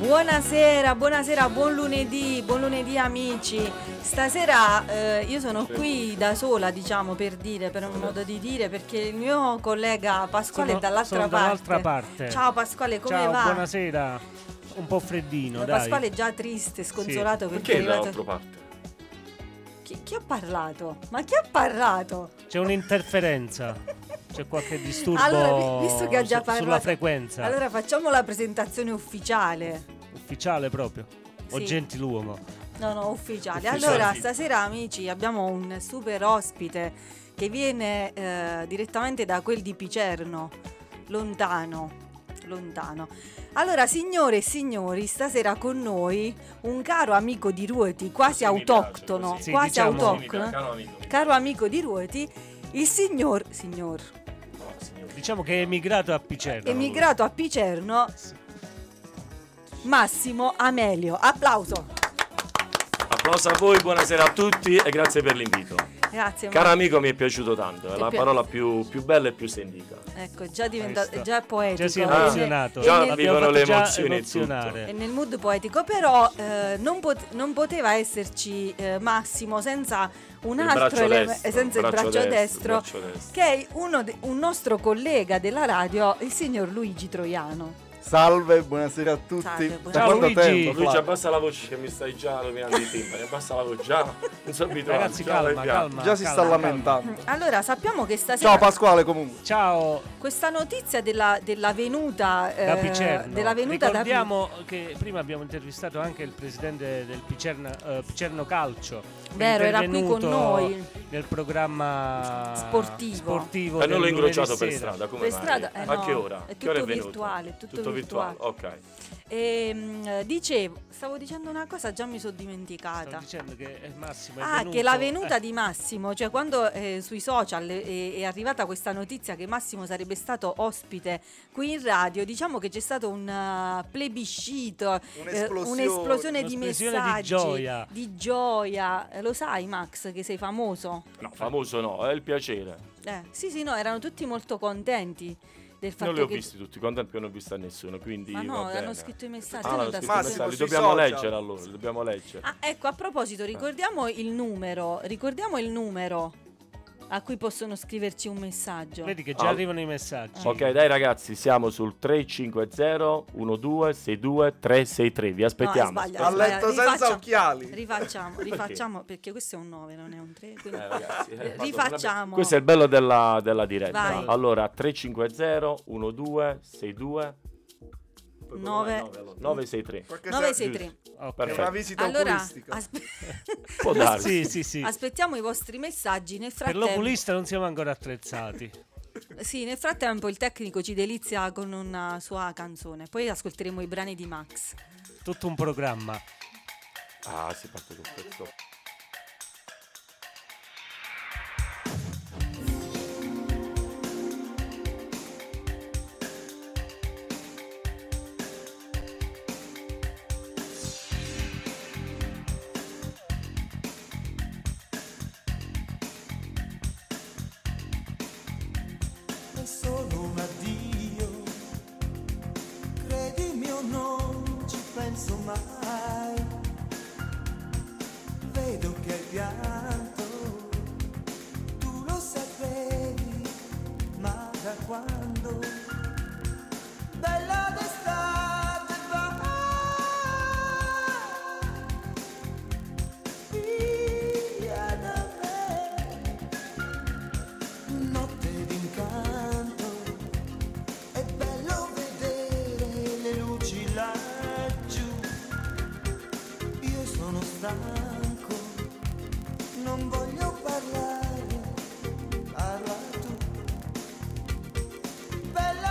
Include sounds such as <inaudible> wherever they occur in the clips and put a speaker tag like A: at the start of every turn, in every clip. A: Buonasera, buonasera, buon lunedì, buon lunedì amici. Stasera eh, io sono qui da sola, diciamo, per dire, per un modo di dire, perché il mio collega Pasquale
B: Sono-
A: è dall'altra,
B: sono
A: parte.
B: dall'altra parte.
A: Ciao Pasquale, Eh, come
B: Ciao,
A: va?
B: buonasera. Un po' freddino, dai.
A: Pasquale è già triste, sconsolato perché,
C: Perché
A: è arrivato-
C: dall'altra parte?
A: Chi, chi ha parlato? Ma chi ha parlato?
B: C'è un'interferenza. C'è qualche disturbo
A: allora, vi- visto che ha già
B: su-
A: parlato
B: sulla frequenza
A: Allora facciamo la presentazione ufficiale.
B: ufficiale proprio. O
A: Sì.
B: gentiluomo.
A: No, no, ufficiale.
B: Ufficiale.
A: Allora, stasera, amici, abbiamo un super ospite che viene eh, direttamente da quel di Picerno, lontano. Lontano. Allora, signore e signori, stasera con noi un caro amico di Ruoti, quasi
C: Così mi piace,
A: autoctono,
C: così.
B: Sì,
A: quasi
B: diciamo-
A: autoctono,
C: Caro amico.
A: caro amico di Ruoti, il signor, signor,
C: No, signore.
B: Diciamo che è emigrato a Picerno.
A: emigrato a Picerno,
B: Sì.
A: Massimo Amelio. Applauso.
C: Applauso a voi, buonasera a tutti e grazie per l'invito.
A: Grazie.
C: Caro amico, mi è piaciuto tanto, è
A: Ti
C: la
A: pi-
C: parola più, più bella e più sentita.
A: Ecco, già diventato
B: Questo.
A: già poetico.
B: Già si è
C: Ah,
B: emozionato.
C: già
B: L'abbiamo
C: vivono
B: fatto
C: le
B: già
C: emozioni e
B: emozionare.
A: E nel mood poetico, però eh, non, pot- non poteva esserci eh, Massimo senza un
C: Il
A: altro
C: braccio
A: eleme-
C: destro,
A: eh, senza il braccio, destro,
C: il braccio destro.
A: che è uno de- un nostro collega della radio, il signor Luigi Troiano.
D: Salve, buonasera a tutti.
A: Salve,
D: da
A: buonasera.
B: Ciao,
D: quanto
B: Luigi.
D: tempo?
C: Luigi,
D: Flavio?
C: abbassa la voce che mi stai già rovinando i timpani, abbassa la voce,
D: <laughs>
C: già, non sono abituato.
B: Ragazzi,
C: già vai
B: calma,
C: piano.
B: calma.
D: Già si sta
B: calma,
D: lamentando.
A: Allora, sappiamo che stasera
D: Ciao Pasquale comunque.
B: Ciao
A: questa notizia della, della venuta, eh,
B: da Picerno.
A: della venuta da Pi-
B: Ricordiamo che prima abbiamo intervistato anche il presidente del Picerno, eh, Picerno Calcio. che è
A: Vero, era qui con
B: intervenuto
A: noi.
B: Nel programma
A: Sportivo.
B: sportivo
C: E non l'ho
B: del lunedì
C: incrociato per
B: sera.
C: strada, come
A: Per
C: mai?
A: strada, eh
C: a
A: no,
C: che ora?
A: è
C: che ora è
A: tutto
C: venuto?
A: virtuale, tutto virtuale.
C: ok.
A: Ehm, eh, dicevo, stavo dicendo una cosa, già mi sono
B: Sto
A: dimenticata.
B: dicendo che eh, Massimo è
A: Ah,
B: venuto-
A: che la venuta
B: eh,
A: di Massimo, cioè quando eh, sui social eh, è, arrivata questa notizia che Massimo sarebbe stato ospite qui in radio, diciamo che c'è stato un eh, plebiscito, eh,
D: Un'esplosione.
A: un'esplosione di
B: Un'esplosione di
A: messaggi,
B: gioia.
A: di gioia. Eh, Lo sai Max che sei famoso?
C: No, famoso no, è il piacere.
A: Eh, sì, sì, no, erano tutti molto contenti del fatto
C: Non li ho
A: che...
C: visti tutti, quanto tempo non ho visto a nessuno, quindi
A: Ma
C: va
A: no,
C: bene.
A: hanno scritto i messaggi. tu
C: Ah,
A: non
C: l'hanno
A: t'ha
C: scritto i
A: scritto-
D: Massimo,
C: messaggi,
D: sui
C: dobbiamo
D: social.
C: leggere allora, li dobbiamo leggere.
A: Ah, ecco, a proposito, ricordiamo il numero, ricordiamo il numero a cui possono scriverci un messaggio.
B: Vedi che già
C: Ah.
B: arrivano i
A: Eh.
B: messaggi.
C: Ok, dai ragazzi, siamo sul 350-1262-363. Vi aspettiamo.
A: No, hai sbagliato.
D: Ha letto
A: Rifaccia-
D: senza occhiali. <laughs>
A: Rifacciamo, rifacciamo, perché questo è un 9, non è un 3. Quindi...
C: Eh, ragazzi, eh,
A: Eh,
C: vado,
A: rifacciamo.
C: Questo è il bello della, della diretta.
A: Vai.
C: Allora, 350-1262.
A: 9.
C: 963.
D: Perché
A: 963.
B: Ok.
D: È
C: Perfetto.
D: una visita
A: Allora,
D: oculistica.
A: aspe-
C: Può darsi.
B: Sì, sì, sì.
A: aspettiamo i vostri messaggi. Nel
B: Per
A: frattempo,
B: l'oculista non siamo ancora attrezzati.
A: sì, nel frattempo il tecnico ci delizia con una sua canzone. Poi ascolteremo i brani di Max.
B: Tutto un programma.
C: Ah, si parte con questo.
E: è solo un addio. Credimi o non ci penso mai. Vedo che hai pianto, tu lo sapevi, ma da quando? Bella d'estate va via da me notte d'incanto è bello vedere le luci laggiù io sono stanco non voglio parlare parla tu bella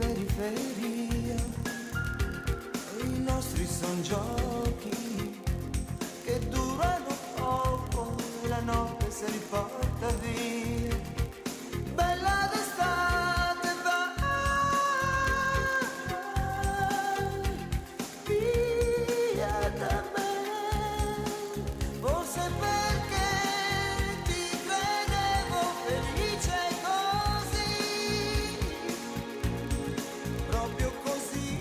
E: periferia. I nostri son giochi che durano poco, la notte se li porta via. Bella d'estate vai via da me. Forse perché ti credevo felice così, proprio così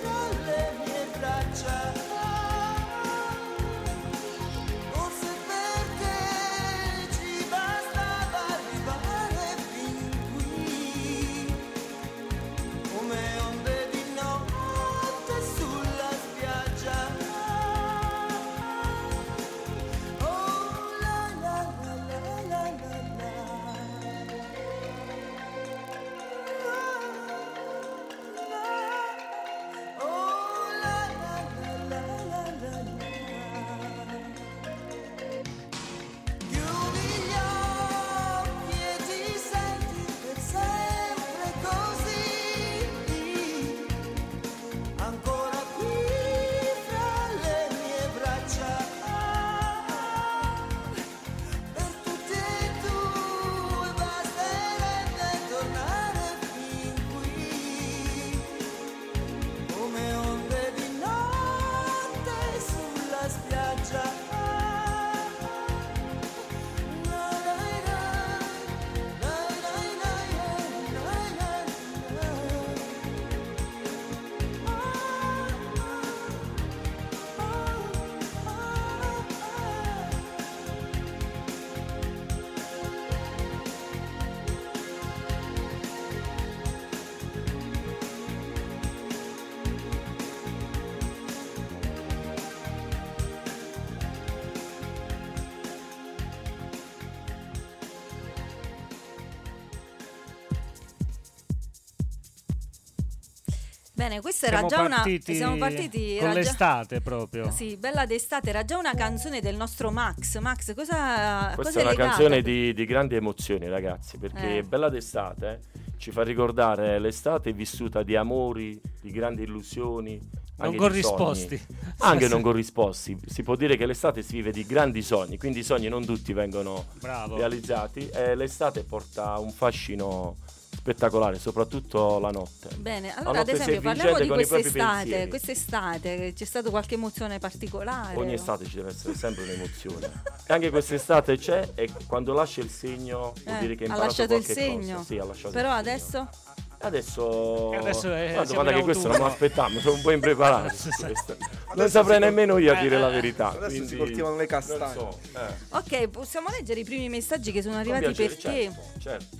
E: fra le mie braccia. Forse perché ci bastava arrivare fin qui, come onde di notte sulla spiaggia. Oh la la la la la la la. Oh la la la la la la la. Chiudi gli occhi e ti senti per sempre così, ancora qui fra le mie braccia, per tutti e due basterebbe tornare fin qui, come onde di notte sulla spiaggia.
A: Bene, questa era
B: siamo
A: già una.
B: partiti
A: Siamo partiti
B: con
A: era già-
B: l'estate proprio.
A: Sì, bella d'estate, era già una canzone del nostro Max. Max, cosa. cosa
C: Questa è una
A: hai legato?
C: canzone di, di grandi emozioni, ragazzi, perché
A: Eh.
C: Bella d'estate eh, ci fa ricordare l'estate vissuta di amori, di grandi illusioni.
B: non
C: anche di
B: corrisposti. <laughs>
C: sogni. Anche non corrisposti. Si può dire che l'estate si vive di grandi sogni, quindi i sogni non tutti vengono
B: Bravo.
C: realizzati e l'estate porta un fascino spettacolare, soprattutto la notte.
A: Bene,
C: notte
A: allora ad
C: sei
A: esempio parliamo
C: vincente
A: di
C: con i propri
A: quest'estate.
C: pensieri.
A: Quest'estate c'è stata qualche emozione particolare? eh?
C: Ogni estate ci deve essere sempre un'emozione. e anche quest'estate c'è e quando lascia il segno vuol
A: Eh,
C: dire che
A: ha
C: ha imparato
A: lasciato il
C: qualche
A: segno.
C: cosa. Sì, ha lasciato
A: Però
C: il segno.
A: adesso
C: Adesso,
B: E adesso è-
C: guarda,
B: siamo
C: guarda
B: in
C: che questo non mi
B: autunno.
C: aspettavo, sono un po' impreparato. su questo. non
D: Adesso
C: saprei
D: si-
C: nemmeno io a
B: eh,
C: dire la
B: eh,
C: verità.
D: adesso si
C: quindi-
D: coltivano le castagne.
C: Non so, eh. Con
A: Ok, possiamo leggere i primi messaggi che sono arrivati
C: piacere,
A: per te.
C: certo, certo.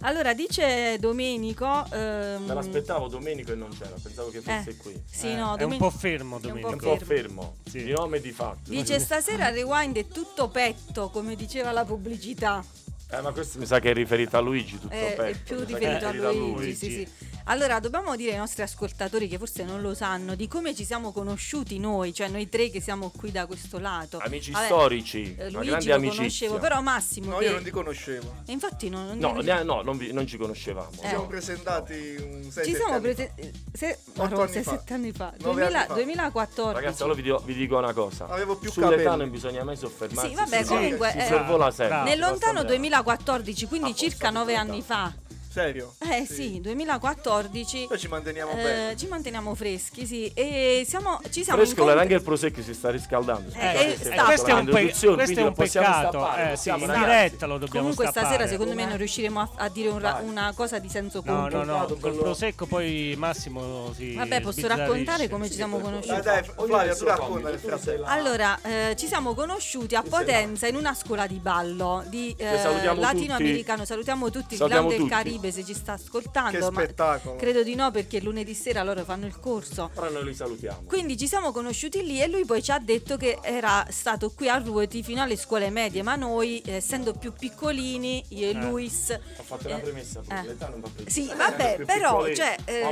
A: Allora, dice Domenico. ehm,
C: Me l'aspettavo domenico e non c'era, pensavo che fosse
A: eh,
C: qui.
A: Sì,
B: Eh,
A: no,
B: è un
A: Domenico.
B: po'
A: È
B: fermo
A: un po'
C: È un
B: Domenico.
C: po'
A: fermo.
C: fermo,
B: Sì.
C: di nome e di fatto. Eh,
A: Dice stasera il rewind è tutto petto, come diceva la pubblicità.
C: Eh, ma questo mi sa che è riferito a Luigi tutto
A: Eh, è
C: petto,
A: più
C: mi sa che
A: riferito
C: è
A: a
B: riferito a
A: Luigi,
B: Luigi.
A: sì, sì. Allora, dobbiamo dire ai nostri ascoltatori che forse non lo sanno di come ci siamo conosciuti noi, cioè noi tre che siamo qui da questo lato.
C: Amici
A: Vabbè,
C: storici,
A: eh,
C: una
A: Luigi
C: grande
A: lo
C: amicizia.
A: conoscevo, però Massimo
D: No,
A: che-
D: io non ti conoscevo.
A: E infatti non, non-
C: No, nea- no, non, vi- non ci conoscevamo.
A: Eh.
D: Ci siamo
C: no.
D: presentati un 6
A: ci siamo prese- se, ma
D: Otto
A: Rosa,
D: anni fa.
A: sette anni fa,
D: Nove
A: 2000
D: anni fa.
A: 2014.
C: Ragazzi, allora vi, dico- vi dico una cosa.
D: Avevo più
C: Sulle
D: capelli.
C: età non bisogna mai soffermarsi.
A: Sì, vabbè,
C: si-
A: comunque,
C: Si
A: eh,
C: sorvola sempre.
B: Ah,
A: Nel
C: si va
A: lontano
C: sempre avanti.
A: 2014, quindi
C: Ah,
A: circa
C: forse
A: nove
C: tutto
A: anni fa.
C: lontano.
D: Serio?
A: Eh sì, 2014.
D: Noi ci manteniamo
A: eh,
D: bene.
A: ci manteniamo freschi, sì. E siamo, ci siamo
C: Fresco,
A: incontri-
C: anche il prosecchio si sta riscaldando.
A: Eh,
C: Scusate,
A: eh,
C: se
A: sta-
B: questo è un,
C: parlando
B: pe-
C: di produzione,
B: questo è
C: quindi
B: un
C: non possiamo
B: peccato,
C: stappare,
B: eh, sì,
C: possiamo,
B: in
C: ragazzi.
B: diretta lo dobbiamo
A: Comunque
B: stappare.
A: stasera secondo me non riusciremo a, a dire un ra- una cosa di senso
B: No,
A: comune.
B: no, no,
C: Complicato,
B: col
C: bello.
B: prosecco poi Massimo si
A: Vabbè, posso
B: sbizzarrisce.
A: raccontare come ci siamo
D: Dai,
A: conosciuti?
D: Eh, dai,
C: Ognuno
D: Flavia,
C: il
D: tu
C: suo
D: racconta nel
C: compito, tu sei
D: frattempo.
C: la-
A: Allora, eh, ci siamo conosciuti a Potenza in una scuola di ballo di eh,
C: Che salutiamo
A: latinoamericano. Salutiamo tutti il
C: Salutiamo
A: clan del
C: tutti.
A: Caribe se ci sta
D: Che
A: ascoltando, ma
D: spettacolo.
A: credo di no perché lunedì sera loro fanno il corso.
C: Ora noi li salutiamo.
A: Quindi ci siamo conosciuti lì e lui poi ci ha detto che era stato qui a Ruoti fino alle scuole medie, ma noi, eh, essendo più piccolini, io e
B: Eh.
A: Luis...
C: Ho fatto una
A: eh,
C: premessa,
A: eh.
C: l'età non va più.
A: Sì, vabbè, però, cioè, eh,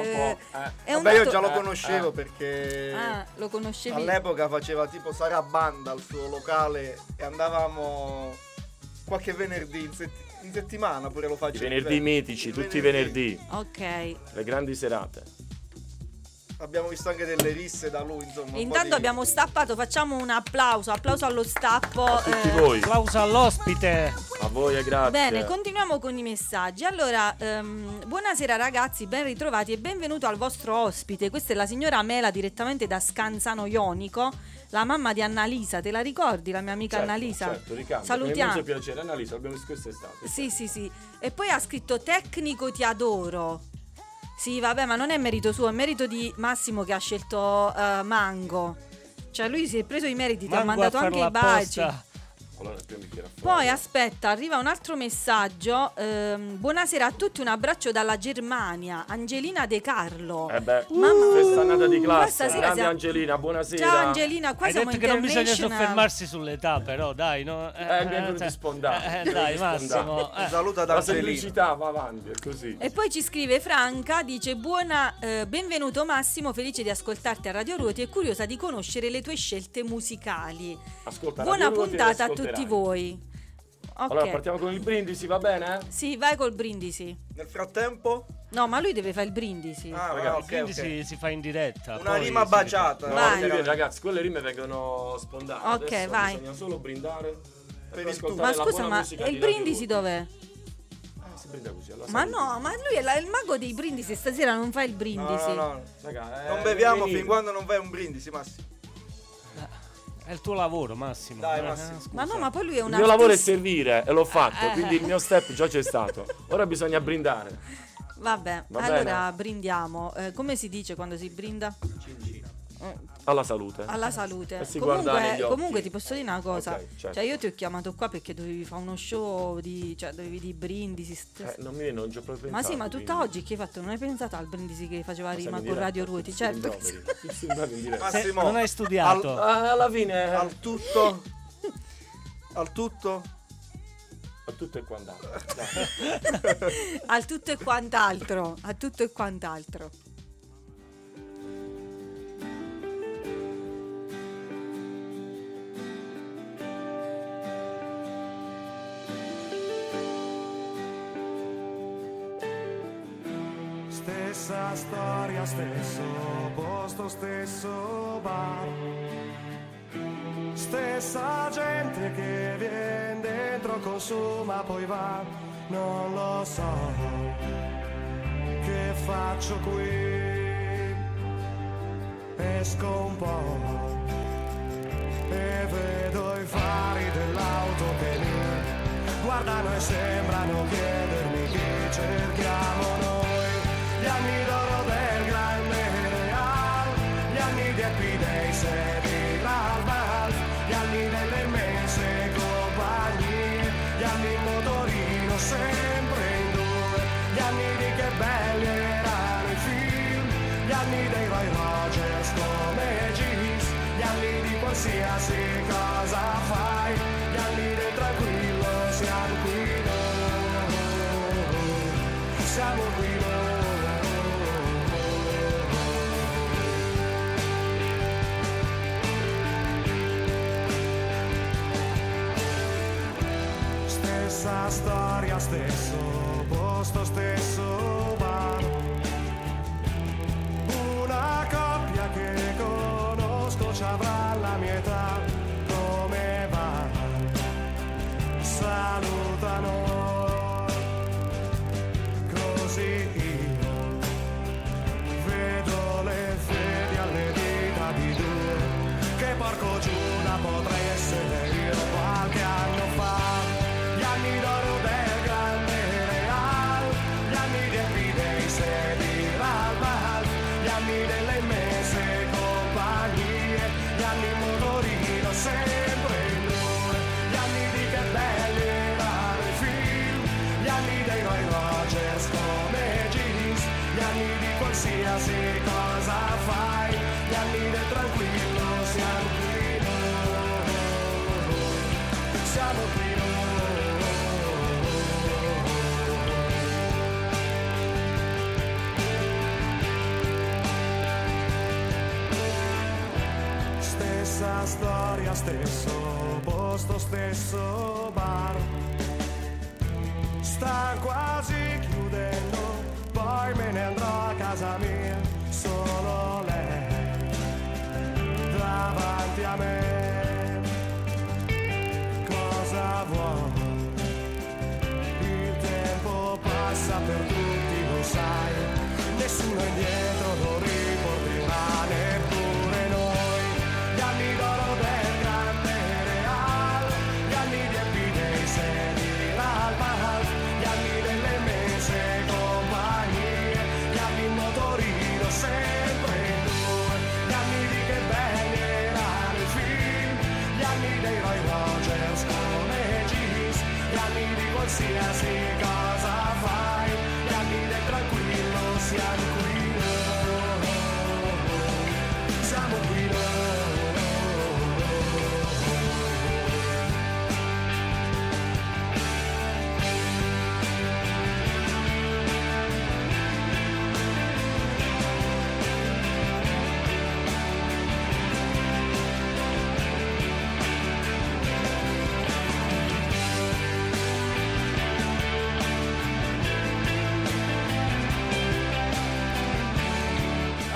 A: è un
D: Vabbè, io
A: dato-
D: già lo
C: Eh,
D: conoscevo
C: eh.
D: perché
A: Ah, lo conoscevi?
D: all'epoca faceva tipo Sarabanda al suo locale e andavamo qualche venerdì in settimana. in settimana pure lo faccio.
C: I venerdì mitici, tutti i venerdì,
A: Oh. Ok.
C: le grandi serate.
D: Abbiamo visto anche delle risse da lui, insomma. un po'
A: Intanto
D: di-
A: abbiamo stappato, facciamo un applauso, applauso allo stappo.
C: A tutti
A: eh,
C: voi,
B: Applauso all'ospite.
C: a voi e grazie.
A: Bene, continuiamo con i messaggi. Allora, ehm, buonasera ragazzi, ben ritrovati e benvenuto al vostro ospite. Questa è la signora Mela direttamente da Scanzano Ionico, la mamma di Annalisa. Te la ricordi, la mia amica
C: Certo,
A: Annalisa?
C: certo, ricambio. Mi ha
A: Salutiamo.
C: molto piacere, Annalisa, l'abbiamo visto quest'estate.
A: Sì, sì, sì. E poi ha scritto Tecnico ti adoro. Sì, vabbè, ma non è merito suo, è merito di Massimo che ha scelto eh, Mango. Cioè lui si è preso i meriti, ti ha
B: Mango
A: mandato
B: a
A: anche
B: farla
A: i baci.
B: apposta.
C: Allora, più mi tira fuori.
A: Poi aspetta, arriva un altro messaggio. Ehm, buonasera a tutti, un abbraccio dalla Germania, Angelina De Carlo.
C: Eh beh,
A: Mamma-
C: festannata di
A: Ma
C: classe.
A: stasera
C: Grande
A: siamo-
C: Angelina, buonasera.
A: Ciao Angelina, qua
B: Hai
A: siamo
B: detto che non bisogna
A: international.
B: soffermarsi sull'età, però dai, no?
C: Eh, mi è venuto
B: cioè-
C: spontaneo, mi
B: eh,
C: è venuto
B: dai,
C: spontaneo.
B: Massimo. eh.
D: Saluta da
C: La
D: Angelino.
C: semplicità va avanti, è così.
A: E poi ci scrive Franca, dice buona, eh, benvenuto Massimo, felice di ascoltarti a Radio Ruoti e curiosa di conoscere le tue scelte musicali.
C: Ascolta,
A: Buona
C: Radio Ruoti e
A: puntata a
C: ascolterai.
A: tutti voi. Ok,
C: Allora, partiamo con il brindisi, va bene?
A: sì, vai col brindisi.
D: Nel frattempo...
A: No, ma lui deve fare il brindisi.
D: Ah,
C: Ragazzi,
D: ok, ok.
B: Quindi si, si fa in diretta.
D: Una
B: poi
D: rima
B: si-
D: baciata.
C: No,
A: Vai.
C: non mi viene, ragazzi, quelle rime vengono spontanee.
A: Ok,
C: Adesso
A: vai.
C: Bisogna solo brindare. e
D: Per
C: poi
D: il tu.
A: ma
C: ascoltare la
A: scusa,
C: buona
A: ma
C: musica
A: e il
C: di Radio
A: brindisi
C: Ruoti.
A: dov'è?
C: Ah, si brinda così, alla
A: Ma
C: salute.
A: no, ma lui è la- il mago dei brindisi, stasera non fa il
D: No,
A: brindisi.
D: no, no.
C: Raga, eh,
D: Non beviamo
C: venite.
D: fin quando non vai un brindisi, Massimo.
B: È il tuo lavoro, Massimo.
D: Dai,
B: Eh,
D: Massimo.
B: scusa.
A: Ma no, ma poi lui è un
C: Il mio lavoro è
A: artista- Eh,
C: servire e l'ho fatto, quindi il mio step già c'è stato. Ora bisogna brindare.
A: Vabbè,
C: Va
A: allora brindiamo. Eh, come si dice quando si brinda?
C: Alla salute.
A: Alla salute.
C: E Eh. si guarda negli
A: Comunque,
C: occhi.
A: comunque ti posso dire una cosa.
C: Ok, certo.
A: Cioè, io ti ho chiamato qua perché dovevi fare uno show di. cioè dovevi di brindisi. st-
C: Eh, non mi viene, non ci ho proprio
A: ma
C: pensato,
A: sì, ma
C: quindi.
A: tutta oggi che hai fatto? Non hai pensato al brindisi che faceva
C: Siamo
A: rima
C: in
A: con
C: diretta,
A: Radio Ruoti?
C: siamo
A: Cioè,
C: in
A: perché- <laughs>
C: diretta, siamo in diretta.
B: Se-
D: Massimo,
B: non hai studiato.
C: Ah, alla fine a
D: Al tutto... Al tutto...
C: tutto e quant'altro.
A: al tutto e quant'altro. A tutto e quant'altro.
F: Stessa storia, stesso posto, stesso bar. Stessa gente che viene dentro, consuma, poi va. Non lo so che faccio qui. Esco un po' e vedo i fari dell'auto che mi guardano e sembrano chiedermi chi cerchiamo noi. Gli anni d'oro del grande real, gli anni di Epidays e di Larval, gli anni delle immense compagnie, gli anni in motorino sempre in due, gli anni di che belli erano i film, gli anni dei Roy Rogers come Gis, gli anni di qualsiasi cosa fai, gli anni del tranquillo siamo qui noi, siamo qui noi. Stessa storia, stesso posto, stesso bar. Una coppia che conosco ci avrà la mia età, come va? Salutano. Così io vedo le fedi alle dita di due, che porco giuda potrei essere io qualche anno fa. Gli anni d'oro del grande real, gli anni di Epidays e di Laval, gli anni delle immense compagnie, gli anni in motorino sempre in due, gli anni di che belli erano i film, gli anni dei Roy Rogers come jeans, gli anni di qualsiasi cosa fai, gli anni del tranquillo siamo qui noi siamo qui noi. Stessa storia, stesso posto, stesso bar. sta quasi chiudendo, poi me ne andrò a casa mia, solo lei davanti a me. Cosa vuoi? Il tempo passa per tutti, lo sai, nessuno è indietro lo riporterà neppure noi. Gli anni d'oro del grande real, gli anni di Epidese di Ralph, gli anni delle mese compagnie, gli anni in motorino sempre in due, gli anni di che belli erano i film, gli anni dei Roy Rogers con Regis, gli anni di qualsiasi cosa fai, gli anni del tranquillo siamo qui noi, siamo qui noi.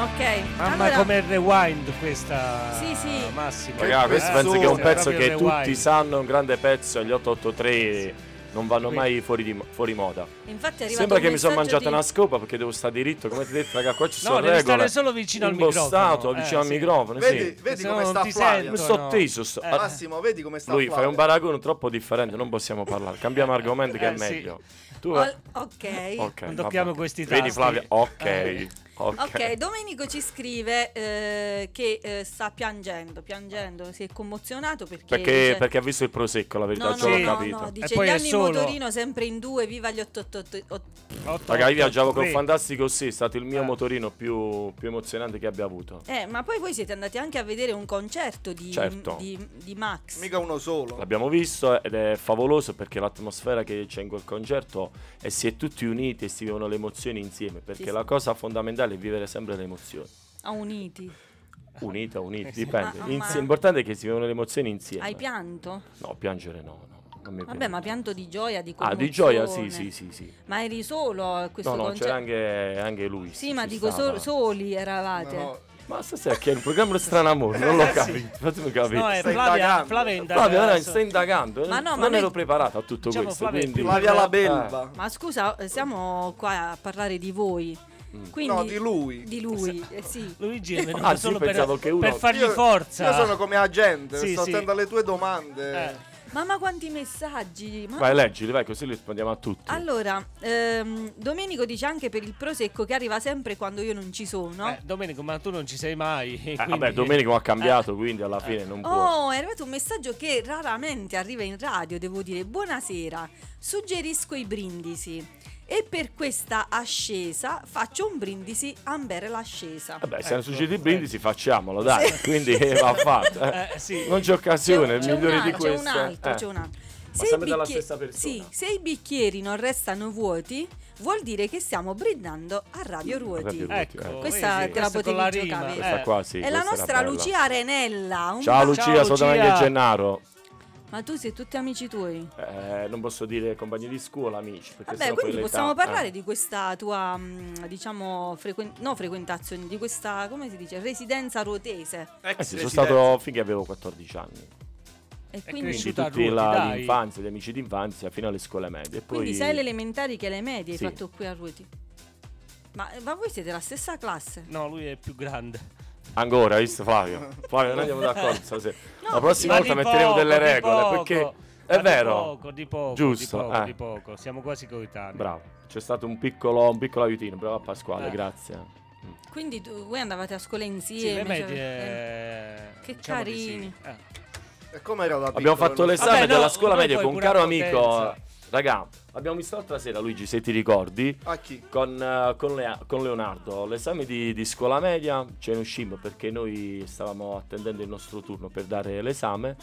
A: Ok.
B: Mamma
A: allora,
B: come rewind questa
A: Sì, sì.
B: Massimo.
C: Raga, questo penso che è un
B: Proprio
C: pezzo che
B: rewind.
C: tutti sanno, è un grande pezzo, gli 883 non vanno mai fuori, di, fuori moda.
A: Infatti è arrivato
C: Sembra
A: un
C: che mi sono
A: messaggio
C: mangiata
A: di-
C: una scopa perché devo stare diritto, come ti ho detto, raga, qua ci
B: No,
C: sono
B: devi stare
C: regole.
B: solo vicino al
C: Impostato,
B: microfono, eh,
C: vicino al
B: sì.
C: microfono,
D: Vedi,
C: sì.
D: vedi
B: Se
D: come
B: no
D: sta
B: non ti
D: Flavio.
B: sento.
C: Mi sto
B: no.
C: teso, sto-
B: Eh.
C: Ah,
D: Massimo, vedi come sta
C: lui
D: Flavio.
C: fai un paragone troppo differente, non possiamo parlare. Cambiamo argomento che
B: Eh,
C: è
B: sì.
C: meglio. Tu
A: Ol- ok.
C: ok,
B: Non tocchiamo
C: vabbè.
B: questi
C: Vedi
B: tasti.
C: Flavia, ok.
B: Eh.
C: Ok.
A: Ok, Domenico ci scrive eh, che eh, sta piangendo, piangendo, si è commozionato perché...
C: Perché,
A: dice-
C: perché ha visto il prosecco, la verità,
A: No,
C: già
A: no,
B: l'ho
C: l'ho
A: no,
C: capito.
A: no, dice
B: E poi
A: gli
B: è
A: anni in
B: solo-
A: motorino sempre in due, viva gli 888...
B: Otto,
C: Raga, io
B: otto,
C: viaggiavo con
B: tre.
C: Fantastico sì, è stato il mio
B: Eh.
C: motorino più, più emozionante che abbia avuto.
A: Eh, ma poi voi siete andati anche a vedere un concerto di,
C: Certo.
A: di, di Max.
D: Mica uno solo.
C: L'abbiamo visto ed è favoloso perché l'atmosfera che c'è in quel concerto e si è tutti uniti e si vivono le emozioni insieme perché
A: sì.
C: la cosa fondamentale è vivere sempre le emozioni.
A: A Uniti.
C: Unita, uniti, dipende.
A: Ma-
C: Insi-
A: ma-
C: L'importante è che si vivano le emozioni insieme.
A: Hai pianto?
C: No, piangere no, no. Non mi
A: Vabbè,
C: piace.
A: ma pianto di gioia, di
C: Ah,
A: commozione.
C: di gioia sì, sì, sì, sì.
A: Ma eri solo a questo
C: No, no,
A: concerto?
C: c'era anche, anche lui.
A: Sì, ma
C: ci
A: dico
C: stava.
A: so- soli eravate.
D: No,
C: Ma stasera che è un programma strano amore, non l'ho
B: Eh, Sì.
C: capito. Fatemi capire.
B: No, è
D: Stai
B: Flavia,
D: indagando.
B: Flavia è indagata
C: Flavio ora mi
B: adesso.
C: sta indagando, eh?
A: Ma no,
C: non
A: ma noi-
C: ero preparato a tutto
B: Diciamo,
C: questo.
B: Flavio è
C: quindi...
B: più-
D: Flavia la
C: Ah.
D: belva.
A: Ma scusa, eh, siamo qua a parlare di voi.
C: Mm.
A: Quindi,
D: No, di lui.
A: Di
D: <laughs>
A: lui, eh, sì.
B: Luigi è venuto
C: Ah, sì,
B: solo
C: pensavo
B: per,
C: che uno-
B: per fargli
D: Io-
B: forza.
D: Io sono come agente,
B: Sì,
D: sto
B: sì.
D: attento alle tue domande.
B: Eh.
A: Mamma quanti messaggi. ma-
C: Vai, leggili, vai, così li rispondiamo a tutti.
A: Allora, ehm, Domenico dice anche per il prosecco che arriva sempre quando io non ci sono.
B: Eh, Domenico, ma tu non ci sei mai.
C: Eh,
B: quindi- Eh.
C: vabbè, Domenico ha cambiato, quindi alla fine non può.
A: Oh, è arrivato un messaggio che raramente arriva in radio, devo dire. Buonasera, suggerisco i brindisi. E per questa ascesa faccio un brindisi ambere l'ascesa.
C: Vabbè, se
B: Ecco,
C: hanno succedito i
B: ecco.
C: brindisi, facciamolo, dai. Quindi eh, va fatto. eh.
B: Eh, sì.
C: Non c'è occasione,
A: C'è un- c'è
C: il migliore
A: un
C: di
A: altro,
C: questo.
A: C'è un altro,
C: eh.
A: c'è un altro. Se i
C: sempre dalla
A: bicchie-
C: stessa persona.
A: Sì, se i bicchieri non restano vuoti, vuol dire che stiamo brindando a Radio Ruoti.
C: Radio Ruoti.
B: Ecco,
A: Questa
B: vedi,
A: te la
B: questo
A: potevi
B: con la
A: giocare.
B: rima.
C: Questa
B: eh.
C: qua sì.
A: È la
C: questa era
A: nostra
C: bella.
A: Lucia Renella. un
C: Ciao
A: bacio.
C: Lucia,
B: Lucia.
C: sono Domenico e Gennaro.
A: Ma tu sei tutti amici tuoi?
C: Eh, non posso dire compagni di scuola, amici. Perché
A: Vabbè,
C: sennò poi
A: quindi
C: l'età-
A: possiamo parlare
C: eh.
A: di questa tua, mh, diciamo, frequen- no, frequentazione, di questa, come si dice, residenza ruotese.
D: Ex
C: Eh sì, sono
D: residente.
C: stato finché avevo 14 anni.
A: E
C: Eh
B: È
A: quindi,
C: Quindi
B: cresciuta a
C: tutti
B: Ruoti,
C: la-
B: dai.
C: l'infanzia, gli amici d'infanzia fino alle scuole medie. E Poi...
A: quindi sia le elementari che le medie
C: Sì.
A: hai fatto qui a Ruoti. Ma, ma voi siete la stessa classe?
B: No, lui è più grande.
C: Ancora, hai visto Flavio? Flavio, non andiamo
B: <laughs>
C: d'accordo stasera.
A: No,
C: La prossima
B: ma di
C: volta metteremo
B: poco,
C: delle
B: di
C: regole
B: poco,
C: perché
B: ma
C: è
B: di
C: vero.
B: poco, di poco,
C: Giusto,
B: di poco,
C: eh.
B: di poco. Siamo quasi coetanei.
C: Bravo, c'è stato un piccolo, un piccolo aiutino. Brava Pasquale,
B: Eh.
C: grazie.
A: Quindi tu- voi andavate a scuola insieme?
B: Sì, le
A: cioè-
B: medie.
A: eh. Che
B: diciamo di sì.
A: carini.
B: Eh.
D: E come era da
C: Abbiamo
D: piccolo,
C: fatto
D: non
C: l'esame
B: Vabbè, no,
C: della scuola
B: noi
C: media
B: poi
C: con un
B: pure
C: caro
B: a
C: amico.
B: Potenza.
C: Raga, abbiamo visto l'altra sera, Luigi, se ti ricordi.
D: so- A chi?
C: Con, eh, con Lea- con Leonardo, l'esame di, di scuola media ce ne uscimmo perché noi stavamo attendendo il nostro turno per dare l'esame.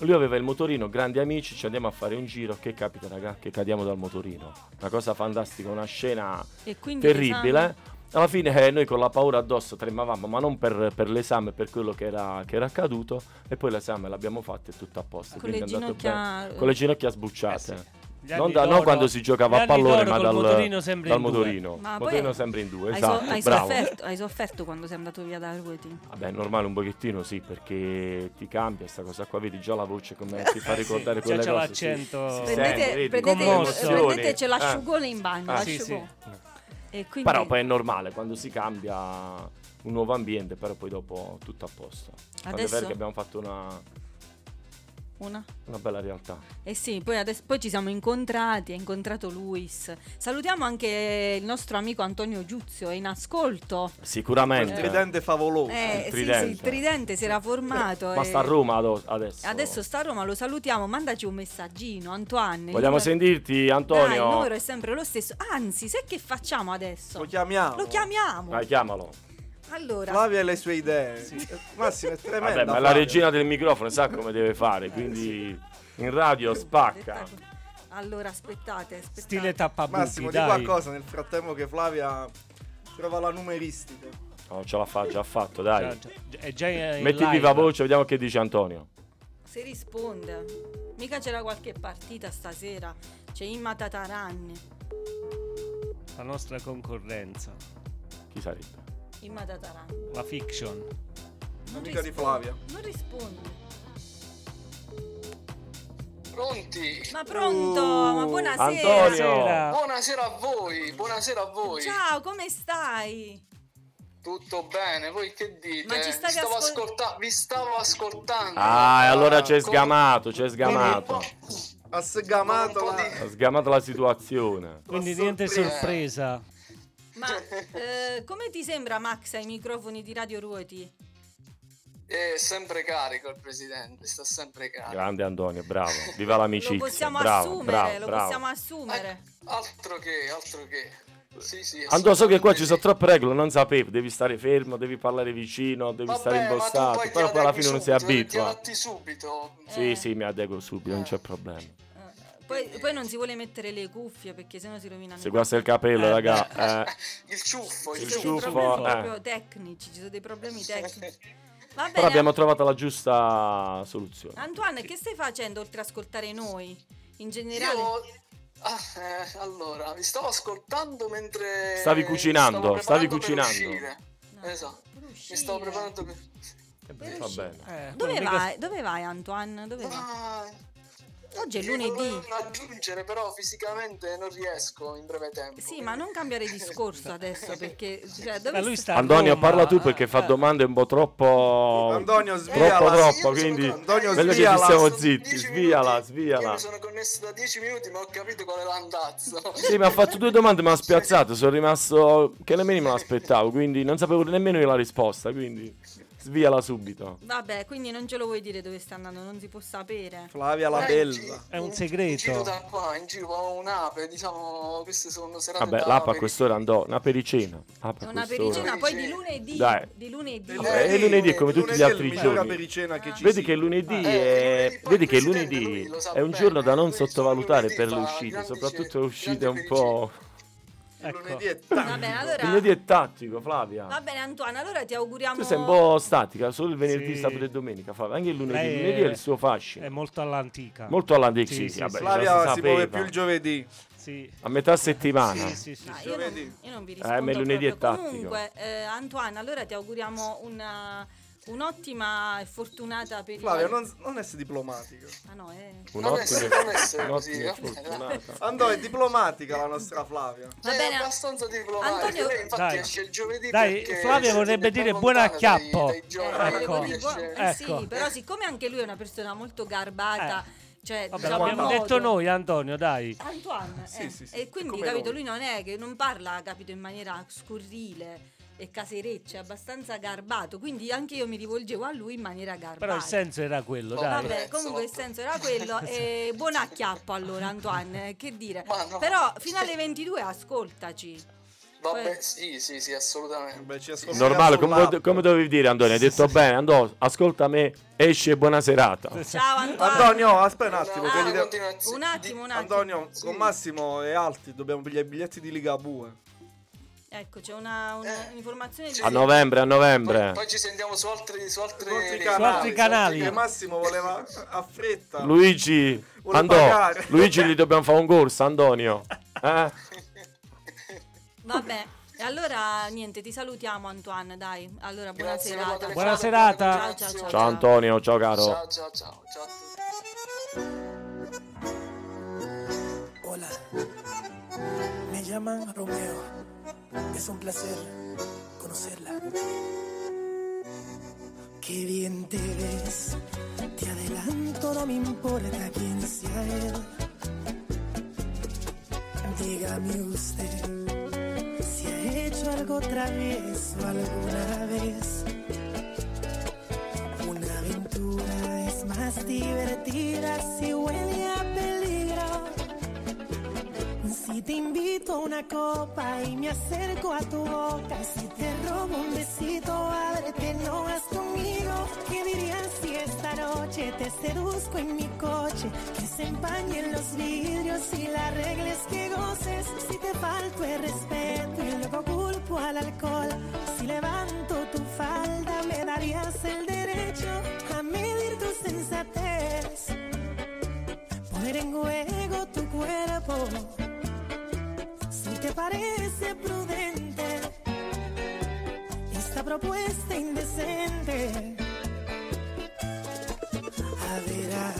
C: Lui aveva il motorino, grandi amici, ci andiamo a fare un giro. Che capita, raga, che cadiamo dal motorino. Una cosa fantastica, una scena
A: E quindi
C: terribile.
A: l'esame-
C: Alla fine eh, noi con la paura addosso tremavamo, ma non per, per l'esame, per quello che era, che era accaduto. E poi l'esame l'abbiamo fatto e tutto a posto.
A: Con le
C: quindi è andato
A: ginocchia-
C: bene. Con le ginocchia sbucciate.
B: Eh sì. Gli anni
C: Non, da- non
B: d'oro-
C: quando si giocava a
B: gli anni
C: pallone,
B: d'oro
C: ma
B: col
C: dal
B: motorino sempre
C: dal
B: in due.
C: motorino.
A: Ma poi-
C: motorino sempre in due,
A: Hai, so-
C: esatto.
A: hai
C: bravo.
A: sofferto, hai sofferto quando sei andato via da Ruoti?
C: Vabbè, è normale un pochettino, sì, perché ti cambia sta cosa qua, vedi già la voce come ti fa ricordare
B: Eh, Già
C: quelle
B: c'è
C: cose.
B: l'accento.
C: sì. Si
B: Prendete-
C: sente, vedi,
B: prendete-
C: come
B: Commosso.
C: emozioni.
A: prendeteci l'asciugone in bagno.
C: Ah,
B: sì,
A: l'asciugone. E quindi,
C: Però poi è normale, quando si cambia un nuovo ambiente, però poi dopo tutto a posto. Tanto è
A: Adesso?
C: vero che abbiamo fatto una,
A: una.
C: una bella realtà.
A: Eh sì, poi, adesso- poi ci siamo incontrati, ha incontrato Luis. Salutiamo anche il nostro amico Antonio Giuzio, è in ascolto.
C: Sicuramente.
D: Un tridente favoloso.
A: Eh, sì, sì,
C: Oh, tridente.
A: il tridente Ah, si era formato.
C: Ma
A: e-
C: sta a Roma ado- adesso.
A: Adesso sta a Roma, lo salutiamo, mandaci un messaggino, Antoine. il
C: Vogliamo
A: numero-
C: sentirti,
A: eh, Dai,
C: Antonio?
A: il numero è sempre lo stesso. Anzi, sai che facciamo adesso?
D: Lo chiamiamo.
A: Lo chiamiamo.
C: Dai, chiamalo.
A: Allora,
D: Flavia e le sue idee. Eh, Massimo è tremenda.
C: Vabbè, ma la
D: Flavia.
C: regina del microfono sa come deve
B: Eh,
C: fare, quindi in radio spacca.
A: aspetta- allora aspettate, aspettate.
B: Stile tappabuchi,
D: Eh, Massimo, di
B: dai.
D: qualcosa nel frattempo che Flavia trova la numeristica.
C: No, ce la fa, già fatto, dai.
B: Già- già- è già in
C: Metti
B: live.
C: viva voce, vediamo che dice Antonio.
A: Se risponde. Mica c'era qualche partita stasera. C'è Imma Tataranni.
B: La nostra concorrenza,
C: Chi sarebbe?
A: Imma Tataranni.
B: la fiction.
A: Non
D: Amica di
A: risponde,
D: Flavia.
A: Non risponde.
G: Pronti?
A: Ma pronto, ma buonasera.
C: Uh, Antonio.
B: Buonasera.
G: Buonasera a voi, buonasera a voi.
A: Ciao, come stai?
G: Tutto bene, voi che dite?
A: Ma ci state
G: Vi stavo
A: ascol-
G: ascolta- vi stavo ascoltando.
C: Ah, e allora c'è
G: Con-
C: sgamato, c'è
G: con
C: sgamato.
G: un po'-
D: Ha sgamato
G: con un po'
D: la...
G: di-
C: Ha sgamato la situazione.
B: Quindi niente sorpresa.
A: Ma
G: <laughs>
A: eh, come ti sembra Max ai microfoni di Radio Ruoti?
G: È Eh, sempre carico il presidente, sta sempre carico.
C: Grande Antonio, bravo. Viva l'amicizia.
A: lo possiamo
C: bravo,
A: assumere,
C: bravo,
A: lo
C: bravo.
A: possiamo assumere.
G: Eh, altro che, altro che. Sì, sì.
C: Andò, so che qua ci sono
G: assolutamente
C: troppe regole, non sapevo. Devi stare fermo, devi parlare vicino, devi
G: sì.
C: stare
G: Vabbè, ma tu
C: impostato.
G: poi ti
C: Però poi alla
G: adegui
C: fine non si
G: subito,
C: abitua.
G: Ti adatti subito.
C: Sì,
A: cioè, Eh.
C: sì, mi adeguo subito, non c'è problema.
A: Eh, Poi, poi non si vuole mettere le cuffie perché sennò si rovinano.
C: Se guasta il capello,
B: Eh,
A: <laughs>
C: raga. eh.
G: Il ciuffo,
A: Ci
G: il,
C: il
A: sono dei
G: ciuffo.
C: ciuffo,
A: problemi
C: eh.
A: proprio tecnici, ci sono dei problemi tecnici. Va bene.
C: Però abbiamo trovato la giusta soluzione.
A: Antoine, che stai facendo oltre a ascoltare noi? In generale,
G: Io... Ah, eh, allora, vi stavo ascoltando mentre...
C: Stavi cucinando,
G: stavo
C: stavi
G: preparando per
C: cucinando.
G: uscire.
A: No,
G: Esatto,
A: per
G: mi
A: uscire.
G: stavo preparando per...
C: Va bene.
B: Eh,
A: Dove
B: mica-
A: vai? Dove vai, Antoine? Dove vai?
G: Ah,
A: Oggi è
G: io
A: lunedì.
G: volevo aggiungere, però fisicamente non riesco in breve tempo. Eh,
A: Sì, ma non cambiare
G: <laughs>
A: discorso adesso perché cioè, dove
B: Ma lui
A: sta-
B: sta a
C: Antonio,
B: Roma,
C: parla tu
B: eh,
C: perché
B: eh.
C: fa domande un po' troppo.
D: Antonio, sviala.
C: Troppo,
D: Sì, io
C: troppo.
G: mi sono
C: Quindi,
G: connesso-
D: Antonio,
C: meglio che
D: sviala.
C: stiamo
G: Sono
C: zitti.
G: 10
C: Sviala,
G: minuti. Io
C: sviala.
G: mi sono connesso da 10
B: eh?
G: minuti, ma ho capito qual è l'andazzo.
C: Sì, mi ha fatto due domande, mi ha spiazzato. Sono rimasto. che nemmeno me l'aspettavo. Quindi, non sapevo nemmeno io la risposta. Quindi, sviala subito.
A: Vabbè, quindi non ce lo vuoi dire dove sta andando, non si può sapere.
D: Flavia la
G: Eh,
D: bella.
G: in gi-
B: È un
G: in
B: segreto.
G: giro
C: Certo.
G: da qua, in giro ho un'ape, diciamo, queste sono serate
C: Vabbè,
G: da
C: l'app a
G: ape.
C: quest'ora andò. Una pericina. L'app
A: È
C: a
A: una
C: quest'ora.
A: pericena poi di lunedì,
C: Dai.
A: di lunedì.
C: Vabbè, è lunedì come tutti gli
D: Lunedì è
C: altri
D: il migliore
C: giorni.
D: apericena che ci
C: Vedi
D: sia.
C: che lunedì
G: Eh,
C: è,
G: lunedì poi
C: vedi che
G: il presidente,
C: lunedì
G: lui lo sa
C: è un
G: bene,
C: giorno da non
G: lui solo
C: sottovalutare
G: lunedì
C: per
G: fa
C: le uscite,
G: grandi
C: soprattutto
G: ce-
C: uscite
G: grandi
C: un po'.
D: Il
B: Ecco.
D: Lunedì è
A: Va bene,
D: tanto.
A: allora
C: Lunedì è tattico, Flavia.
A: Va bene Antoine, allora ti auguriamo
C: Tu sei un po' statica, solo il venerdì,
B: Sì.
C: sabato e domenica, Flavia. Anche il lunedì,
B: Lei
C: il
B: è-
C: lunedì è il suo
B: È
C: fascino.
B: molto all'antica.
C: Molto alla Dixie,
B: Sì,
C: sì,
B: sì,
C: vabbè,
B: sì.
C: già
D: Flavia
C: si
D: si muove
C: sapeva.
D: più il giovedì.
B: Sì.
C: A metà settimana.
B: Sì, sì, sì,
A: No,
B: sì.
A: io,
D: Giovedì.
A: non, io non vi
C: Eh, ma
A: rispondo
C: lunedì è
A: proprio.
C: tattico.
A: Comunque, eh, Antoine, allora ti auguriamo una- un'ottima e fortunata per
D: Flavia, non, non essere diplomatica.
A: Ah no, eh.
G: Non essere- non essere
C: un'ottima
G: così, eh.
C: fortunata.
D: Andò, è diplomatica la nostra Flavia.
B: Eh,
A: Va
G: Lei
A: bene.
G: è abbastanza diplomatico.
A: Antonio- Eh,
G: Lei infatti
B: Dai.
G: esce il giovedì
B: Dai,
G: perché
B: Flavia
G: si
B: vorrebbe
G: tiene
B: dire
G: ben
B: buon
G: lontana dai-
B: acchiappo.
G: dai giovani,
A: Eh,
B: Ecco.
A: volevo dire,
G: quindi
A: buono-
G: esce-
A: eh sì,
B: Ecco. Eh.
A: però siccome anche lui è una persona molto garbata, cioè
B: Vabbè,
A: diciamo
B: l'abbiamo
A: modo-
B: detto noi, Antonio, dai.
A: Antoine, eh,
D: Sì, sì, sì,
A: e quindi
D: come
A: capito,
D: noi.
A: lui non è che non parla, capito, in maniera scurrile e casereccia, è abbastanza garbato, quindi anche io mi rivolgevo a lui in maniera garbata.
B: Però il senso era quello,
G: Oh,
B: dai.
A: Vabbè, comunque il senso era
G: <laughs>
A: quello. E buon acchiappo allora, Antoine. eh, Che dire?
G: Ma no.
A: Però fino alle 22 ascoltaci.
G: Vabbè,
A: Poi-
G: sì, sì, sì, assolutamente.
D: Beh, ci ascolta
C: Normale,
D: sull'app.
C: come, come dovevi dire Antonio, hai detto bene, andò, ascolta me, esce e buona serata.
A: Ciao Antoine.
D: Antonio, aspetta un attimo.
G: Ah,
D: che gli devo-
G: continua-
A: Un attimo, un attimo.
D: Antonio,
G: Sì.
D: con Massimo e altri dobbiamo pigliare i biglietti di Ligabue.
A: Eh, Ecco, c'è una, una-
G: Eh.
A: un'informazione di...
G: Sì.
C: A novembre, a novembre.
G: Poi, poi ci sentiamo su altri, su altri,
D: Su altri
G: su
D: canali,
B: altri canali.
D: Che Massimo voleva a fretta.
C: Luigi,
D: Vuole
C: andò.
D: pagare.
C: Luigi gli dobbiamo fare un corso, Antonio. Eh?
A: Vabbè, e allora niente, ti salutiamo Antoine, dai. Allora, buona
G: Grazie per la
A: serata.
G: telefonata,
B: Buona serata.
G: buona
A: Ciao, ciao,
C: Ciao
G: continuazione.
C: Antonio, ciao caro.
G: Ciao, ciao, ciao, ciao a tutti.
H: Hola, me llaman Romeo. Es un placer conocerla. Qué bien te ves, te adelanto, no me importa quién sea él. Dígame usted si ha hecho algo travieso alguna vez. Una aventura es más divertida si huele a peligro. Si te invito a una copa y me acerco a tu boca, si te robo un besito, ábrete, no vas conmigo. ¿Qué dirías si esta noche te seduzco en mi coche? Que se empañen los vidrios y la regla es que goces. Si te falto el respeto y luego culpo al alcohol, si levanto tu falda, me darías el derecho a medir tu sensatez. Poner en juego tu cuerpo si te parece prudente esta propuesta indecente. A ver, a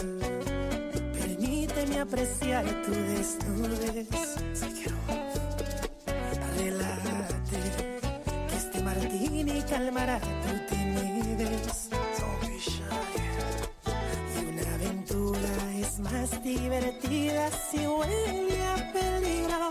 H: ver, permíteme apreciar tu desnudez. Relájate, que este martini calmará tu timidez. Y una aventura es más divertida si huele a peligro.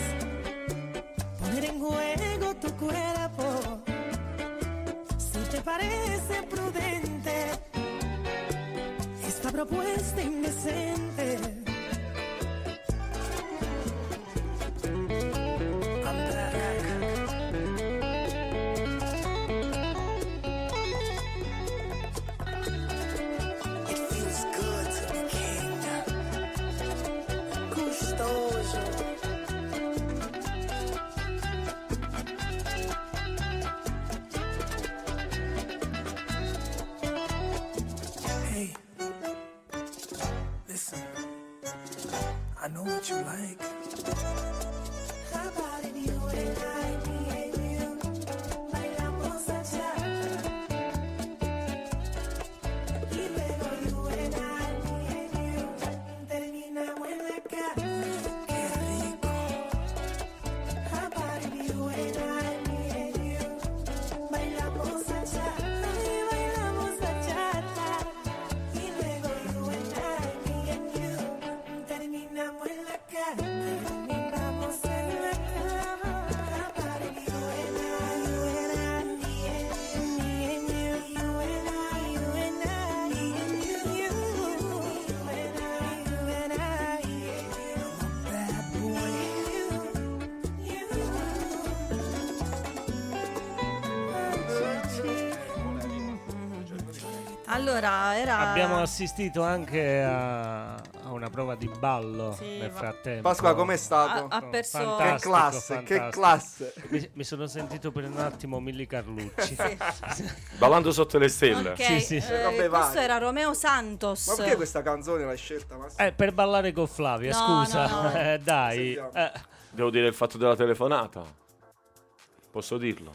H: Poner en juego tu cuerpo si te parece prudente esta propuesta indecente. It feels good to be king. Gustoso. Hey, listen. I know what you like. How about if you and I, me and you, bailamos cha-cha? Y luego you and I, me and you, terminamos en la cama. Qué rico. How about if you and I, me and you, bailamos cha-cha? Y bailamos cha-cha. Y luego you and I, me and you, terminamos en la cama. Terminamos en la cama. How about if you and I, you and I, me and you, me and you, you and I, you and I, me and you, you, you and I, you and I, I'm a bad boy. You,
A: Allora, era...
B: Abbiamo assistito anche a, a una prova di ballo
A: Sì,
B: nel
A: va-
B: frattempo.
D: Pasqua, com'è
A: ha,
D: stato?
A: ha perso...
D: che
B: Fantastico,
D: classe, che
B: fantastico.
D: classe.
B: Mi, mi sono sentito per un attimo Milli Carlucci. <laughs>
C: Ballando sotto le stelle.
A: Ok,
B: Sì, sì.
A: eh,
D: Vabbè, vai.
A: questo era Romeo Santos.
D: Ma perché questa canzone l'hai scelta, Massimo?
B: Eh, per ballare con Flavia,
A: No,
B: scusa.
A: no, no.
B: Eh, <laughs> dai.
D: Sentiamo.
B: Eh,
C: Devo dire il fatto della telefonata. Posso dirlo?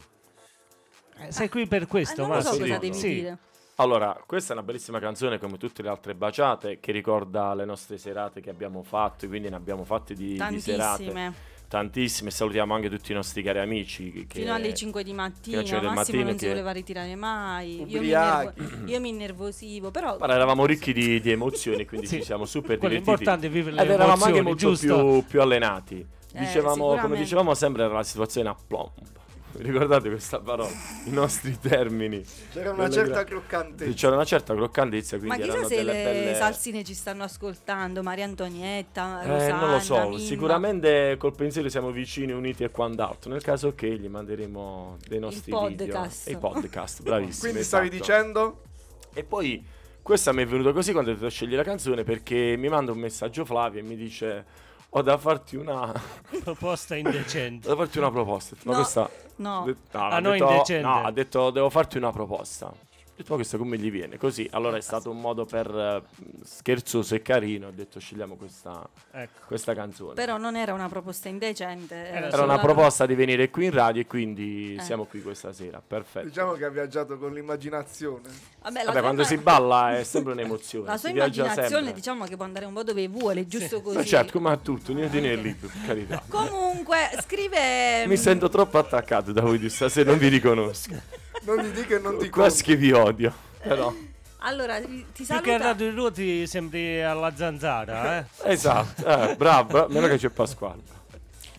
B: sei qui per
A: Eh,
B: questo,
A: non lo so
B: Massimo.
A: cosa
C: Massimo,
A: devi
C: sì.
A: dire.
C: Allora, questa è una bellissima canzone come tutte le altre baciate che ricorda le nostre serate che abbiamo fatto, quindi ne abbiamo fatte di, di serate.
A: Tantissime.
C: Tantissime. Salutiamo anche tutti i nostri cari amici. Che...
A: Fino alle 5 di mattina,
C: cinque del
A: Massimo
C: mattino
A: non si
C: che-
A: voleva ritirare mai. Io mi,
D: Ubriachi.
A: innervo- io mi innervosivo, però
C: Guarda, eravamo ricchi di, di emozioni, quindi
B: Sì.
C: ci siamo super
B: Quello è
C: divertiti.
B: importante, vivere le
C: Ed eravamo anche
B: emozioni,
C: molto
B: giusto?
C: più, più allenati.
A: Eh,
C: Dicevamo, come
A: sicuramente.
C: dicevamo sempre, era la situazione a plomb. Vi ricordate questa parola? I nostri termini.
D: C'era una
C: Delle
D: certa
C: gra-
D: croccantezza.
C: C'era una certa croccantezza,
A: Ma
C: quindi
A: chissà
C: erano
A: se
C: delle
A: le
C: belle...
A: salsine ci stanno ascoltando, Maria Antonietta,
C: Eh,
A: Rosanna,
C: non lo so,
A: Mimma.
C: sicuramente col pensiero siamo vicini, uniti e quant'altro. Nel caso che gli manderemo dei nostri
A: podcast.
C: video. E
A: <laughs>
C: i podcast, bravissimi.
D: Quindi stavi
C: esatto.
D: dicendo?
C: E poi questa mi è venuta così quando ho detto scegli la canzone perché mi manda un messaggio Flavia e mi dice ho da farti una, <laughs> ho
B: Proposta indecente.
C: da farti una proposta. Ho detto, Ma
A: No,
C: questa...
A: no.
C: De- no,
B: Ah,
C: ha
B: no,
C: detto-
B: indecente.
C: no, ha detto devo farti una proposta. Ho detto ma questo come gli viene? Così, allora è stato un modo per eh, scherzoso e carino. Ho detto scegliamo questa,
B: Ecco.
C: questa canzone.
A: Però non era una proposta indecente.
B: Era
C: Era una
A: solamente-
C: proposta di venire qui in radio e quindi
A: Eh.
C: siamo qui questa sera. Perfetto.
D: Diciamo che ha viaggiato con l'immaginazione.
A: Vabbè, Eh, la
C: Vabbè, quando
A: sua-
C: si balla è sempre un'emozione.
A: La sua
C: si viaggia
A: immaginazione
C: sempre.
A: diciamo che può andare un po' dove vuole, giusto
C: Ma
A: così.
C: certo, come a tutto, ognuno di noi è libero, per carità.
A: Comunque, scrive...
C: Mi sento troppo attaccato da voi di stasera, non vi riconosco.
D: Non mi dica e non ti
C: Quasi che vi odio. Però,
A: Allora, ti
B: Più che a
A: saluta...
B: Radio Ruoti sembri alla zanzara, eh?
C: <laughs> esatto, eh, bravo, a meno che c'è Pasquale.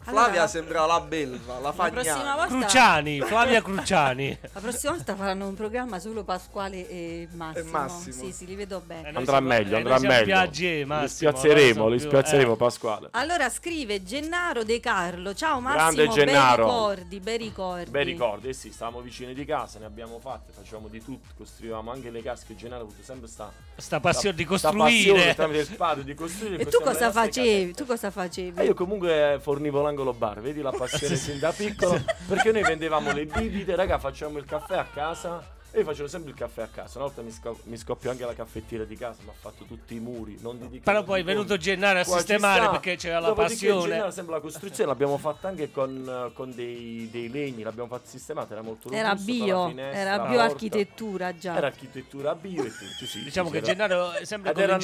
A: Allora,
D: Flavia sembra la belva, la
A: la prossima
D: fagnana.
A: volta...
B: <laughs> Cruciani,
C: <laughs>
B: Flavia Cruciani.
A: La prossima volta faranno un programma solo Pasquale e Massimo.
D: E Massimo.
A: Sì, sì, li vedo bene.
C: Andrà
A: eh,
C: meglio, andrà meglio.
B: Piaggi,
C: Li spiazzeremo, li spiazzeremo, Pasquale.
A: Allora scrive Gennaro De Carlo. Ciao
C: Grande
A: Massimo,
C: Gennaro.
A: bei ricordi, bei ricordi.
C: Beh, ricordi, eh sì, stavamo vicini di casa, ne abbiamo fatte, facevamo di tutto, costruivamo anche le casche. Gennaro ha avuto sempre sta,
B: Sta passione di
C: sta
B: costruire.
C: passione tramite il sparo di costruire.
A: E tu
C: costruiamo le
A: cosa
C: nostre
A: facevi?
C: casette.
A: Tu cosa facevi?
C: E Eh, io comunque fornivo l'angolo bar, vedi
B: <laughs>
C: la passione sin da piccolo, perché noi vendevamo le bibite, raga, facevamo il caffè a casa e io facevo sempre il caffè a casa, una volta mi, sco- mi scoppiò anche la caffettiera di casa, mi ha fatto tutti i muri, non di di che,
B: Però
C: non
B: poi
C: di
B: è venuto
C: come.
B: Gennaro a
C: Qua ci
B: sistemare
C: sta.
B: perché c'era la
C: Dopodiché
B: passione.
C: Gennaro sempre
B: <laughs>
C: la costruzione, l'abbiamo fatta anche con, eh, con dei, dei legni, l'abbiamo fatta sistemata, era molto robusto,
A: Era
C: con la
A: bio,
C: finestra,
A: era
C: la porta.
A: bioarchitettura già.
C: Era architettura bio e tutto, sì.
B: Diciamo
C: sì,
B: che
C: era-
B: Gennaro è sempre
C: Ed
B: con
C: erano-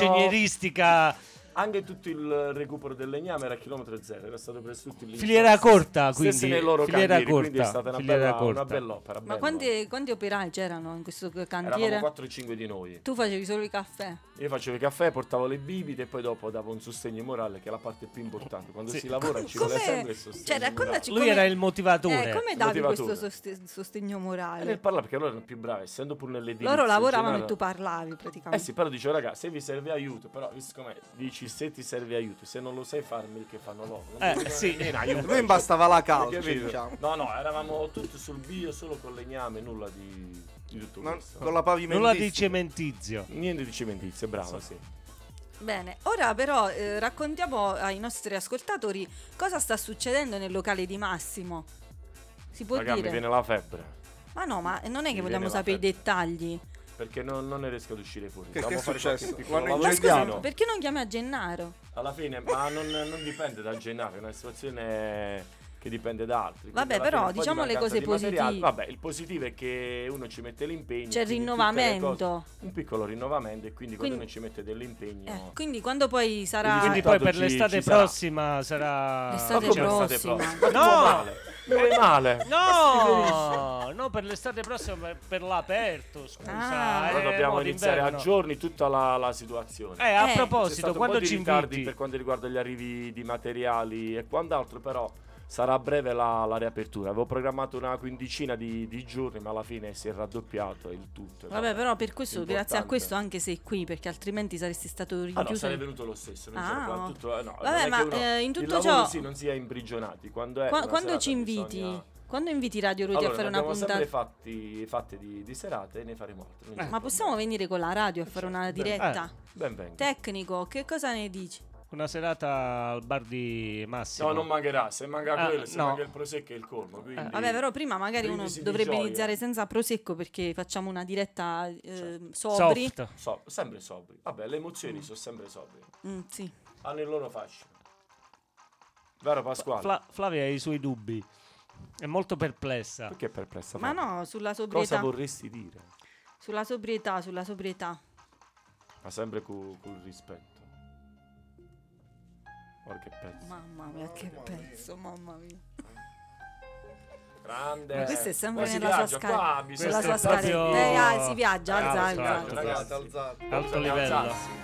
B: l'ingegneristica
C: Anche tutto il recupero del legname era a chilometro zero, era stato preso tutto il
B: filiera corta, quindi
C: Stesse nei loro
B: filiera
C: cantieri, quindi è
B: corta,
C: stata una,
B: filiera
C: bella,
B: corta.
C: una bell'opera.
A: Ma quanti, quanti operai c'erano in questo
C: Eravamo
A: cantiere?
C: 4-5 di noi.
A: Tu facevi solo i caffè.
C: Io facevo i caffè, portavo le bibite e poi dopo davo un sostegno morale che è la parte più importante. Quando
B: Sì.
C: si lavora ci vuole sempre
A: Come...
C: il sostegno
A: Cioè,
C: morale.
A: raccontaci
B: Lui
A: come...
B: era il motivatore.
A: eh, come davi
C: motivatore. Eh,
A: questo soste- sostegno
C: E nel
A: morale?
C: parlare perché loro erano più bravi, essendo pur nelle edilizie.
A: Loro
C: in
A: lavoravano e
C: generale-
A: tu parlavi
C: Eh
A: praticamente.
C: sì, però dicevo, raga, se vi serve aiuto, però visto com'è, dici se ti serve aiuto, se non lo sai farmi che fanno loro. Non
B: Eh,
C: mi-
B: sì.
C: eh, no, aiuto,
D: Lui bastava la
C: Hai
D: calce,
C: capito?
D: diciamo.
C: No, no, eravamo tutti sul bio, solo con legname, nulla di, di tutto
D: Non-
C: questo.
D: con
B: Non
D: la
B: la
D: pavimentistica.
B: di cementizio.
C: Niente di cementizie, bravo, sì.
A: Bene, ora però eh, raccontiamo ai nostri ascoltatori cosa sta succedendo nel locale di Massimo. Si può
C: Raga, mi
A: dire?
C: viene la febbre.
A: Ma no, ma non è che
C: Mi
A: vogliamo
C: viene la
A: sapere i
C: febbre.
A: dettagli.
C: Perché non, non ne riesco ad uscire fuori.
D: Che-
C: Dobbiamo
D: che è
C: fare
D: successo?
C: qualche
D: Quando
C: piccolo
A: Ma
D: Ci
A: scusa,
D: andiamo.
C: lavorino.
A: perché non chiami a Gennaro?
C: Alla fine, ma non, non dipende da Gennaro, è una situazione che dipende da altri. Quindi
A: Vabbè,
C: alla
A: però,
C: fine un po' di
A: diciamo le
C: mancanza
A: cose
C: di materiale.
A: positive.
C: Vabbè, il positivo è che uno ci mette l'impegno.
A: C'è il
C: quindi tutte le
A: rinnovamento.
C: cose- un piccolo rinnovamento e quindi,
A: Quindi-
C: quando uno ci mette dell'impegno...
A: Eh, quindi quando poi sarà
C: Quindi
B: Quindi poi
C: Ah. tanto
B: per
C: ci-
B: l'estate
C: ci sarà.
B: prossima sarà
A: L'estate
B: Diciamo-
A: prossima.
C: Ma ti vuoi male? Mi vuoi male?
B: No, no, per l'estate prossima per, per l'aperto, scusa.
A: Ah.
B: eh,
C: Allora dobbiamo
B: mo'
C: iniziare a
B: d'inverno.
C: giorni tutta la, la situazione.
B: Eh, a
A: Eh.
C: C'è
B: proposito,
C: stato un po'
B: quando
C: di
B: ci
C: ritardi
B: inviti?
C: per quanto riguarda gli arrivi di materiali e quant'altro, però sarà breve la, la riapertura. Avevo programmato una quindicina di, di giorni, ma alla fine si è raddoppiato il tutto.
A: Vabbè, però per questo, grazie a
C: Importante.
A: questo anche sei qui, perché altrimenti saresti stato
C: Ah, no,
A: rinchiuso.
C: sarei venuto lo stesso. non
A: Ah,
C: c'era qua
A: no.
C: tutto- eh, no,
A: Vabbè,
C: non è
A: ma,
C: che uno-
A: eh, in tutto
C: il lavoro
A: ciò-
C: sì, non si è imprigionati. Quando, è
A: Qua-
C: una
A: quando
C: serata
A: ci inviti?
C: bisogna-
A: Quando inviti Radio Ruti
C: Allora,
A: a fare
C: ne
A: una
C: abbiamo
A: puntata?
C: sempre diciamo. fatti, fatte di, di serate e ne faremo altre.
B: Eh,
C: non c'è
A: Ma
C: problema.
A: possiamo venire con la radio a fare una
C: Certo,
A: diretta?
C: Ben venga.
A: Tecnico, che cosa ne dici?
B: Una serata al bar di Massimo.
C: No, non mancherà. Se manca
B: Ah,
C: quello, se
B: no.
C: manca il prosecco e il colmo. Quindi...
A: Eh, Vabbè, però prima magari uno
C: brindisi di
A: dovrebbe
C: gioia.
A: iniziare senza prosecco perché facciamo una diretta eh,
C: Certo.
A: sobri.
B: Soft.
C: So- sempre sobri. Vabbè, le emozioni sono sempre sobri.
A: Mm, sì.
C: Hanno il loro fascino. Vero Pasquale?
B: Fla- Flavia ha i suoi dubbi. È molto perplessa.
C: Perché è perplessa?
A: Ma
C: Fabio?
A: no, sulla
C: Cosa
A: sobrietà,
C: vorresti dire?
A: sulla sobrietà, sulla sobrietà.
C: Ma sempre con rispetto. Guarda che pezzo.
A: Mamma mia, che pezzo, mamma mia.
C: Grande.
A: Ma questo è sempre
C: Eh, Ma si
A: nella sua
C: viaggia
A: scala-
C: qua, bisogna
A: sulla sua
B: è
A: scala.
B: proprio-
A: Beh, ah, si viaggia,
C: Bravo,
A: alza,
C: si
A: alza.
C: viaggia.
D: Alzate,
C: Ragazzi.
D: alzate.
B: Alto
C: Bisogna
B: livello.
C: alzarsi.
E: Io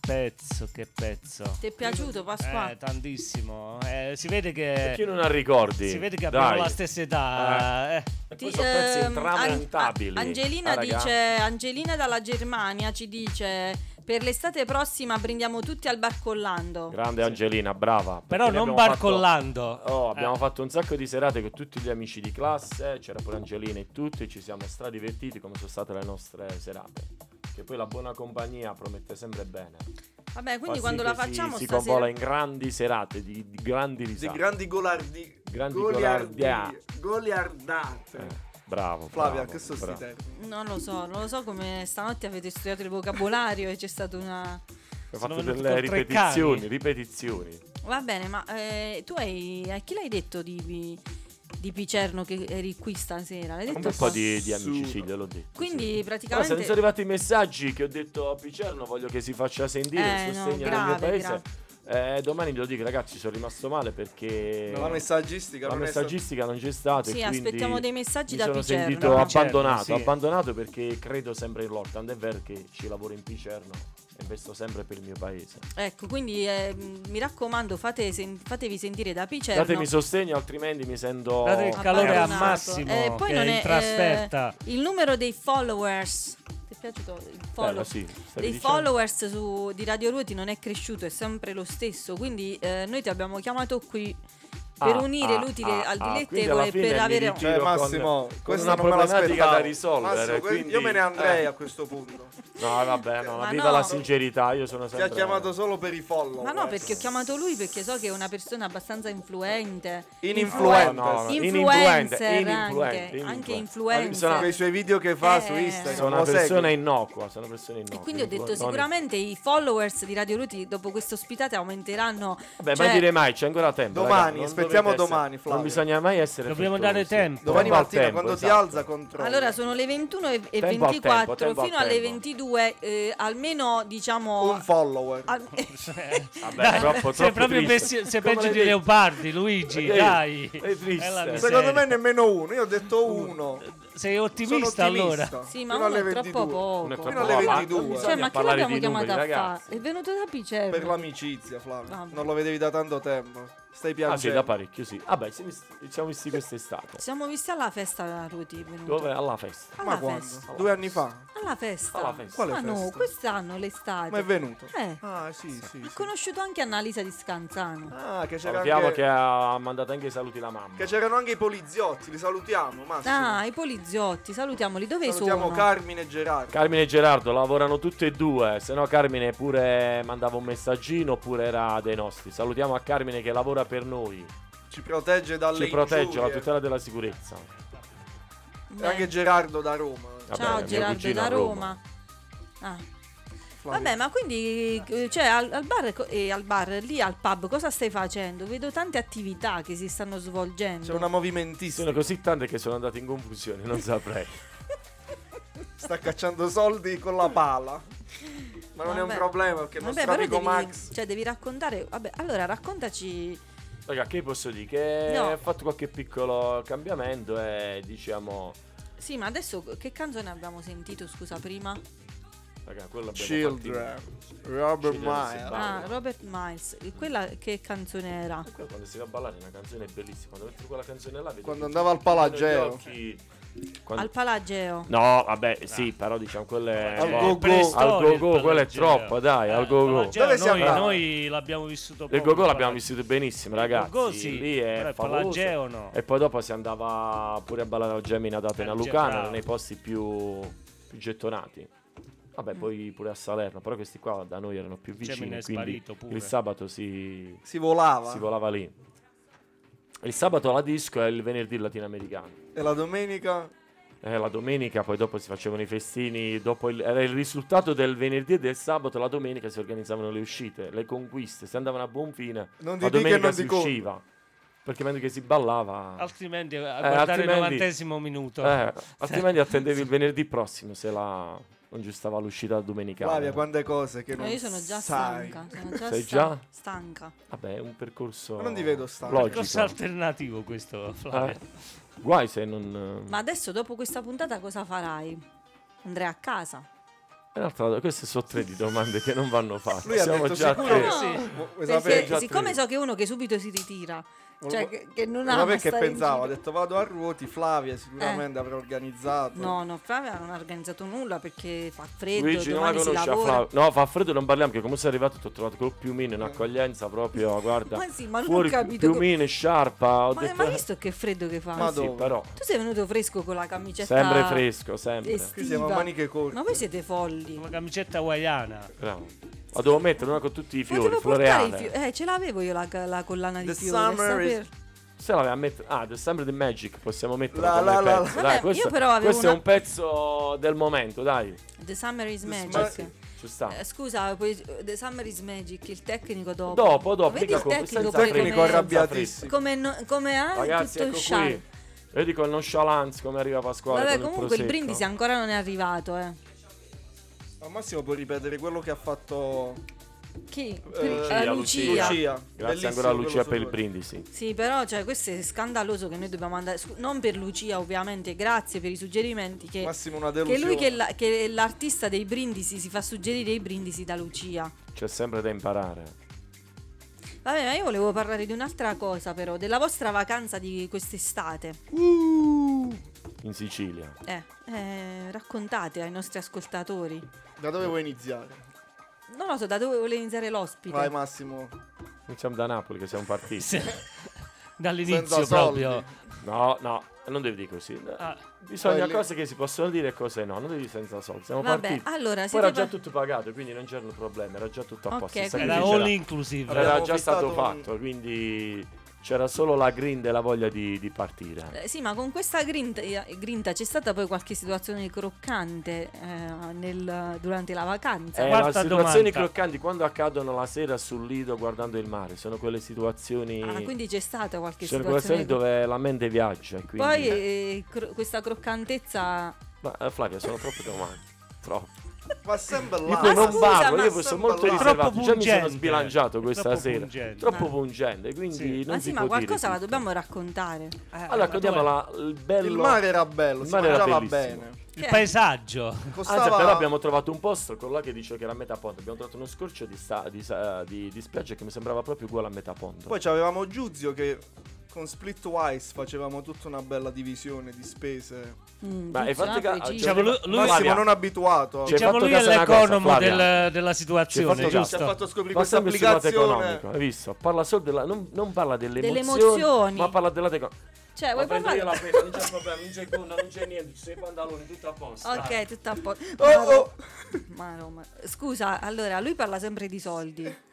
B: pezzo, che pezzo.
A: Ti è piaciuto Pasqua?
B: Eh, tantissimo. Eh, si vede che.
C: Chi non ha ricordi?
B: Si vede che abbiamo
C: Dai.
B: la stessa età. eh.
C: E
A: Ti-
C: poi sono pezzi
A: ehm,
C: intramontabili.
A: An- Angelina
C: Ah, raga.
A: dice Angelina dalla Germania ci dice per l'estate prossima prendiamo tutti al barcollando.
C: Grande Angelina, brava. perché
B: Però
C: ne
B: non
C: abbiamo
B: barcollando.
C: fatto- Oh, abbiamo
B: Eh.
C: fatto un sacco di serate con tutti gli amici di classe, c'era pure Angelina e tutti, ci siamo stradivertiti come sono state le nostre serate. Che poi la buona compagnia promette sempre bene.
A: Vabbè,
C: Fa
A: quindi
C: sì
A: quando
C: che
A: la
C: si-
A: facciamo
C: si,
A: stasera
C: convola in grandi serate, di, di grandi
D: Di
C: risate.
D: grandi golardi.
C: Grandi
D: goliardi-
C: goliardia.
D: Goliardate.
C: Eh, Bravo.
D: Flavia,
C: bravo,
D: che sono
C: bravo.
D: sti termini?
A: Non lo so, non lo so come stanotte avete studiato il vocabolario e c'è stata una
C: Ho fatto
B: Sono venuti
C: delle
B: con tre
C: ripetizioni,
B: cani.
C: ripetizioni.
A: Va bene, ma eh, tu hai a chi l'hai detto di, di Picerno che eri qui stasera? L'hai
C: Un
A: detto
C: bel po'
A: qua?
C: di, di amici,
D: Nessuno.
C: sì, gliel'ho detto. sì.
A: Quindi
C: No, se
A: praticamente
C: ne sono arrivati i messaggi che ho detto a Picerno, voglio che si faccia sentire
A: Eh,
C: il
A: no,
C: sostegno del mio
A: grave,
C: paese. Eh, domani glielo dico, ragazzi, sono rimasto male perché
D: La messaggistica
C: la
D: non è stata-
C: messaggistica non c'è stata. e
A: Sì,
C: quindi
A: aspettiamo dei messaggi
C: mi
A: da
C: sono
A: Picerno.
C: sentito
B: Da Picerno,
C: abbandonato,
B: sì.
C: abbandonato perché credo sempre in lotta. Tant'è vero che ci lavoro in Picerno e investo sempre per il mio paese.
A: Ecco, quindi eh, mi raccomando, fate sen- fatevi sentire da Picerno.
C: Datemi sostegno, altrimenti mi sento.
B: Date il calore al
A: Abbandonato.
B: massimo.
A: Oh, Eh, poi
B: che
A: non
B: è
A: è, eh,
B: in trasferta.
A: Il numero dei followers. Ti è piaciuto il follow-
C: Bello, Eh, sì, stavi
A: Dei
C: dicendo?
A: followers su- di Radio Ruoti non è cresciuto, è sempre lo stesso. Quindi eh, noi ti abbiamo chiamato qui per
C: Ah,
A: unire
C: ah,
A: l'utile
C: ah,
A: al
C: ah, quindi
A: dilettevole
C: alla
A: e per
C: fine mi
A: avere
C: dici-
D: Cioè,
C: Giro con-
D: Massimo,
C: con
D: questa
C: una
D: non me
C: problematica
D: l'aspettavo.
C: da risolvere,
D: Massimo, que-
C: quindi-
D: Io me ne andrei
C: eh.
D: a questo punto.
C: No, vabbè, no,
A: Ma
C: viva
A: no.
C: la sincerità. Io sono
D: Ti
C: sempre.
D: ha chiamato solo per i follow.
A: Ma no, perché ho
C: eh.
A: chiamato lui perché so che è una persona abbastanza influente.
D: Ininfluente.
A: Influente.
D: No, no,
A: Influencer
C: ininfluente,
A: anche,
C: ininfluente,
A: anche
C: ininfluente.
A: influencer.
D: Quei suoi video che fa
A: Eh.
D: su Instagram.
C: Sono una
D: lo segui.
C: persona innocua, sono una persona
A: E
C: innocua.
A: quindi ho detto
C: non-
A: sicuramente i followers di Radio Ruti dopo questa ospitata aumenteranno.
C: Vabbè,
A: cioè,
C: mai dire mai, c'è ancora tempo.
D: Domani,
C: ragazzi, non
D: aspettiamo
C: dovete essere-
D: domani, Flavio.
C: Non bisogna mai essere
B: Dobbiamo
C: frettolosi.
B: dare tempo.
D: Domani
C: Tempo al
D: mattina
C: tempo,
D: quando ti
C: esatto.
D: alza controllo.
A: Allora sono le 21 e e
C: Tempo al
A: 24,
C: tempo,
A: fino
C: tempo al
A: alle
C: tempo.
A: 22 eh, almeno diciamo...
D: un follower. <laughs>
A: al-
C: Vabbè,
B: Dai,
C: troppo,
B: sei
C: troppo
B: proprio
C: triste.
B: pessi- sei
C: Come
B: peggio
C: l'hai
B: di
C: detto?
B: Leopardi, Luigi,
C: Eh,
B: dai.
C: è triste.
B: È la miseria.
D: Secondo me nemmeno uno, io ho detto uno.
B: Sei
D: Sono
B: ottimista
D: ottimista
B: allora.
A: sì, ma
D: Fino
A: uno
D: alle
A: è troppo
D: 22.
C: Non è
A: poco.
C: troppo
D: Fino alle
C: avanti,
D: 22.
C: non
A: Cioè,
C: bisogna
A: ma chi
C: parlare
A: l'abbiamo
C: di numeri,
A: chiamato a fare?
C: ragazzi.
A: È venuto da cioè, Picerno.
D: Per l'amicizia, Flavio.
A: Vabbè.
D: Non lo vedevi da tanto tempo. Stai
C: Ah, sì, da
D: piangendo.
C: parecchio, sì. Vabbè, ci ci siamo visti quest'estate.
A: Ci siamo visti alla festa Ruti, è venuto.
C: Dove? Alla festa.
A: Alla
D: ma quando?
A: festa.
D: Due anni fa.
A: Alla festa.
C: Alla festa.
D: Quale
A: ma no,
D: festa?
A: quest'anno l'estate.
D: Ma è venuto.
A: Eh.
D: Ah, sì, sì.
A: Ha
D: sì.
A: conosciuto anche Annalisa di Scanzano.
D: Ah, che c'era
C: Sappiamo
D: anche...
C: che ha mandato anche i saluti la mamma.
D: che c'erano anche i poliziotti. Li salutiamo, Massimo.
A: Ah, i poliziotti, salutiamoli. Dove
D: salutiamo
A: sono?
D: Carmine e Gerardo.
C: Carmine e Gerardo lavorano tutti e due, se no Carmine pure mandava un messaggino oppure era dei nostri. Salutiamo a Carmine che lavora per noi,
D: Ci protegge dalle
C: ci protegge la
D: ingiurie.
C: tutela della sicurezza.
A: Beh,
D: E anche Gerardo da Roma.
C: Vabbè,
A: ciao
C: mio
A: Gerardo
C: cugino
A: da
C: a
A: Roma. Ah,
D: Flavio.
A: Vabbè, ma quindi eh, cioè, al, al bar co- e al bar lì al pub cosa stai facendo? Vedo tante attività che si stanno svolgendo.
D: C'è Cioè, una movimentissima.
C: Sono così tante che sono andato in confusione, non saprei.
D: Sta cacciando soldi con la pala. Ma non è un
A: Vabbè.
D: problema perché il
A: Vabbè,
D: nostro
A: però
D: amico
A: devi,
D: Max.
A: cioè, devi raccontare. Vabbè, allora raccontaci.
C: Raga, che posso dire? Che
A: No.
C: ho fatto qualche piccolo cambiamento e diciamo...
A: Sì, ma adesso che canzone abbiamo sentito, scusa, prima?
C: Raga, quello abbiamo
D: Children.
C: fatto
D: Robert
C: Children,
D: Meyer.
C: sì.
A: Ah,
C: Paolo.
A: Robert Miles. E Quella che canzone era?
C: in- Quando si va a ballare è una canzone bellissima, quando metti quella canzone là... vedi
D: Quando
C: che-
D: andava al Palageo.
C: con gli occhi- quando-
A: Al Palageo.
C: No, vabbè, sì, però diciamo quelle...
D: Al
B: Eh,
D: go-go.
B: preistoria,
C: Al go-go,
B: il
C: quello è
B: Palageo.
C: troppo, dai, al
B: Eh,
C: go-go.
B: Palageo
D: Dove si
B: noi,
D: andava?
B: noi l'abbiamo vissuto poco.
C: Il go-go l'abbiamo
B: Palageo.
C: vissuto benissimo,
B: Il
C: ragazzi.
B: go-go sì,
C: Lì
B: però
C: è
B: il
C: favoloso.
B: Palageo no.
C: E poi dopo si andava pure a ballare al Gemina da Atena
B: Al Ge-
C: Lucana,
B: bravo.
C: nei posti più, più gettonati. Vabbè, poi pure a Salerno, però questi qua da noi erano più
B: Gemina
C: vicini,
B: Mm. è
C: quindi
B: sparito pure.
C: il sabato si,
D: Si volava.
C: si volava lì. Il sabato la disco e il venerdì il latinoamericano.
D: E la domenica.
C: Eh, la domenica poi dopo si facevano i festini, dopo il- era il risultato del venerdì e del sabato, la domenica si organizzavano le uscite, le conquiste, si andavano a buon fine,
D: Non ti
C: la
D: dico e
C: domenica
D: non
C: si
D: ti conto.
C: usciva. Perché mentre che si ballava...
B: Altrimenti a
C: Eh,
B: guardare il
C: altrimenti-
B: novantesimo minuto.
C: Eh,
B: <laughs>
C: altrimenti attendevi il venerdì prossimo se la non giustava l'uscita domenicale.
D: Flavia, quante cose che
A: No,
D: non
A: io sono già
D: sai.
A: stanca. Sono già
C: Sei
A: sta-
C: già?
A: stanca.
C: Vabbè, è un percorso.
D: Ma non ti vedo stanco.
C: Logico.
B: Corso alternativo questo, Flavio.
C: Eh, guai se non. eh,
A: Ma adesso dopo questa puntata cosa farai? Andrai a casa.
C: E l'altra volta, queste sono tre di domande che non vanno fatte.
D: Lui ha
C: Siamo
D: detto
C: già a
D: sicuro
C: tre.
D: che
A: No.
D: sì. Vu- vuoi
A: Perché
D: sapere?
C: già
A: siccome
C: triste.
A: so che è uno che subito si ritira, cioè
D: Volevo-
A: che, che non
D: Ma
A: ama
D: perché
A: stare in
D: pensavo, ho
A: giro.
D: detto vado a ruoti, Flavia sicuramente avrà organizzato.
A: Eh. No, no, Flavia non ha organizzato nulla perché fa freddo,
C: Luigi non la
A: domani si
C: conosce a
A: lavora.
C: Flavio. No, fa freddo non parliamo che come sei arrivato ti ho trovato col piumino in accoglienza proprio, guarda.
A: Ma sì, ma non ho
C: fuori
A: capito
C: piumino, sciarpa, ho
A: Ma,
C: detto
A: ma hai visto che freddo che fa?
D: Ma
C: eh, sì,
D: dove?
C: però
A: Tu sei venuto fresco con la camicetta
C: sempre fresco, sempre.
A: estiva.
D: Qui siamo a maniche corte.
A: Ma voi siete folli. Eh.
B: Una camicetta hawaiana.
C: eh, Bravo. Ma devo mettere una con tutti i fiori,
A: Potevo portare i
C: floreale.
A: fiori. Eh, ce l'avevo io la, la collana di
D: The
A: fiori. a
D: summer is-
A: saper-
C: Se la vai a mettere Ah, The Summer the Magic possiamo mettere
D: La, la, la,
A: la. Vabbè,
C: Dai,
A: io
C: questo,
A: però avevo
C: questo è
A: una-
C: un pezzo del momento, dai.
A: The summer is magic.
D: summer-
C: Ci sta.
A: Eh, Scusa, poi- The Summer is Magic, il tecnico dopo.
C: Dopo, dopo,
A: Vedi
C: mica
A: il
C: con-
A: tecnico,
C: senza
A: poi
C: fretta.
D: Tecnico
A: come-
D: arrabbiatissimo.
A: Come, no- come ha
C: Ragazzi,
A: tutto
C: ecco
A: sciallo.
C: qui. Vedi con nonchalance come arriva Pasquale
A: Vabbè,
C: con il
A: comunque il
C: prosecco.
A: brindisi ancora non è arrivato, eh.
D: Al massimo puoi ripetere quello che ha fatto
A: Chi?
D: eh,
A: Eh, Lucia.
D: Lucia.
C: Grazie
D: Bellissimo
C: ancora a Lucia
D: quello
C: per il
D: suo-
C: brindisi.
A: Sì, però cioè, questo è scandaloso che noi dobbiamo andare. scu- non per Lucia, ovviamente, grazie per i suggerimenti. Che,
D: Massimo una
A: che
D: delusione.
A: lui, che, è la- che è l'artista dei brindisi, si fa suggerire i brindisi da Lucia.
C: C'è sempre da imparare.
A: Vabbè, ma io volevo parlare di un'altra cosa, però, della vostra vacanza di quest'estate.
D: Uh,
C: In Sicilia.
A: Eh, eh, raccontate ai nostri ascoltatori.
D: Da dove vuoi iniziare?
A: Non lo so, da dove vuole iniziare l'ospite?
D: Vai Massimo.
C: Non siamo da Napoli che siamo partiti.
D: <laughs>
B: Dall'inizio
D: Senza soldi.
B: proprio.
C: No, no, non devi dire così.
B: Ah,
C: Bisogna
D: quelli-
C: cose che si possono dire e cose no. Non devi dire senza soldi. Siamo
A: Vabbè,
C: partiti.
A: allora,
C: Poi
A: siete
C: era già
A: par-
C: tutto pagato, quindi non c'erano problemi. Era già tutto a
A: Ok,
C: posto. il
A: quindi-
B: Era
C: sacrificio
B: all
C: era-
B: inclusive.
D: Vabbè.
C: era
D: Abbiamo
C: già stato
D: fissato un-
C: fatto, quindi c'era solo la grinda e la voglia di, di partire.
A: Eh, Sì, ma con questa grinta, eh, grinta c'è stata poi qualche situazione croccante eh, nel- durante la vacanza.
C: Eh,
B: quarta
C: ma situazioni
B: domanda.
C: croccanti quando accadono la sera sul lido guardando il mare, sono quelle situazioni.
A: Ah, quindi c'è stata qualche
C: sono quelle
A: situazione.
C: situazioni dove la mente viaggia. Quindi...
A: Poi eh, cro- questa croccantezza.
C: Ma, eh, Flavia, sono troppe domande. Troppo.
D: Ma sembra
C: Io
D: là.
C: poi non
A: Ah, scusa,
C: parlo,
A: ma
C: io poi sono
D: sono
C: molto
D: là.
C: riservato.
B: Troppo
C: Già mi sono
B: pungente.
C: sbilanciato questa
B: Troppo
C: sera.
B: pungente.
C: Troppo
A: Ah.
C: pungente, quindi
B: Sì.
C: non
A: ma
C: si
A: sì, ma
C: può dire
A: qualcosa la
C: tutto.
A: dobbiamo raccontare.
C: Allora, raccontiamo
B: dov'è?
C: la- il bello.
D: Il mare era bello,
C: Il
D: si
C: mare era
D: mangiava
C: bellissimo.
D: bene.
A: Che
B: Il
A: è?
B: paesaggio.
D: Costava
C: Anzi, però abbiamo trovato un posto con là che dice che era a metà ponte. Abbiamo trovato uno scorcio di, sta- di sa- di- di spiaggia che mi sembrava proprio uguale a metà ponte.
D: Poi c'avevamo Giuzio che con Splitwise facevamo tutta una bella divisione di spese.
A: Mm,
C: Ma
A: sì,
C: hai fatto
A: sono
C: ca-
A: precisi.
B: Diciamo, lui- lui-
D: Massimo
C: Flavia,
D: non abituato.
C: Ci hai
B: Diciamo
C: fatto
B: lui è
C: caso una cosa,
B: l'economo
C: Flavia.
B: del- della
C: Ci
B: situazione,
C: hai
D: Fatto- ci
B: giusto?
D: ha fatto scoprire
C: Ma
D: questa
C: sempre sul lato
D: applicazione.
C: economico, hai visto? Parla solo della, non, non parla delle,
A: Delle
C: emozioni,
A: emozioni.
C: ma parla della teco.
A: Cioè, vuoi parlare?
C: non c'è problema, non c'è gonna, non c'è niente, ci sei pantaloni, tutto a posto.
A: Ok, tutto a posto.
D: Oh, oh.
A: Ma no, ma- Scusa, allora lui parla sempre di soldi.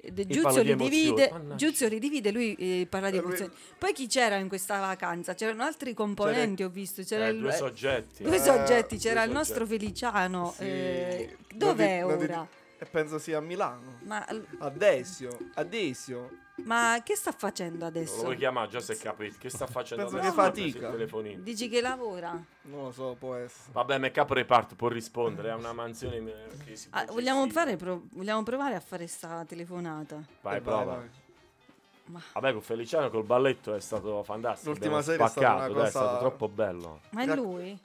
A: Eh, De-
C: parlo
A: Giuzio
C: di
A: li, divide,
C: emozioni, mannaggia.
A: Giuzio li divide, lui eh, parla di
D: Eh, lui-
A: emozioni. Poi chi c'era in questa vacanza? C'erano altri componenti, ho visto. C'era il-
C: due
A: eh,
C: soggetti.
A: due
D: Eh,
A: soggetti,
C: due
A: c'era il
C: soggetti.
A: nostro Feliciano.
D: Sì.
A: eh,
D: Non
A: dov'è
D: ti- non ti-
A: ora?
D: E penso sia a Milano.
A: Ma,
D: Adesio, Adesio.
A: ma che sta facendo
C: Lo
A: adesso?
C: vuoi chiamare, già se capito, che sta facendo
D: Penso
C: adesso?
D: che fatica.
C: Sul telefonino.
A: Dici che lavora? Ah,
D: Non lo so, può essere.
C: Vabbè, make up repart può rispondere, è una mansione che si può
A: Ah, vogliamo,
C: gestire.
A: fare pro- vogliamo provare a fare sta telefonata?
C: Vai,
D: Eh,
C: prova.
D: vai.
C: Vabbè, con Feliciano col balletto è stato fantastico.
D: L'ultima
C: abbiamo
D: sera è stata
C: spaccato,
D: una
C: dai, è
D: cosa-
C: stato troppo bello.
A: Ma è
D: Gra-
A: lui?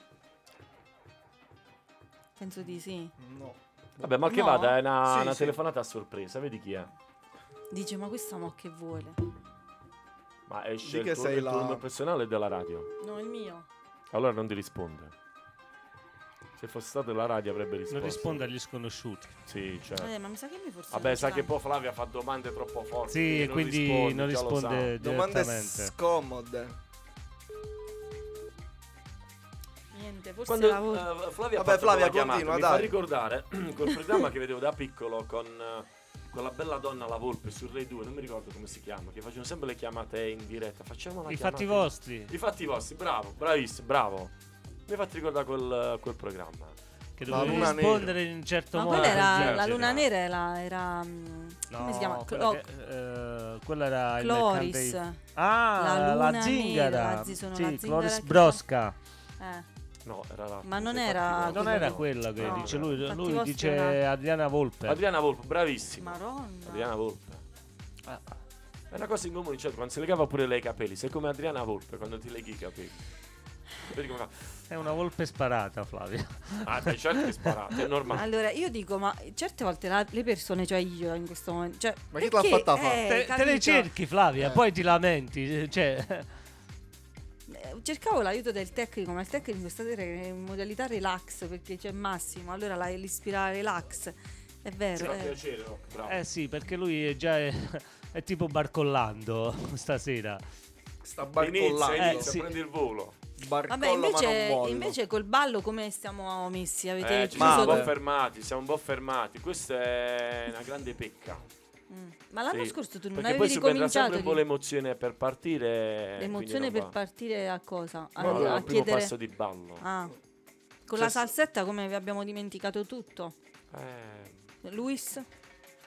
A: Penso di sì.
D: No.
C: Vabbè, ma che
A: No.
C: vada, è una,
D: Sì,
C: una
D: sì.
C: telefonata a sorpresa, vedi chi è.
A: Dice, ma questa mo che vuole?
C: Ma esce
D: che
C: il tuo
D: sei
C: il
D: la-
C: tuo numero personale della radio.
A: No, il mio.
C: Allora non ti risponde. Se fosse stato la radio avrebbe risposto.
B: Non risponde agli sconosciuti.
C: Sì, certo.
A: Eh, ma mi sa che lui forse...
C: Vabbè,
A: non
C: sa
A: ce
C: che
A: l'ha.
C: poi Flavia fa domande troppo forti.
B: Sì, e
C: non
B: quindi
C: risponde,
B: non
C: già lo sa.
B: risponde
D: Domande
B: direttamente.
D: scomode.
A: Niente, forse
C: Quando,
A: la vo-
C: eh, Flavia, ha
D: Vabbè,
C: fatto
D: Flavia,
C: quella chiamata,
D: continua,
C: mi
D: dai.
C: fa ricordare <clears throat> quel programma che vedevo da piccolo con eh, quella bella donna la Volpe su Rai 2, non mi ricordo come si chiama, che facevano sempre le chiamate in diretta. Facciamo una
B: I
C: chiamata.
B: fatti vostri.
C: I fatti vostri, bravo, bravissimo, bravo. Mi hai fatto ricordare quel, quel programma.
B: Che
D: La
B: dovevi
D: luna
B: rispondere in un certo
A: Ma
B: modo.
A: quella era...
C: genere.
A: La luna nera era... era, mm, come si chiama?
B: Quella,
A: Clo-
B: che- eh, quella era il
A: Cloris.
B: mercante- Ah,
A: La
B: la,
A: luna
B: zingara.
A: nera, anzi, sono
B: sì,
A: la zingara
B: Cloris
A: che-
B: brosca.
A: eh,
C: No, era la...
A: Ma non
C: dei
A: era
C: fatti vostri.
B: Non
A: Quella
B: era
A: no.
B: quella che
A: No.
B: dice lui,
A: Fatti
B: lui
A: vostri
B: dice
A: è una-
B: Adriana Volpe.
C: Adriana Volpe, bravissima.
A: Maronna.
C: Adriana Volpe. È una cosa in comune, cioè, quando si legava pure lei i capelli, sei come Adriana Volpe quando ti leghi i capelli. Io dico, ma-
B: È una volpe sparata, Flavio.
C: ah, beh, certo che sparate, è normale.
A: Allora, io dico, ma certe volte la- le persone, cioè io in questo momento, cioè,
D: Ma chi te l'ha
A: perché-
D: fatta fare?
A: eh,
B: te, te le
A: capito?
B: cerchi, Flavia,
D: Eh.
B: poi ti lamenti. Cioè,
A: Eh, Cercavo l'aiuto del tecnico, ma il tecnico sta in modalità relax perché c'è Massimo, allora la, l'ispira relax. È
C: Ci
A: vero.
C: fa
A: eh.
C: piacere, Rock, bravo.
B: eh sì, perché lui è già. è tipo barcollando <laughs> stasera.
D: Sta
C: Inizia,
D: barcollando.
C: inizia,
B: Eh, sì.
C: prendi il volo.
D: Barcolla
A: Vabbè,
D: ma non
A: invece,
D: mollo.
A: invece col ballo come stiamo messi? Avete
C: Eh, ci
A: chiuso
C: siamo un
D: vabbè.
C: po'
A: con-
C: fermati, siamo un po' fermati. Questa è una grande pecca.
A: Mm. Ma l'anno
C: Sì.
A: scorso tu non
C: Perché
A: avevi
C: poi si prenderà
A: ricominciato
C: sempre un po'
A: di-
C: l'emozione per partire.
A: l'emozione per partire a cosa? A,
C: Ma allora,
A: a
C: il primo
A: chiedere...
C: passo di ballo.
A: Ah. Con
C: Cioè,
A: la
C: s-
A: salsetta come vi abbiamo dimenticato tutto?
C: Eh,
A: Luis?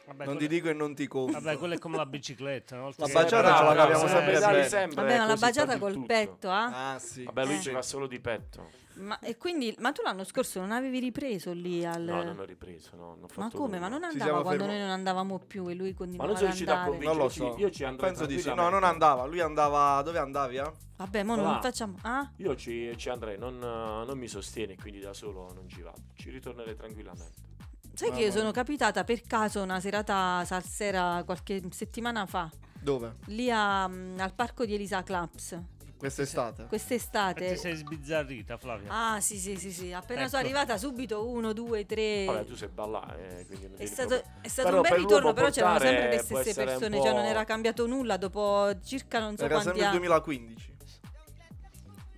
B: Vabbè,
D: Non
B: quello-
D: ti dico e non ti conto.
B: Vabbè, quella è come la bicicletta. una volta
D: La
B: che-
D: baciata
B: Eh,
D: ce la
B: bravo,
D: caviamo
B: eh,
D: sempre
B: sì.
D: bene.
C: sempre
A: Vabbè, ma la
C: così, per
A: baciata
C: il
A: col
C: tutto.
A: petto, ah?
D: Ah, sì.
C: Vabbè, lui
A: Eh.
C: ci va solo di petto.
A: Ma, e quindi, ma tu l'anno scorso non avevi ripreso lì al...
C: No, non ho ripreso. No, non ho
A: Ma
C: fatto
A: come?
C: nulla.
A: Ma non
D: Ci
A: andava
D: siamo
A: quando
D: fermo-
A: noi non andavamo più e lui
C: Ma
A: continuava
C: non sono
A: ad
C: riuscito a
A: andare.
D: Non
C: convincere.
D: lo so.
C: Io ci andrei
D: Penso di sì. No,
C: tranquillamente.
D: non andava. Lui andava. Dove andavi? Eh?
A: Vabbè, mo non
C: Ah.
A: facciamo. Ah?
C: Io ci, ci andrei, non, eh, non mi sostiene, quindi da solo non ci vado. Ci ritornerei tranquillamente. Ah,
A: Sai che io sono capitata per caso una serata salsera qualche settimana fa,
D: Dove?
A: lì a- mm, al parco di Elisa Claps,
D: Quest'estate.
B: Ti
A: Eh, quest'estate.
B: sei sbizzarrita, Flavia.
A: Ah, sì, sì, sì, sì. Appena sono
B: Ecco.
A: arrivata subito uno, due, tre.
C: Vabbè, tu sei ballare, eh, quindi non
A: È
C: devi
A: stato,
C: preoccupare.
A: è stato
C: Però
A: un bel
C: per
A: ritorno,
C: l'uomo
A: però c'erano sempre le
C: portare può
A: stesse
C: essere un
A: persone, cioè non
C: po'-
A: era cambiato nulla dopo circa non so
D: Era
A: quanti
D: sempre il
A: anni.
D: 2015.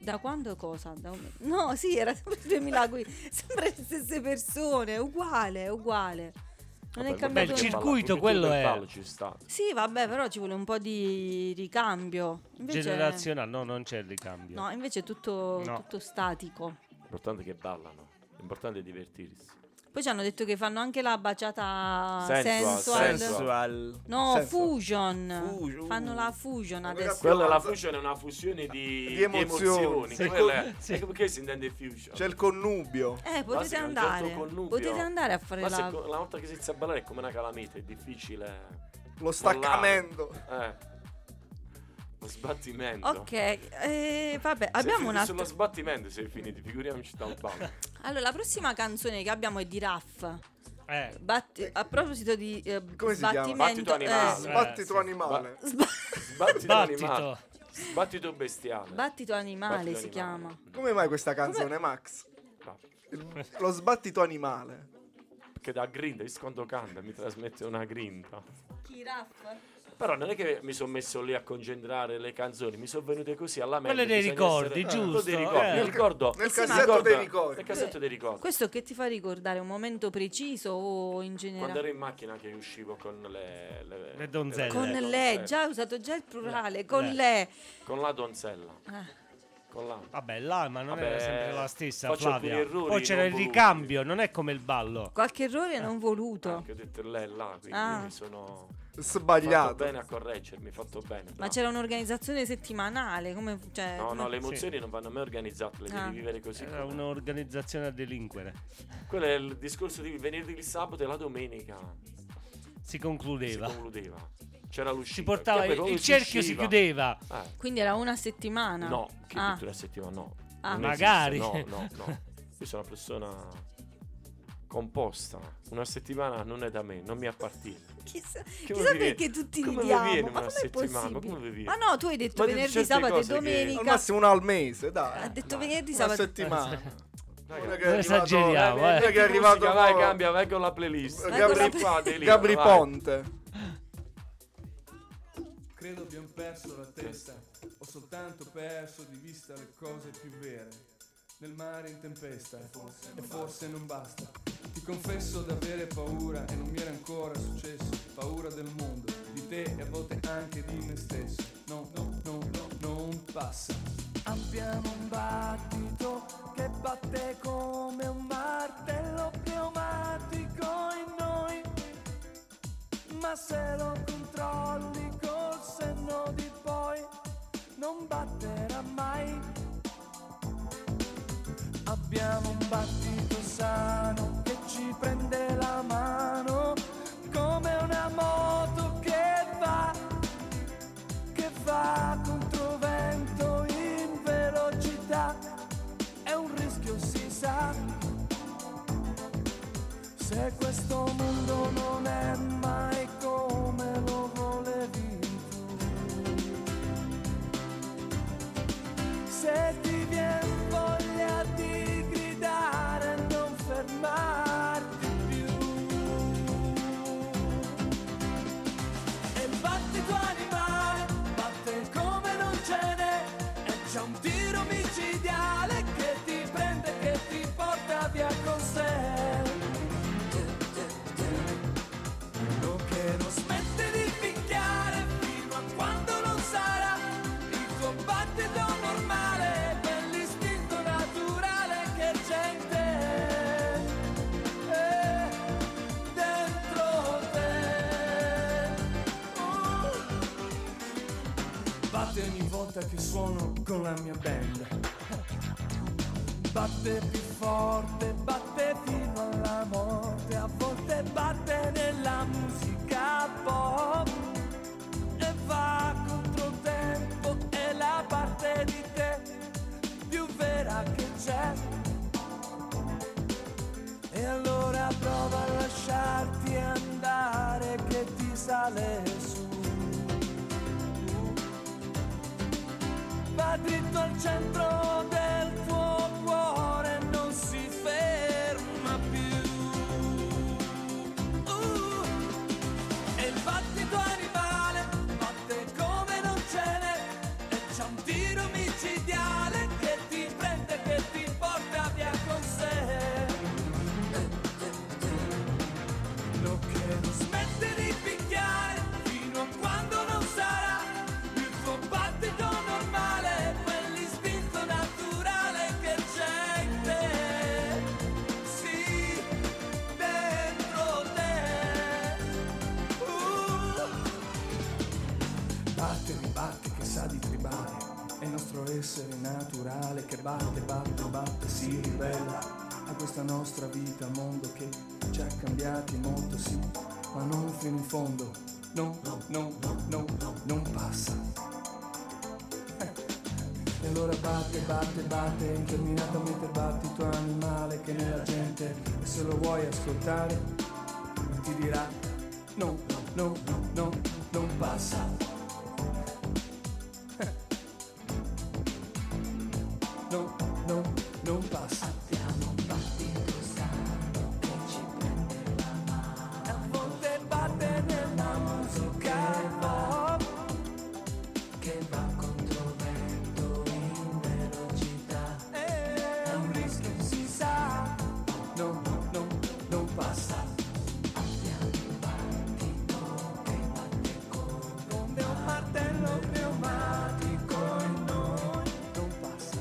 A: Da quando cosa? Da un- No, sì, era sempre il 2000 qui, sempre le stesse persone, uguale, uguale. Non
C: Vabbè,
A: è
C: il
B: Beh,
A: cambiato
B: il
C: ballo-
A: nulla.
B: circuito
C: il
B: quello
C: del
B: è.
C: ballo ci sta.
A: Sì, vabbè, però ci vuole un po' di ricambio. Invece...
B: Generazionale, no, non c'è il ricambio.
A: No, invece è tutto,
B: No.
A: tutto statico.
C: L'importante è che ballano. L'importante è divertirsi.
A: Poi ci hanno detto che fanno anche la baciata
C: Sensual,
A: Ah, sensual.
C: sensual.
A: No,
D: Sensual.
A: fusion.
D: Fusion.
A: Fanno la fusion
D: Ma
A: adesso.
C: Quella è la
D: avanza-
C: fusion, è una fusione di,
D: Di
C: di
D: emozioni.
C: emozioni.
D: Sì. Cioè,
C: Quella è-
B: Sì.
C: ecco perché si intende fusion.
D: C'è il connubio.
A: Eh,
C: Là si
A: potete
C: fa un
A: andare.
C: certo connubio.
A: potete andare a fare
C: Ma se
A: la.
C: co- la volta che si inizia a ballare è come una calamita, è difficile.
D: Lo staccamento.
C: Eh. Lo sbattimento.
A: Ok, eh, vabbè,
C: Sei
A: abbiamo
C: finito
A: un'altra.
C: Sullo sbattimento sei finiti, figuriamoci da un ballo.
A: Allora, la prossima canzone che abbiamo è di Raff.
B: Eh,
A: Batti- A proposito di eh,
D: Come si chiama?
A: sbattimento.
C: Battito animale.
A: eh,
D: Sbatti tuo
B: sì.
D: animale.
C: Sbattito,
B: battito.
C: animale. Sbattito bestiale.
A: battito animale
C: Battito
A: si
C: animale.
A: chiama.
D: Come mai questa canzone, Max?
C: No,
D: Il- Lo sbattito animale.
C: Perché da grinta, io quando canta mi trasmette una grinta.
A: Chi Raff?
C: Però non è che mi sono messo lì a concentrare le canzoni, mi sono venute così alla mente.
B: Quello dei
C: bisogna
B: ricordi,
C: essere- Quello
B: giusto,
C: dei ricordi,
B: eh.
C: nel ricordo.
D: Nel
A: Sì, ma-
D: cassetto
C: ricorda-
D: dei ricordi.
C: Nel cassetto dei ricordi.
A: Questo che ti fa ricordare un momento preciso o in
C: Quando
A: generale?
C: ero in macchina che uscivo con le... Le,
B: Le donzelle.
A: Con
B: Eh,
A: le, già ho usato già il plurale, con
B: le.
A: le.
C: Con la donzella.
A: Ah.
C: Con la...
B: Vabbè, là, ma non
C: Vabbè,
B: era sempre la stessa,
C: faccio alcuni
B: Flavia.
C: errori
B: Poi c'era
C: non
B: il
C: voluti.
B: ricambio, non è come il ballo.
A: Qualche errore non voluto.
C: Eh. Anche ho detto lei là, quindi
A: Ah.
C: mi sono... Fatto
D: Sbagliato.
C: bene a correggermi, fatto bene.
A: Ma
C: bravo.
A: c'era un'organizzazione settimanale, come cioè,
C: No, no,
A: come-
C: le emozioni non vanno mai organizzate, le
A: Ah.
C: devi vivere così.
B: Era
C: com'è.
B: un'organizzazione a delinquere.
C: Quello è il discorso di venerdì, il sabato e la domenica.
B: Si
C: Si
B: concludeva.
C: concludeva. C'era l'uscita.
B: Si portava,
C: Che poi
B: il,
C: come
B: il cerchio si
C: usciva?
B: chiudeva.
C: Eh,
A: Quindi era una settimana.
C: no, che
A: Ah.
C: pittura settimana no.
A: Ah.
C: Non
B: Magari.
C: esiste, No, no, no. Io sono una persona composta. Una settimana non è da me, non mi appartiene.
A: Chissà,
C: Che
A: chissà
C: vi viene-
A: perché tutti
C: come vi
A: ridiamo.
C: viene
A: ma
C: una
A: com'è
C: settimana? Ma
A: possibile?
C: come vi viene?
A: Ma Ah, no, tu hai detto
C: Ma dite
A: venerdì,
C: certe
A: sabato e
C: cose che-
A: domenica.
D: Al massimo uno al mese,
A: Ha
D: dai.
A: detto
C: dai.
A: venerdì,
D: Una
A: sabato.
D: settimana.
C: Dai,
D: Guarda
C: che-
D: che è arrivato-
B: Esageriamo, eh.
D: guarda che è arrivato
C: musica, vai,
D: mo-
C: cambia, vai con la playlist.
A: Vai
D: Gabri-
A: con la
C: Gabri qua, delira,
D: Gabri
C: vai.
D: Ponte.
G: Credo abbiamo perso la testa, ho soltanto perso di vista le cose più vere. Nel mare in tempesta, e forse non basta. Ti confesso d'avere paura e non mi era ancora successo. Paura del mondo, di te e a volte anche di me stesso. No, no, no, no, non passa. Abbiamo un battito che batte come un martello pneumatico in noi ma se lo controlli col senno di poi non batterà mai. Abbiamo un battito sano che ci prende la mano come una moto che va, che va contro vento in velocità che questo mondo non è mai come lo volevi tu. Se ti vien voglia di gridare, non fermarti più. E batti tua animale, batte come non ce n'è E c'è un tiro micidiale che ti prende, che ti porta via con sé Lo che non smette di picchiare fino a quando non sarà Il tuo battito normale dell'istinto naturale che c'è in te Eh, Dentro te Batte ogni volta che suono con la mia band Batte più forte, batte fino alla morte A volte batte nella musica pop E va contro tempo È la parte di te più vera che c'è E allora prova a lasciarti andare Che ti sale su va dritto al centro del tuo cuore, non si ferma più. Uh, e il battito animale batte come non ce n'è, e c'è un tiro micidiale che ti prende, che ti porta via con sé. Lo
A: Uh.
G: che non smette di picchiare fino a quando non sarà il tuo battito normale, quell'istinto naturale che c'è in te, sì, dentro te. Uh. Batte, ribatte che sa di tribale, è il nostro essere naturale che batte, batte, batte, si ribella a questa nostra vita, mondo che ci ha cambiati molto, sì, ma non fino in fondo, no, no, no, non passa. E allora batte, batte, batte, interminatamente batti tuo animale che nella gente, e se lo vuoi ascoltare, ti dirà no, no, no, no, non passa. <laughs> no, no, non passa. Abbiamo un battito sano che ci prende la mano. A volte batte nella musica pop che va contro vento in velocità. È un rischio, si sa. No, no, non passa. Abbiamo un battito che batte con un martello pneumatico in noi. Non passa.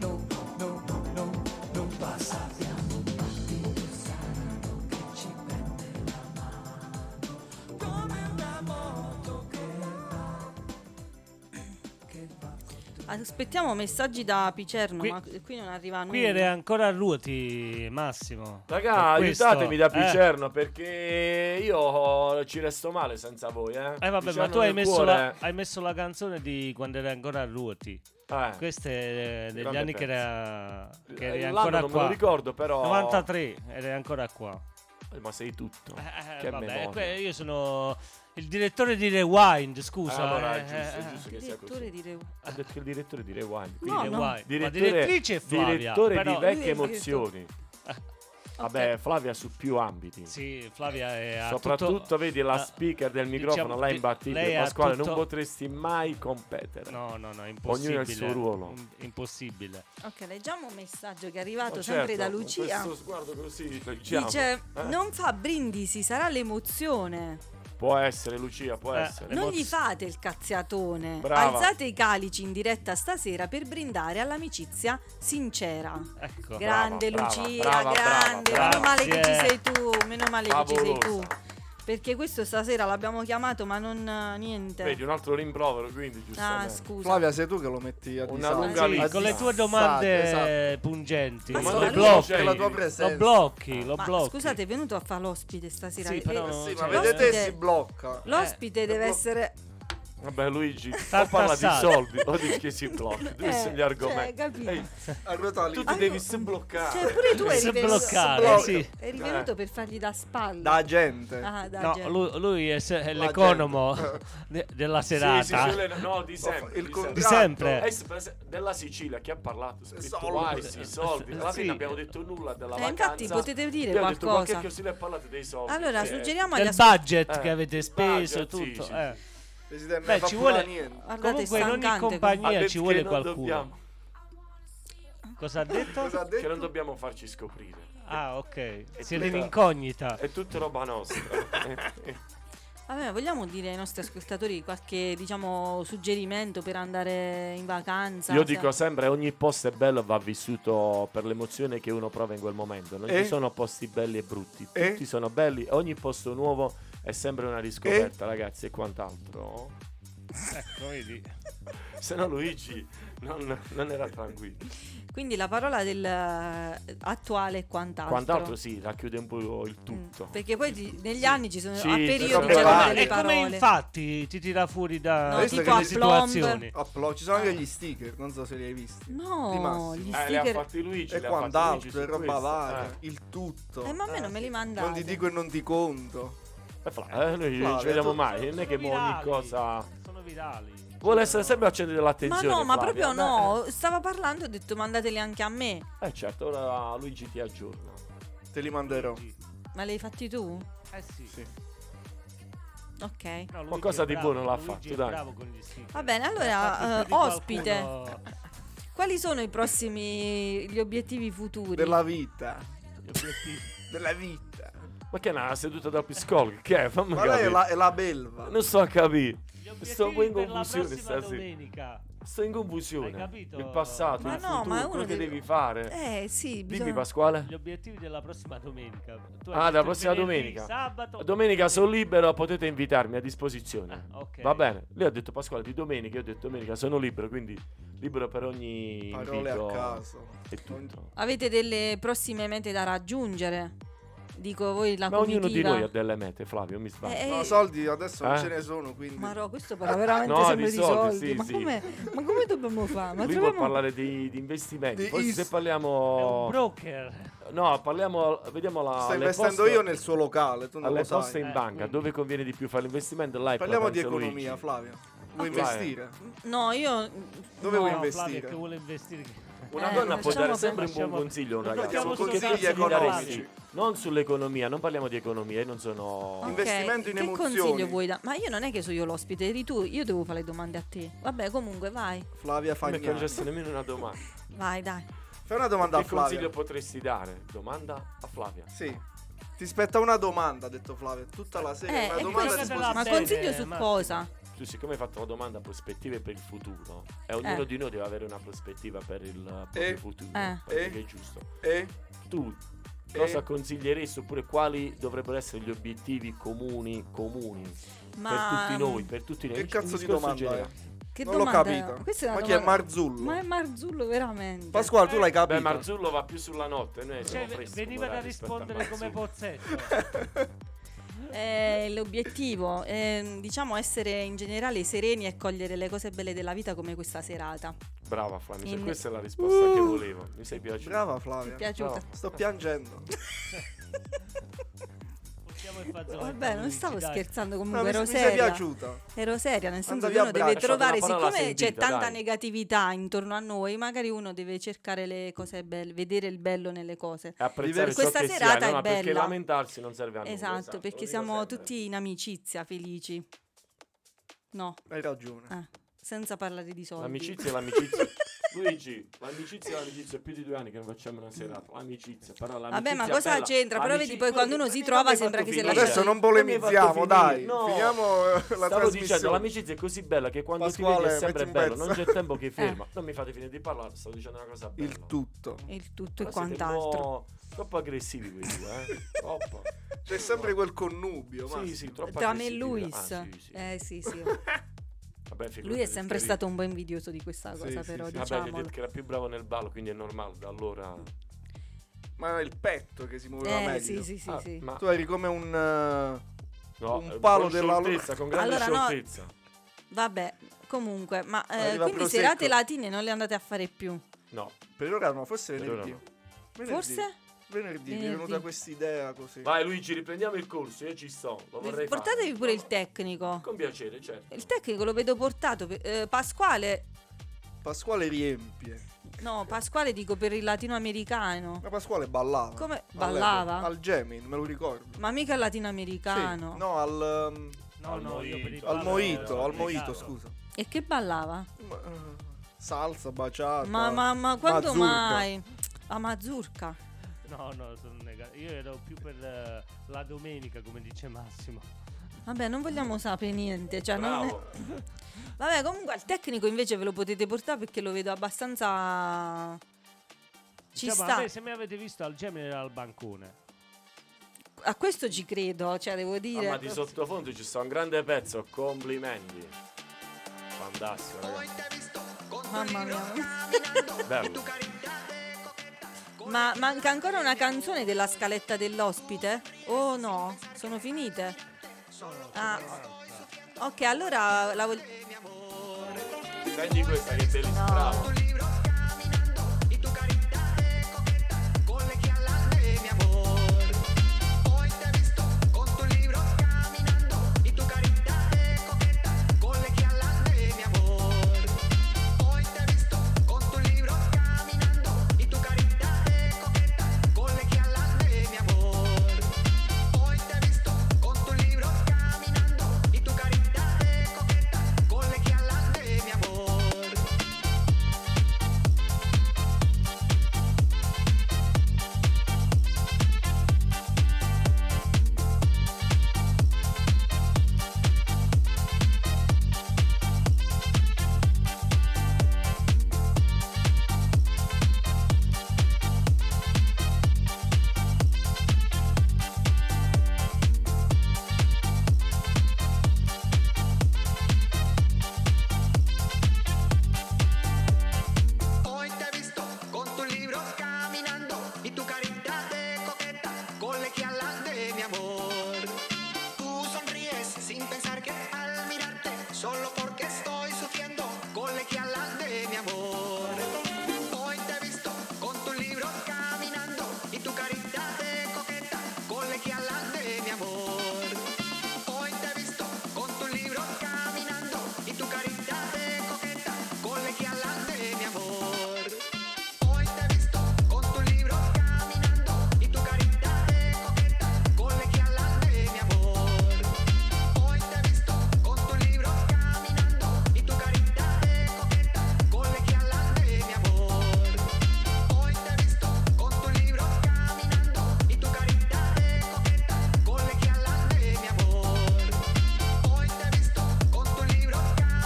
G: No, no, no, no, non passa. Abbiamo un battito sano che ci prende la mano. Come una moto che va, che va.
A: Aspettiamo messaggi da Picerno,
B: Qui-
A: ma qui non arriva nulla.
B: Qui era ancora a ruoti, Massimo.
C: Raga,
B: Per questo-
C: aiutatemi da
B: eh.
C: Picerno perché io ci resto male senza voi, eh.
B: Eh vabbè, ma
C: Picerno
B: tu hai
C: nel
B: messo, la,
C: cuore,
B: hai messo la canzone di quando era ancora a ruoti.
C: eh.
B: Questa è eh, degli
C: Grande
B: anni che
C: pezzo.
B: era, che
C: Eh,
B: eri
C: l'anno
B: ancora
C: non me
B: qua.
C: lo ricordo, però-
B: 93, eri ancora qua.
C: Eh, Ma sei tutto.
B: Eh,
C: che
B: vabbè,
C: memoria.
B: que- io sono il direttore di Rewind, scusa.
C: Ah, allora,
B: eh,
C: è giusto, è
B: eh,
C: giusto
A: Il
C: che sia
A: direttore
C: così.
A: di Reu-
C: Ha detto che il direttore di Rewind.
B: di
A: No, no.
B: Rewind. Ma
C: Direttore,
B: direttrice è Flavia.
C: direttore
B: però-
C: di vecchie
A: Lui è il
C: emozioni.
B: <laughs>
C: Vabbè, Flavia su più ambiti.
B: Sì, Flavia è ha
C: Soprattutto
B: tutto-
C: vedi la
B: ha-
C: speaker del microfono,
B: diciamo,
C: lei è
B: di-
C: imbattibile.
B: lei ha
C: Pasquale, non
B: tutto-
C: potresti mai competere.
B: No, no, no, è impossibile.
C: Ognuno ha il suo ruolo.
B: In- Impossibile.
A: Ok, leggiamo un messaggio che è
C: Ma
A: arrivato
C: certo,
A: sempre da
C: con
A: Lucia.
C: Questo sguardo così. leggiamo.
A: Dice:
C: Eh?
A: Non fa brindisi, sarà l'emozione.
C: Può essere, Lucia, può
B: Eh.
C: essere.
A: Non
B: L'emozio-
A: gli fate il cazziatone.
C: Brava.
A: Alzate i calici in diretta stasera per brindare all'amicizia sincera.
B: Ecco.
A: Grande
C: brava,
A: Lucia,
C: brava, brava,
A: grande.
C: brava.
A: Meno male che ci
B: Grazie.
A: sei tu. Meno male che ci sei tu.
C: Favolosa.
A: Perché questo stasera l'abbiamo chiamato, ma non eh, niente.
C: Vedi, un altro rimprovero, quindi
A: ah,
C: giustamente.
A: scusa.
D: Flavia, sei tu che lo metti a
C: Una
D: disagio.
C: lunga
D: A
B: Sì,
C: lista.
B: con le tue
D: disagio,
B: domande
D: esatto.
B: pungenti.
A: Ma
B: lo
A: solo
B: blocchi.
D: Con la tua
B: Lo
D: presenza. Ah.
B: blocchi, lo
A: Ma
B: blocchi.
A: scusate, è venuto a fare l'ospite stasera.
B: Sì,
A: Eh,
B: però-
D: Eh sì,
B: Sì,
D: ma
A: l'ospite-
D: vedete si blocca.
A: L'ospite deve
D: Eh.
A: essere
C: Vabbè Luigi,
B: Sta
C: o parla di
B: tassato.
C: soldi o di che si blocca, due
A: Eh,
C: sono gli
A: cioè,
C: argomenti.
A: capito.
C: Ehi,
D: A ruotare
C: tu
D: lì.
C: ti
A: Allora-
C: devi sbloccare.
A: Cioè, pure tu
B: Si
A: eri venuto,
B: bloccare,
A: blocca.
B: sì.
A: eri venuto per fargli da spalla.
D: Da gente.
A: Ah, da
B: No,
A: gente.
B: lui, lui è, se- è l'economo <laughs> de- della
C: Sì,
B: serata.
C: sì, sulle- no, di sempre.
D: Il
C: di
D: contratto.
B: Di
C: sempre.
B: sempre.
C: Eh, sì, per esempio, della Sicilia chi ha parlato?
D: Soldi.
B: Eh,
C: Splitwise, i soldi. Alla
B: Sì.
C: fine abbiamo detto nulla della
A: Eh,
C: vacanza.
A: infatti, potete dire
C: Abbiamo detto,
A: qualcosa.
C: ma che così le parlate dei soldi?
A: Allora,
C: Eh,
A: suggeriamo agli
B: del
A: ascoltatori.
B: budget
C: Eh,
B: che avete
C: budget,
B: speso,
C: sì,
B: tutto.
C: sì,
B: eh.
D: Presidente,
B: Beh,
D: non fa
B: ci
D: pure
B: vuole-
D: niente.
A: Guardate, è
B: Comunque in ogni
A: stancante
C: ha
B: compagnia
C: detto
B: ci vuole
C: che non
B: qualcuno.
C: dobbiamo-
B: Cosa
C: <laughs>
B: ha detto?
D: Cosa ha
C: che non
D: detto?
C: dobbiamo farci scoprire.
B: Ah, ok. Siete
C: tutta-
B: in incognita.
C: È tutta roba nostra.
A: Vabbè, vogliamo dire ai nostri ascoltatori qualche, diciamo, suggerimento per andare in vacanza? cioè,
C: Io
A: Se-
C: dico sempre, ogni posto è bello va vissuto per l'emozione che uno prova in quel momento. Non
D: Eh?
C: ci sono posti belli e brutti,
D: Eh?
C: tutti sono belli, ogni posto nuovo è sempre una riscoperta,
D: Eh?
C: ragazzi, e quant'altro.
B: Ecco, vedi.
C: <laughs> Se no Luigi non, non era tranquillo.
A: Quindi la parola del eh, attuale è quant'altro.
C: Quant'altro sì, racchiude un po' il tutto.
A: Mm, Perché poi ti- negli
C: Sì.
A: anni ci sono
C: Sì,
A: a
C: ci
A: periodi
C: sono
A: c'erano
D: varie.
A: delle
B: È come
A: parole.
B: infatti ti tira fuori da
A: No,
B: da
D: tipo Eh.
B: quelle
D: a
A: plomb.
B: situazioni.
D: Applo- ci sono anche gli sticker, non so se li hai visti. Di
A: No,
D: Massimo.
A: gli
C: Eh, le ha
A: sticker.
C: fatti Luigi,
D: E
C: le ha fatti Luigi
D: quant'altro,
C: su
D: e roba
C: questo.
D: varia,
C: Eh.
D: il tutto.
A: Eh, ma a me non me li mandate.
D: Non ti dico e non ti conto.
C: Eh, Fla- eh, noi non
D: Flavio,
C: ci vediamo
D: tu-
C: mai, non è che mo ogni cosa...
B: Sono virali.
C: Vuole essere sempre al centro
A: Ma
C: dell'attenzione.
A: no, ma
C: Flavia,
A: proprio
C: eh.
A: no. Stava parlando e ho detto mandateli anche a me.
C: Eh certo, ora Luigi ti aggiorno.
D: Te li manderò.
A: Ma li hai fatti tu?
B: Eh sì.
D: Sì.
A: Ok.
B: No, Luigi
C: Qualcosa
B: è
C: di
B: bravo,
C: buono l'ha
B: Luigi
C: fatto,
B: è
C: dai.
B: bravo con gli sticker.
A: Va bene,
B: Ne ha
A: allora,
B: fatti
A: eh,
B: più di qualcuno.
A: ospite. Quali sono i prossimi gli obiettivi futuri?
D: Della vita.
B: Gli obiettivi.
D: Della vita.
C: Ma che è una seduta da psicologo? Che è? Fammi
D: Ma
C: capire.
D: lei è la, è la belva.
C: Non sto a capire.
B: Gli
C: Sto
B: obiettivi
C: poi in
B: per la
C: confusione
B: prossima
C: stasera.
B: domenica.
C: Sto in confusione.
B: Hai capito?
C: Il passato,
A: Ma
C: il
A: no, ma
C: futuro,
A: uno
C: quello che
A: deve-
C: devi fare.
A: Eh, sì,
C: Dimmi
A: bisogna...
C: Pasquale.
B: Gli obiettivi della prossima domenica. Tu hai
C: Ah,
B: detto
C: la prossima
B: venerdì,
C: domenica.
B: Sabato.
C: Domenica sono libero, potete invitarmi a disposizione.
B: Ah, ok.
C: Va bene. Lei ha detto Pasquale di domenica, io ho detto domenica sono libero, quindi libero per ogni
D: Parole
C: invito
D: a caso.
C: E tutto.
A: Avete delle prossime mete da raggiungere? Dico voi la
C: Ma
A: comitiva.
C: ognuno di noi ha delle mete, Flavio, mi sbaglio.
A: Eh,
D: No, soldi adesso non
C: Eh?
D: ce ne sono, quindi...
A: Ma no, questo parla veramente
C: No,
A: sempre
C: di
A: di
C: soldi,
A: soldi.
C: sì,
A: ma,
C: sì.
A: Come, ma come dobbiamo fare? Ma
C: Lui
A: troviamo-
C: può parlare di, di investimenti.
D: Di
C: Poi
D: is-
C: se
B: È un
C: parliamo...
B: broker.
C: No, parliamo... Vediamo la...
D: Sto
C: le
D: investendo
C: poste-
D: io nel suo locale, tu non
C: Alle
D: lo sai.
C: poste in
B: Eh,
C: banca,
B: quindi.
C: dove conviene di più fare l'investimento? Là è
D: Parliamo di
C: Platenza
D: economia,
C: Luigi. Ah,
D: Flavio. Vuoi
C: Flavio.
D: investire?
A: No, io...
D: Dove
A: no.
B: No,
D: vuoi
B: Flavio
D: investire?
B: che vuole investire.
C: Una
A: Eh,
C: donna può
A: lasciamo
C: dare sempre un buon
B: perdere.
C: consiglio a un
B: Non
C: ragazzo.
B: dobbiamo
C: Con che
B: solo
C: consigli
B: dire
C: economici?
D: economici.
C: Non sull'economia, non parliamo di economia, io non sono.
A: Ok,
D: Investimento in
A: che
D: emozioni.
A: consiglio vuoi dare? Ma io non è che sono io l'ospite, eri tu, io devo fare le domande a te. Vabbè, comunque, vai,
D: Flavia
C: Non mi è
D: Fagnani.
C: concessa nemmeno una domanda.
A: vai, dai.
D: Fai una domanda a
C: che
D: Flavia.
C: consiglio potresti dare? Domanda a Flavia.
D: Sì. Ti spetta una domanda, ha detto Flavio. Tutta la sera
A: Eh,
D: una
A: e
D: domanda a
A: questo-
B: della
A: ma
D: disposizione.
B: bene,
C: Eh,
A: consiglio su
B: Massimo.
A: cosa?
C: Tu, siccome hai fatto una domanda a prospettive per il futuro, e ognuno
A: Eh.
C: di noi deve avere una prospettiva per il proprio
D: Eh.
C: futuro,
A: Eh.
C: penso
D: Eh.
C: che è giusto.
D: Eh?
C: Tu cosa consiglieresti oppure quali dovrebbero essere gli obiettivi comuni comuni
A: Ma... mm,
C: per tutti noi, per tutti noi?
D: Che
C: Un
D: cazzo di
C: discorso
D: domanda
C: generale.
A: Che
D: Non l'ho
A: domanda è?
D: capito.
A: Questa è una
D: Ma chi è
A: domanda-
D: Marzullo?
A: Ma è Marzullo veramente?
D: Pasquale, tu l'hai
C: Eh, Beh,
D: capito.
C: Marzullo va più sulla notte. Noi
B: Cioè,
C: siamo freschi,
B: veniva da
C: guarda, rispetto a
B: rispondere come
C: Marzullo.
B: Pozzetto.
A: <laughs> Eh, l'obiettivo è diciamo essere in generale sereni e cogliere le cose belle della vita come questa serata.
C: Brava, Flavio.
A: In- Uh.
C: Questa è la risposta che volevo. Mi sei piaciuto.
D: Brava
A: Ti è
D: Flavia.
A: piaciuta?
C: Bravo.
D: Sto piangendo.
B: Portiamo il fazzoletto,
A: Vabbè, non
B: Luigi,
A: stavo
B: dai.
A: scherzando
D: No,
A: comunque,
D: mi,
A: ero
D: mi sei
A: seria.
D: piaciuta.
A: Ero seria, nel senso
D: Andavi
A: che
D: a
A: uno deve
D: braccio,
A: trovare,
C: una parola
A: siccome c'è
C: sentita,
A: tanta
C: dai.
A: negatività intorno a noi, magari uno deve cercare le cose belle, vedere il bello nelle cose.
C: E apprezzare
A: Diverso.
C: ciò
A: Questa
C: che si ha,
A: serata
C: no,
A: è
C: ma perché
A: bella.
C: lamentarsi non serve a nulla.
A: Esatto,
C: lo
A: perché
C: dico
A: siamo
C: sempre.
A: tutti in amicizia, felici. No,
D: Hai ragione.
A: eh, senza parlare di soldi. <laughs>
C: L'amicizia è l'amicizia. Luigi, l'amicizia è l'amicizia. È più di due anni che non facciamo una serata. L'amicizia, però l'amicizia
A: Mm. Vabbè, ma cosa
C: bella.
A: c'entra? Però
C: L'amicizia-
A: vedi, poi quando uno si trova
C: mi
A: sembra
C: hai
A: che
C: fatto
A: se la
C: finire.
D: Adesso non
C: Non mi hai fatto
D: polemizziamo, dai.
C: finire, no.
D: Finiamo eh, la
C: Stavo dicendo,
D: trasmissione.
C: l'amicizia è così bella che quando ti
D: Pasquale,
C: vedi è sempre
D: metti un
C: bello, non
D: pezzo.
C: c'è
A: <laughs>
C: tempo che ferma. Non mi fate finire di parlare, stavo dicendo una cosa bella.
D: Il tutto.
A: Eh. Il tutto e
C: Però siete un
A: quant'altro.
C: po' Troppo aggressivi quei due,
D: <laughs>
C: eh? Troppo.
D: C'è sempre quel connubio.
C: Sì, sì, troppo
A: Tra me e
C: aggressivi.
A: Luis.
C: Ah, sì, sì.
A: Eh sì, sì.
C: Vabbè, figurati,
A: Lui è sempre
C: stai-
A: stato un po' invidioso di questa
D: Sì,
A: cosa,
D: sì,
A: però diciamo.
D: sì.
C: Vabbè, gli ho
A: diciamolo.
C: detto che era più bravo nel ballo, quindi è normale. Da allora.
D: Ma era il petto che si muoveva
A: Eh
D: meglio.
A: sì, sì, sì,
C: Ah,
A: sì.
C: ma
D: Tu eri come un... eh,
C: no,
D: un
C: eh,
D: palo
C: con
D: della-
C: scioltezza, con grande
A: Allora, no.
C: scioltezza.
A: Vabbè, comunque, ma eh,
D: Arriva
A: quindi
D: Prosecco.
A: serate latine non le andate a fare più.
C: No,
D: Per ora no, forse
C: Per ora
D: venerdì.
C: no.
D: Venerdì.
A: Forse?
D: Venerdì, mi è
A: Venerdì.
D: venuta questa idea così.
C: Vai Luigi, riprendiamo il corso, io ci sto. Lo vorrei
A: Portatevi
C: fare.
A: pure il tecnico.
C: Con piacere, certo.
A: Il tecnico lo vedo portato. per- eh, Pasquale.
D: Pasquale riempie.
A: No, Pasquale dico per il latinoamericano.
D: Ma Pasquale ballava.
A: Come-
D: all'epoca.
A: ballava?
D: Al Gemin, me lo ricordo.
A: Ma mica il
D: Sì,
A: latinoamericano.
D: No, al, um,
B: No,
C: Al
B: no, io per il
C: Mojito.
D: al
B: ballo
D: Moito,
B: ero
D: al Moito,
B: americano.
D: scusa.
A: E che ballava?
D: Ma, eh, salsa, baciata.
A: Ma, ma, ma quando
D: mazurka.
A: mai? La Mazurka.
B: No, no, sono negato. Io ero più per eh, la domenica, come dice Massimo.
A: Vabbè, non vogliamo sapere niente. Cioè, non
C: Bravo.
A: <laughs> Vabbè, comunque al tecnico invece ve lo potete portare perché lo vedo abbastanza. Ci
B: Diciamo, a
A: sta.
B: me, se mi avete visto al Gemini era al bancone.
A: A questo ci credo, cioè devo
C: Ah,
A: dire.
C: ma di sottofondo ci sta un grande pezzo, complimenti. Fantastico, ragazzi.
A: Mamma mia.
C: Bello.
A: Ma manca ancora una canzone della scaletta dell'ospite? Oh no, sono finite. Ah. Ok, allora la voglio.
C: Senti questa che te li bravo.
I: Hoy te he visto con tus libros caminando y tu carita de coqueta, colegiala de mi amor. Tú sonríes sin pensar que al mirarte, solo porque estoy sufriendo, colegiala de mi amor. Hoy te he visto con tus libros caminando y tu carita de coqueta, colegiala de mi amor. Hoy te he visto con tus libros caminando y tu carita de coqueta, colegiala de mi amor. Hoy te he visto con tus libros caminando y tu carita de coqueta, colegiala de mi amor. Hoy te he visto con tus libros caminando y tu carita de coqueta, colegiala de mi amor. Hoy te he visto con tus libros caminando y tu carita de coqueta, colegiala de mi amor. Hoy te he visto con tus libros caminando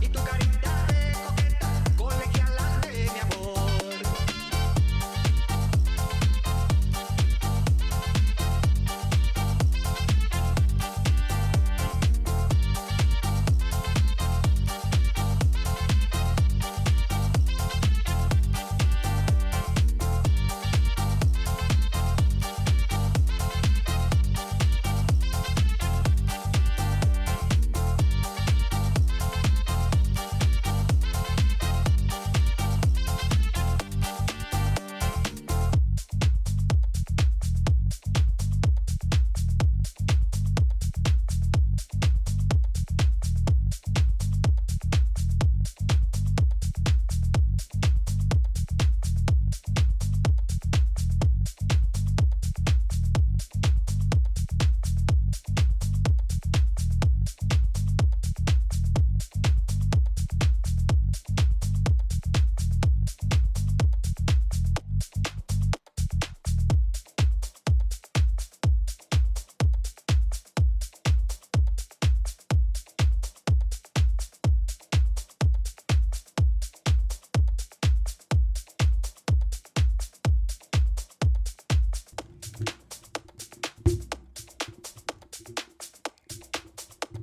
I: y tu carita de coqueta, colegiala de mi amor.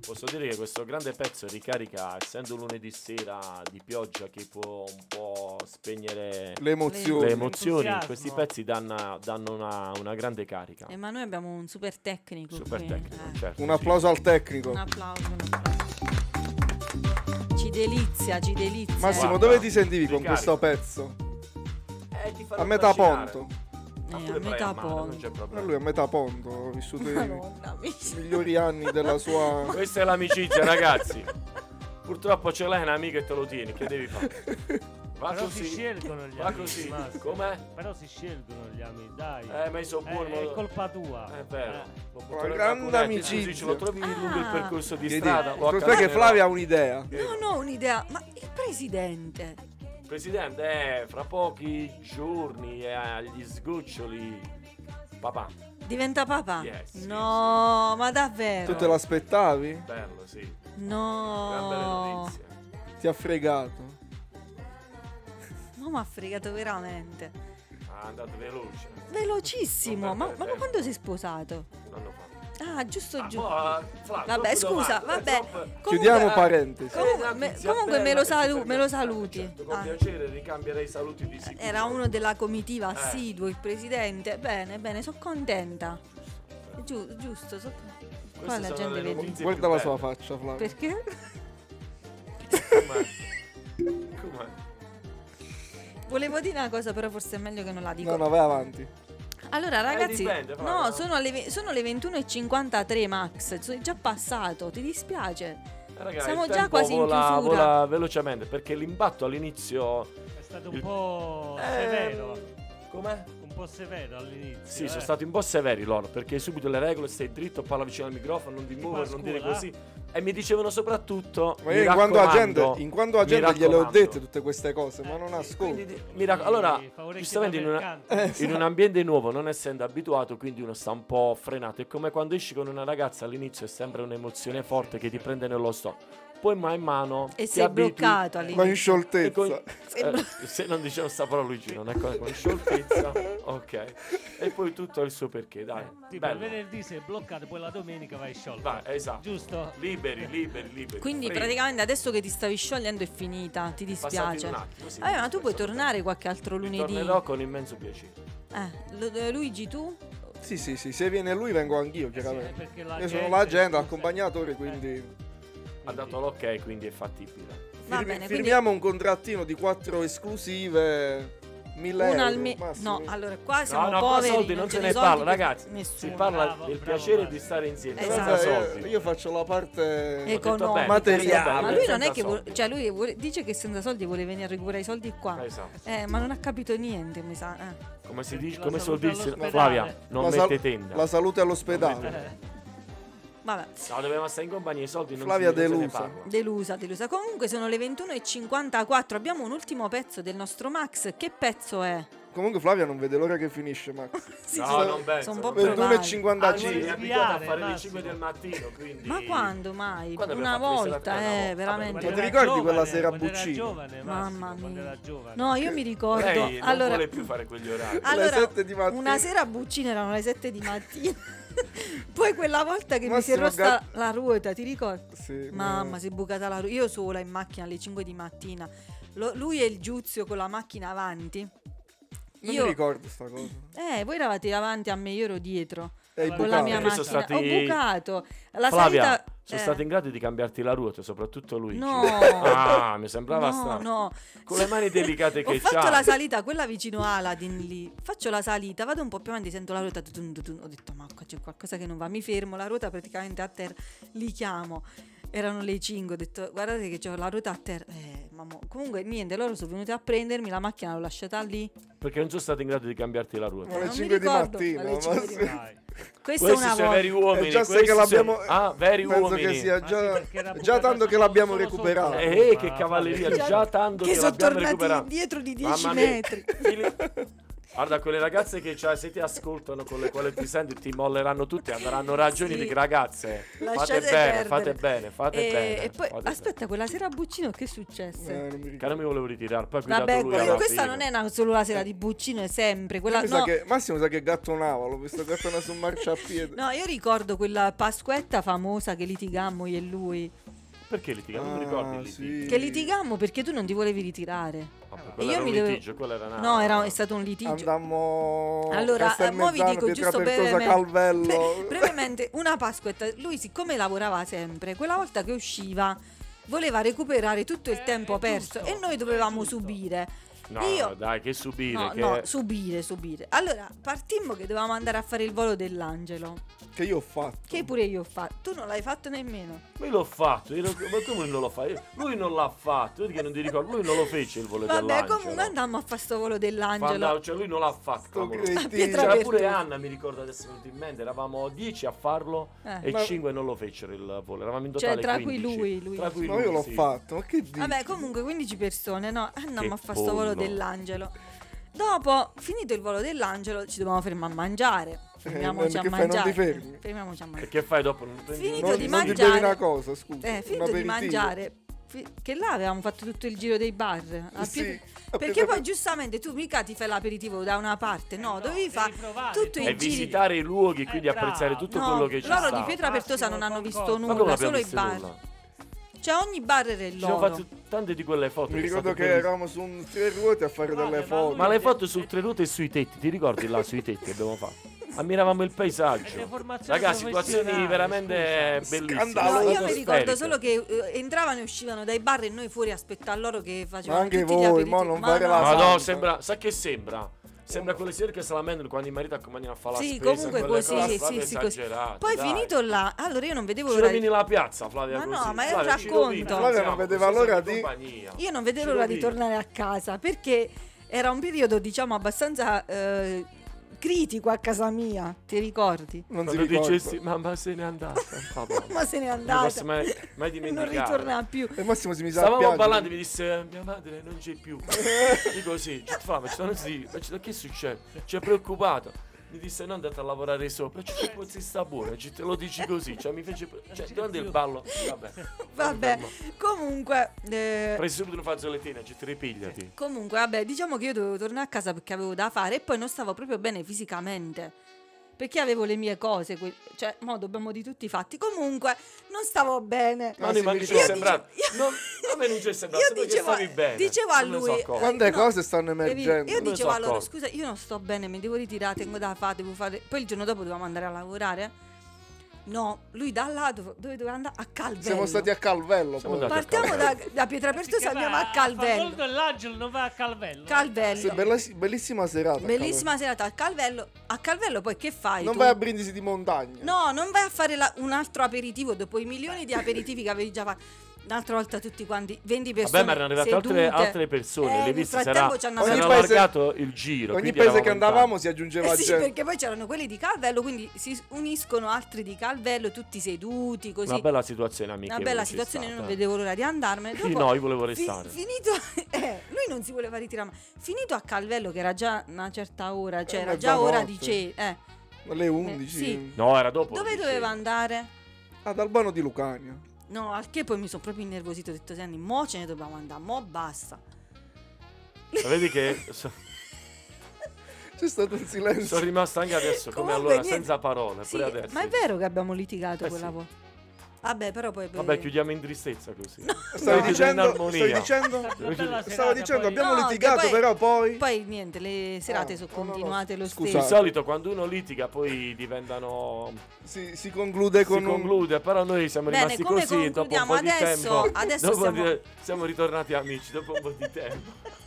C: Posso dire che questo grande pezzo ricarica, essendo lunedì sera di pioggia che può un po' spegnere
D: Le emozioni.
C: le emozioni,
B: Entusiasmo.
C: questi pezzi danno, danno una, una grande carica.
A: E Eh, ma noi abbiamo un super tecnico.
C: Super
A: qui.
C: tecnico,
A: Eh.
C: certo.
D: Un
C: sì.
D: applauso al tecnico.
A: Un applauso. un applauso. delizia, ci delizia.
D: Massimo,
C: Guarda,
D: dove ti sentivi
C: ti
D: con questo
C: carico.
D: pezzo?
C: Eh, ti farò
D: A metà
C: trascinare.
D: ponto.
A: Eh,
C: Ma
A: a
C: pure vai
A: metà
C: mare, non
A: ponte.
C: c'è
D: No,
C: problema.
D: lui a metà ponto, ho vissuto i
A: Madonna, amici.
D: migliori anni della sua...
C: Questa è l'amicizia, ragazzi. Purtroppo ce l'hai un amico e te lo tieni, che devi fare? Va
B: Però si
C: così.
B: scelgono gli
C: Va
B: amici.
C: così.
B: Massimo.
C: Com'è?
B: Però si scelgono gli amici, dai.
C: Eh, ma i sono
B: Eh,
C: buoni. ma-
B: è colpa tua.
C: È vero.
B: Eh.
C: Lo
D: Una
C: potrebbe
D: grande
C: alcun altro, così
D: amicizia.
C: Ce lo trovi lungo il
A: Ah.
C: percorso di
D: Chiedi-
C: strada. o a
D: Aspetta che
C: Castello.
D: Flavia ha un'idea.
A: Non ho un'idea, ma il presidente.
C: Presidente, eh, fra pochi giorni eh, agli sgoccioli. Papà,
A: Diventa papà?
C: Yes, yes,
A: no, ma
D: Tu
A: davvero?
D: te l'aspettavi?
C: bello, sì. Gran bella
A: No,
C: notizia.
D: Ti ha fregato.
A: no, mi ha fregato veramente.
C: Ah, è andato veloce.
A: Velocissimo,
C: Non
A: ma,
C: perdere
A: ma
C: tempo.
A: quando sei sposato?
C: Non lo fa.
A: Ah, giusto,
C: Ah,
A: giusto.
C: boh, eh, Flavia,
A: vabbè,
C: troppe
A: scusa,
C: domande,
A: vabbè.
C: eh, troppe-
A: Comunque-
D: Chiudiamo parentesi.
A: Comunque, me,
C: Zia
A: comunque me,
C: Bella
A: lo
C: che ci
A: salu-
C: fermiamo.
A: me lo
C: Eh,
A: saluti.
C: certo, con
A: Ah,
C: piacere ricambierei saluti di sicuro.
A: era uno della comitiva
C: Eh.
A: assiduo, il presidente. Bene, bene, sono contenta. Giu- giusto, so-
C: Queste
A: qua la
C: sono
A: gente
C: le
A: vede.
C: notizie
D: Guarda
C: più
D: la sua
C: belle.
D: faccia, Flavia.
C: <laughs>
A: Perché?
C: Com'è? Com'è?
A: Volevo dire una cosa, però forse è meglio che non la dico.
D: No, no, vai avanti.
A: Allora, ragazzi,
C: Eh, dipende, Flavio,
A: no,
C: no?
A: sono le, ve- sono le 21.53 max, so- è già passato, ti dispiace?
C: Eh, ragazzi,
A: Siamo
C: il
A: già
C: tempo
A: quasi in
C: vola,
A: chiusura.
C: vola velocemente perché l'impatto all'inizio
B: È stato un
C: Il-
B: po'
C: Eh,
B: severo.
C: Com'è?
B: Un po' severo all'inizio.
C: Sì,
B: eh.
C: sono stati un po' severi loro perché subito le regole stai dritto, parla vicino al microfono, non ti
B: Tipo a
C: muovere, non dire
B: scuola.
C: così. E mi dicevano soprattutto
D: Ma
C: mi
D: io in quanto
C: raccomando,
D: agente, in quanto
C: mi
D: agente gliele ho
C: raccomando.
D: dette tutte queste cose, ma
B: Eh,
D: non
B: sì,
D: ascolta.
C: Quindi, mi rac-
B: Sì,
C: allora,
B: favoretti
C: giustamente in,
B: dal
C: una-
B: mercante.
D: Eh.
C: in un ambiente nuovo, non essendo abituato, quindi uno sta un po' frenato. È come quando esci con una ragazza all'inizio è sempre un'emozione forte che ti prende nello stomaco. Poi man mano
A: E
C: ti
A: sei
C: abitui-
A: bloccato
D: Con
A: all'inizio.
C: e
D: scioltezza.
C: con- eh, se non diciamo sta parola Luigi, non è con, con scioltezza. ok. E poi tutto ha il suo perché, dai.
B: Tipo, il
C: Bello.
B: venerdì sei bloccato, poi la domenica vai sciolto.
C: Vai, esatto.
B: Giusto?
C: Liberi, liberi, liberi.
A: Quindi
C: Free.
A: praticamente adesso che ti stavi sciogliendo è finita, ti
C: Passati
A: dispiace.
C: un attimo, sì,
A: Vabbè, ma tu puoi
C: passati.
A: tornare qualche altro lunedì.
C: Tornerò con immenso piacere.
A: Eh, Lu- eh, Luigi tu?
D: Sì, sì, sì, se viene lui vengo anch'io,
B: Eh sì, eh,
D: chiaramente.
B: perché la
D: Io sono
B: gente-
D: l'agente, accompagnatore, quindi...
C: Ha dato l'ok, quindi è fattibile.
A: Eh. Va
D: Firmi-
A: bene, quindi
D: firmiamo un contrattino di quattro esclusive, 1000
A: una
D: euro.
A: al me-
D: massimo.
A: No, allora qua
C: No,
A: siamo
C: no, qua
A: poveri,
C: soldi non
A: non
C: se
A: c'è
C: ne
A: soldi
C: parla,
A: per
C: ragazzi. Si
A: Nessuno.
C: parla
B: Bravo,
C: del
B: bravo,
C: piacere
B: bravo.
C: di stare insieme,
A: Esatto.
D: Guarda,
C: senza
D: io-
C: soldi.
D: Io, faccio la parte...
C: detto bene,
A: Economico.
D: materiale.
A: Ma lui non è
C: Senza
A: che vuole-
C: soldi.
A: cioè lui vuole- dice che senza soldi vuole venire a recuperare i soldi qua.
C: Esatto.
A: Eh, ma non ha capito niente, mi sa. eh.
C: Come si dice,
B: La
C: come suol
B: salute
C: dirsi,
B: all'ospedale.
C: Flavia, non
D: la sal-
C: mette tenda.
D: La salute
C: Non mette
D: all'ospedale.
A: Vabbè.
C: No, dobbiamo stare in compagnia, i soldi non
D: Flavia
C: si non se ne
D: delusa.
C: parla.
A: Delusa, delusa. Comunque sono le 21.54. Abbiamo un ultimo pezzo del nostro Max. Che pezzo è?
D: Comunque Flavia non vede l'ora che finisce, ma...
A: Sì,
C: No,
A: sono-
C: non penso,
A: sono un
C: non
A: po'
C: penso.
A: provati.
D: 21.55.
C: è
B: Sviare,
C: abituato a fare le
B: Massimo.
C: 5 del mattino, quindi...
A: Ma quando mai?
C: Quando
A: una
C: abbiamo fatto
A: volta,
C: questa- eh,
A: eh,
C: no,
A: veramente.
B: Quando
D: Ma ti
B: era
D: ricordi quella
B: giovane,
D: sera
B: quando era
D: Buccino?
B: giovane, Massimo,
A: Mamma
B: quando
A: mia.
B: era giovane.
A: No, io mi ricordo.
C: Lei non
A: allora,
C: vuole più fare quegli orari.
D: Alle
A: allora,
D: sette di mattina.
A: una sera a Buccino erano le 7 di mattina. <laughs> Poi quella volta che mi si è
D: Massimo
A: rotta
D: Gatti-
A: la ruota, ti ricordi?
D: Sì,
A: Mamma, si è bucata la ruota. Io sola in macchina alle 5 di mattina. Lo- lui e il giuzio con la macchina avanti.
D: Non
A: Io,
D: mi ricordo sta cosa.
A: eh, voi eravate davanti a me, io ero dietro.
D: È
A: con la mia
C: Perché
A: macchina.
C: sono stati-
A: Ho bucato. La
C: Flavia,
A: salita...
C: sono
A: eh,
C: stato in grado di cambiarti la ruota, soprattutto Luigi.
A: No.
C: Ah, mi sembrava
A: No,
C: strano.
A: no.
C: Con le mani delicate
A: Ho
C: che
A: fatto
C: c'ha.
A: la salita, quella vicino Aladdin lì. Faccio la salita, vado un po' più avanti, sento la ruota. tutun, tutun. Ho detto, ma qua c'è qualcosa che non va. Mi fermo, la ruota praticamente a terra. Li chiamo. Erano le 5, ho detto guardate che c'ho la ruota a terra. Eh, mamma. Comunque niente, loro sono venuti a prendermi, la macchina l'ho lasciata lì.
C: Perché non sono stato in grado di cambiarti la ruota.
D: Ma alle
A: non mi
D: 5 di
A: ricordo,
D: mattina.
A: alle
D: ma
A: 5 di
D: sì.
A: mattina.
B: Dai.
A: Questa è
C: Questi
A: una
C: sono veri
A: volta.
C: uomini.
D: Eh, già
C: questi
D: sai che l'abbiamo.
C: sono- Ah, veri
D: penso
C: uomini.
D: che sia
B: Ma
D: già,
B: sì, perché era
D: già tanto che l'abbiamo
B: solo sotto.
D: recuperato.
B: Eh,
C: Eh, che
B: Ma
C: cavalleria,
B: Flavia.
C: già tanto
A: Che
C: che,
A: sono
C: l'abbiamo
A: tornati
C: recuperato.
A: indietro di 10
C: Mamma mia.
A: metri.
C: Fili- Guarda, quelle ragazze che c'hai, se ti ascoltano con le quali ti senti, ti molleranno tutte e avranno ragioni
A: Sì.
C: di che ragazze.
A: Lasciate
C: fate bene,
A: perdere.
C: fate bene, fate
A: e,
C: bene.
A: E poi,
C: fate
A: aspetta, quella sera a Buccino che è successo?
D: Eh, non mi ricordo.
C: bene. Cara, mi volevo ritirare. Poi ha guidato
A: Vabbè,
C: lui
A: que-
C: alla
A: questa
C: fine.
A: non è una- solo la sera di Buccino, è sempre quella.
D: Eh. Mi sa
A: No,
D: che- Massimo sa che gattonava, l'ho visto gattonare su un marciapiede.
A: <laughs> no, io ricordo quella Pasquetta famosa che litigammo io e lui.
C: Perché litigano? Non
D: Ah,
C: mi ricordi il
D: sì.
C: litigio?
A: Che litigammo perché tu non ti volevi ritirare.
C: Vabbè,
A: E
C: quello
A: io
C: era
A: mi
C: un
A: dovevo-
C: litigio, quello era una...
A: No, era, è stato un litigio.
D: Andammo
A: Allora, eh, mo vi
D: Castelmezzano,
A: dico giusto
D: Pietrapertosa,
A: brevemente-
D: Calvello.
A: <laughs> Brevemente, una Pasquetta, lui siccome lavorava sempre, quella volta che usciva voleva recuperare tutto
C: Eh,
A: il tempo perso e noi dovevamo subire.
C: No,
A: Io-
C: dai, che subire.
A: No,
C: che...
A: no, subire, subire. Allora, partimmo che dovevamo andare a fare il volo dell'angelo,
D: Che io ho fatto.
A: che pure io ho fatto. Tu non l'hai fatto nemmeno.
C: Ma io l'ho fatto, io lo- ma come non l'ho fatto? Io- Lui non l'ha fatto, vedi che non ti ricordo, lui non lo fece il volo
A: Vabbè,
C: dell'angelo.
A: comunque andammo a fare sto volo
C: Fantastico,
A: dell'angelo.
C: cioè lui non l'ha fatto.
D: Sto
C: cavolo.
D: cretino.
A: A Pietra-
C: C'era
A: Travertino.
C: pure Anna, mi ricordo adesso venuto in mente, eravamo 10 a farlo
A: Eh.
C: e
D: Ma-
C: 5 non lo fecero il volo, eravamo in
A: Cioè,
C: totale
A: tra cui
C: 15.
A: lui, lui.
C: Tra cui
D: Ma io
C: lui,
D: l'ho
C: sì.
D: fatto, ma che dici?
A: Vabbè, comunque 15 persone, no? Andammo a fare sto volo
C: pollo.
A: dell'angelo. Dopo, finito il volo dell'angelo, ci dovevamo fermare a mangiare. Fermiamoci a
D: che Eh, fai, non ti
A: mangiare.
D: fermi?
A: Fermiamoci a
C: E
A: mangiare.
C: che fai dopo? Non prendi
A: Finito
D: non,
A: di
D: non ti bevi
A: mangiare.
D: una cosa, scusa.
A: Eh,
D: un
A: finito di
D: aperitivo.
A: mangiare. fi- Che là avevamo fatto tutto il giro dei bar. a
D: Eh Sì, <laughs>
A: Pietra-
D: a
A: Perché
D: Pietra-
A: poi giustamente tu mica ti fai l'aperitivo da una parte, no, dovevi
B: Eh devi
A: fare
B: provare
A: tutto
B: tu.
A: in
C: E
B: E
A: giri.
C: visitare i luoghi,
B: Eh,
C: quindi
B: bravo.
C: apprezzare tutto
A: No,
C: quello che ci
A: loro
C: sta.
A: di Pietra Pertosa
B: Massimo,
A: non hanno visto
B: concordo.
C: Ma come
A: nulla,
C: abbiamo
A: solo i
C: visto
A: bar.
C: nulla?
A: Cioè ogni bar era il
C: Ci sono
A: loro.
C: fatte tante di quelle foto.
D: Mi
C: che
D: ricordo
C: state
D: che
C: per-
D: eravamo su un tre ruote a fare
B: Vale,
D: delle
B: ma
D: foto.
C: Ma le foto sul tre ruote e sui tetti, ti ricordi là sui tetti che abbiamo fatto? Ammiravamo il
B: E le
C: paesaggio.
B: formazioni
C: Ragazzi, situazioni
B: professionali,
C: veramente
B: scusa.
C: bellissime.
D: Scandalo.
A: No,
D: Allora,
A: io mi ricordo
C: Stratosferiche.
A: solo che eh, entravano e uscivano dai bar e noi fuori aspettavamo loro che facevano
D: Ma anche
A: tutti gli
D: voi,
A: aperitivi.
D: mo non
A: Ma
D: fare la-
A: no.
C: Ma no,
D: Santa.
C: sembra, sa che sembra? Sembra quelle sere che Salamander quando i mariti accompagnano a fare la
A: Sì,
C: spesa,
A: comunque
C: quelle
A: così,
C: cose
A: sì,
C: proprio
A: sì, così.
C: esagerate,
A: Poi
C: dai.
A: finito là, allora io non vedevo
C: Ci
A: l'ora
C: rovini
A: di...
C: la piazza, Flavia.
A: Ma
C: così.
A: no, ma è un
C: Flavia, ci
A: racconto.
C: rovini,
A: Flavia non
C: siamo,
D: vedeva
C: siamo
D: l'ora
C: in
D: di-
C: compagnia.
A: Io non vedevo
C: Ci
A: l'ora di
C: rovini.
A: tornare a casa perché era un periodo, diciamo, abbastanza eh, critico a casa mia, ti ricordi?
D: Non si
C: Quando
D: ricorda.
C: dicessi, mamma se n'è andata. papà".
A: <laughs> Ma se n'è
C: Non posso
A: andata.
C: mai, mai
A: non
C: dimenticare.
A: ritorna più.
D: E Massimo si mise a
C: Stavamo
D: piangere.
C: parlando e mi disse mia madre non c'è più. Dico sì, ci fa, ma ci sono zii, ma ci- che succede? Ci è preoccupato. Mi disse non andate a lavorare sopra, c'è che così sta buona, ci- te lo dici così, cioè mi fece. Cioè, durante il ballo. Vabbè.
A: Vabbè, comunque... eh,
C: Presi subito una fazzolettina, ci ripigliati.
A: Comunque, vabbè, diciamo che io dovevo tornare a casa perché avevo da fare e poi non stavo proprio bene fisicamente. Perché avevo le mie cose, que- cioè, mo dobbiamo di tutti i fatti. Comunque, non stavo bene.
C: Ma
D: Ah,
C: noi
D: sì,
C: ma
D: mi
C: che ci è
D: ricordo.
C: sembrato.
A: Io-
C: Non, a me non ci è sembrato,
A: Io
C: sembra che
A: dicevo-
C: stavi bene.
A: dicevo a
C: Non me ne
A: lui-
C: so accorto.
D: Quante
A: No.
D: cose stanno
A: Capito?
D: emergendo?
A: Io
C: me ne
A: dicevo
C: so
A: allora,
C: accorto.
A: scusa, io non sto bene, mi devo ritirare, tengo da fare, devo fare... Poi il giorno dopo dovevamo andare a lavorare. No, lui da là dove, dove doveva andare? A Calvello.
D: Siamo stati a Calvello
C: Siamo
D: poi.
C: andati-
A: Partiamo da,
C: Calvello.
A: da Pietrapertosa,
B: Perché
A: andiamo
B: va-
A: a
B: Fa
A: Calvello.
B: molto l'angelo, non va a Calvello.
D: Sì,
A: Calvello.
D: belliss- bellissima serata. a
A: Bellissima serata a Calvello. A Calvello poi che fai?
D: Calvello. Non
A: tu?
D: vai a brindisi di montagna.
A: No, non vai a fare la- un altro aperitivo dopo i milioni di aperitivi che avevi già fatto. Un'altra volta tutti quanti, 20 persone.
C: Vabbè, ma erano arrivate
A: sedute.
C: altre, altre persone,
A: Eh,
C: le
A: nel
C: viste sarà,
A: frattempo ci hanno
C: sarà
D: Ogni
A: aperto-
D: paese-
C: allargato il giro.
D: Ogni
C: quindi
D: paese che
C: eravamo in
D: andavamo
C: tanti.
D: si aggiungeva
A: Eh sì,
D: gente.
A: perché poi c'erano quelli di Calvello, quindi si uniscono altri di Calvello, tutti seduti, così.
C: Una bella situazione, amica.
A: Una bella situazione,
C: eh.
A: io non vedevo l'ora di andarmene.
C: Sì,
A: Dopo,
C: no, io volevo
A: fi-
C: restare.
A: finito, <laughs> eh, lui non si voleva ritirare. ma- Finito a Calvello, che era già una certa ora, cioè
D: Eh,
A: era già ora di
D: mezzanotte.
A: cena. Eh.
D: Alle 11.
A: sì.
C: No, era dopo.
A: Dove
C: dicevo.
A: doveva andare?
D: Ad Albano di Lucania.
A: No, al che poi mi sono proprio innervosito. Ho detto, Sanni, mo ce ne dobbiamo andare, mo basta.
C: Ma Vedi
A: <laughs>
C: che so-
D: C'è stato un silenzio.
C: sono rimasto anche adesso,
A: Comunque,
C: come allora,
A: niente.
C: senza parole.
A: Sì,
C: pure adesso.
A: ma è vero che abbiamo litigato
C: Eh
A: quella
C: sì.
A: volta. Vabbè, però poi.
C: Vabbè, chiudiamo in tristezza così.
D: Stavi
A: No.
D: dicendo,
C: In
D: stavi
C: armonia.
D: dicendo,
B: Una bella serata,
D: stavo dicendo,
B: poi-
D: abbiamo
A: No, che
D: litigato,
A: poi-
D: però poi.
A: Poi niente, le serate
D: Ah,
A: sono
D: no, no, no,
A: continuate lo
D: scusa.
A: stesso.
C: Di solito quando uno litiga poi diventano...
D: Si, si conclude con
C: si
D: un-
C: conclude, però noi siamo
A: Bene,
C: rimasti
A: come
C: così dopo un
A: concludiamo
C: po' di
A: adesso?
C: tempo.
A: Adesso
C: dopo
A: siamo-
C: di- siamo ritornati amici dopo un po' di tempo.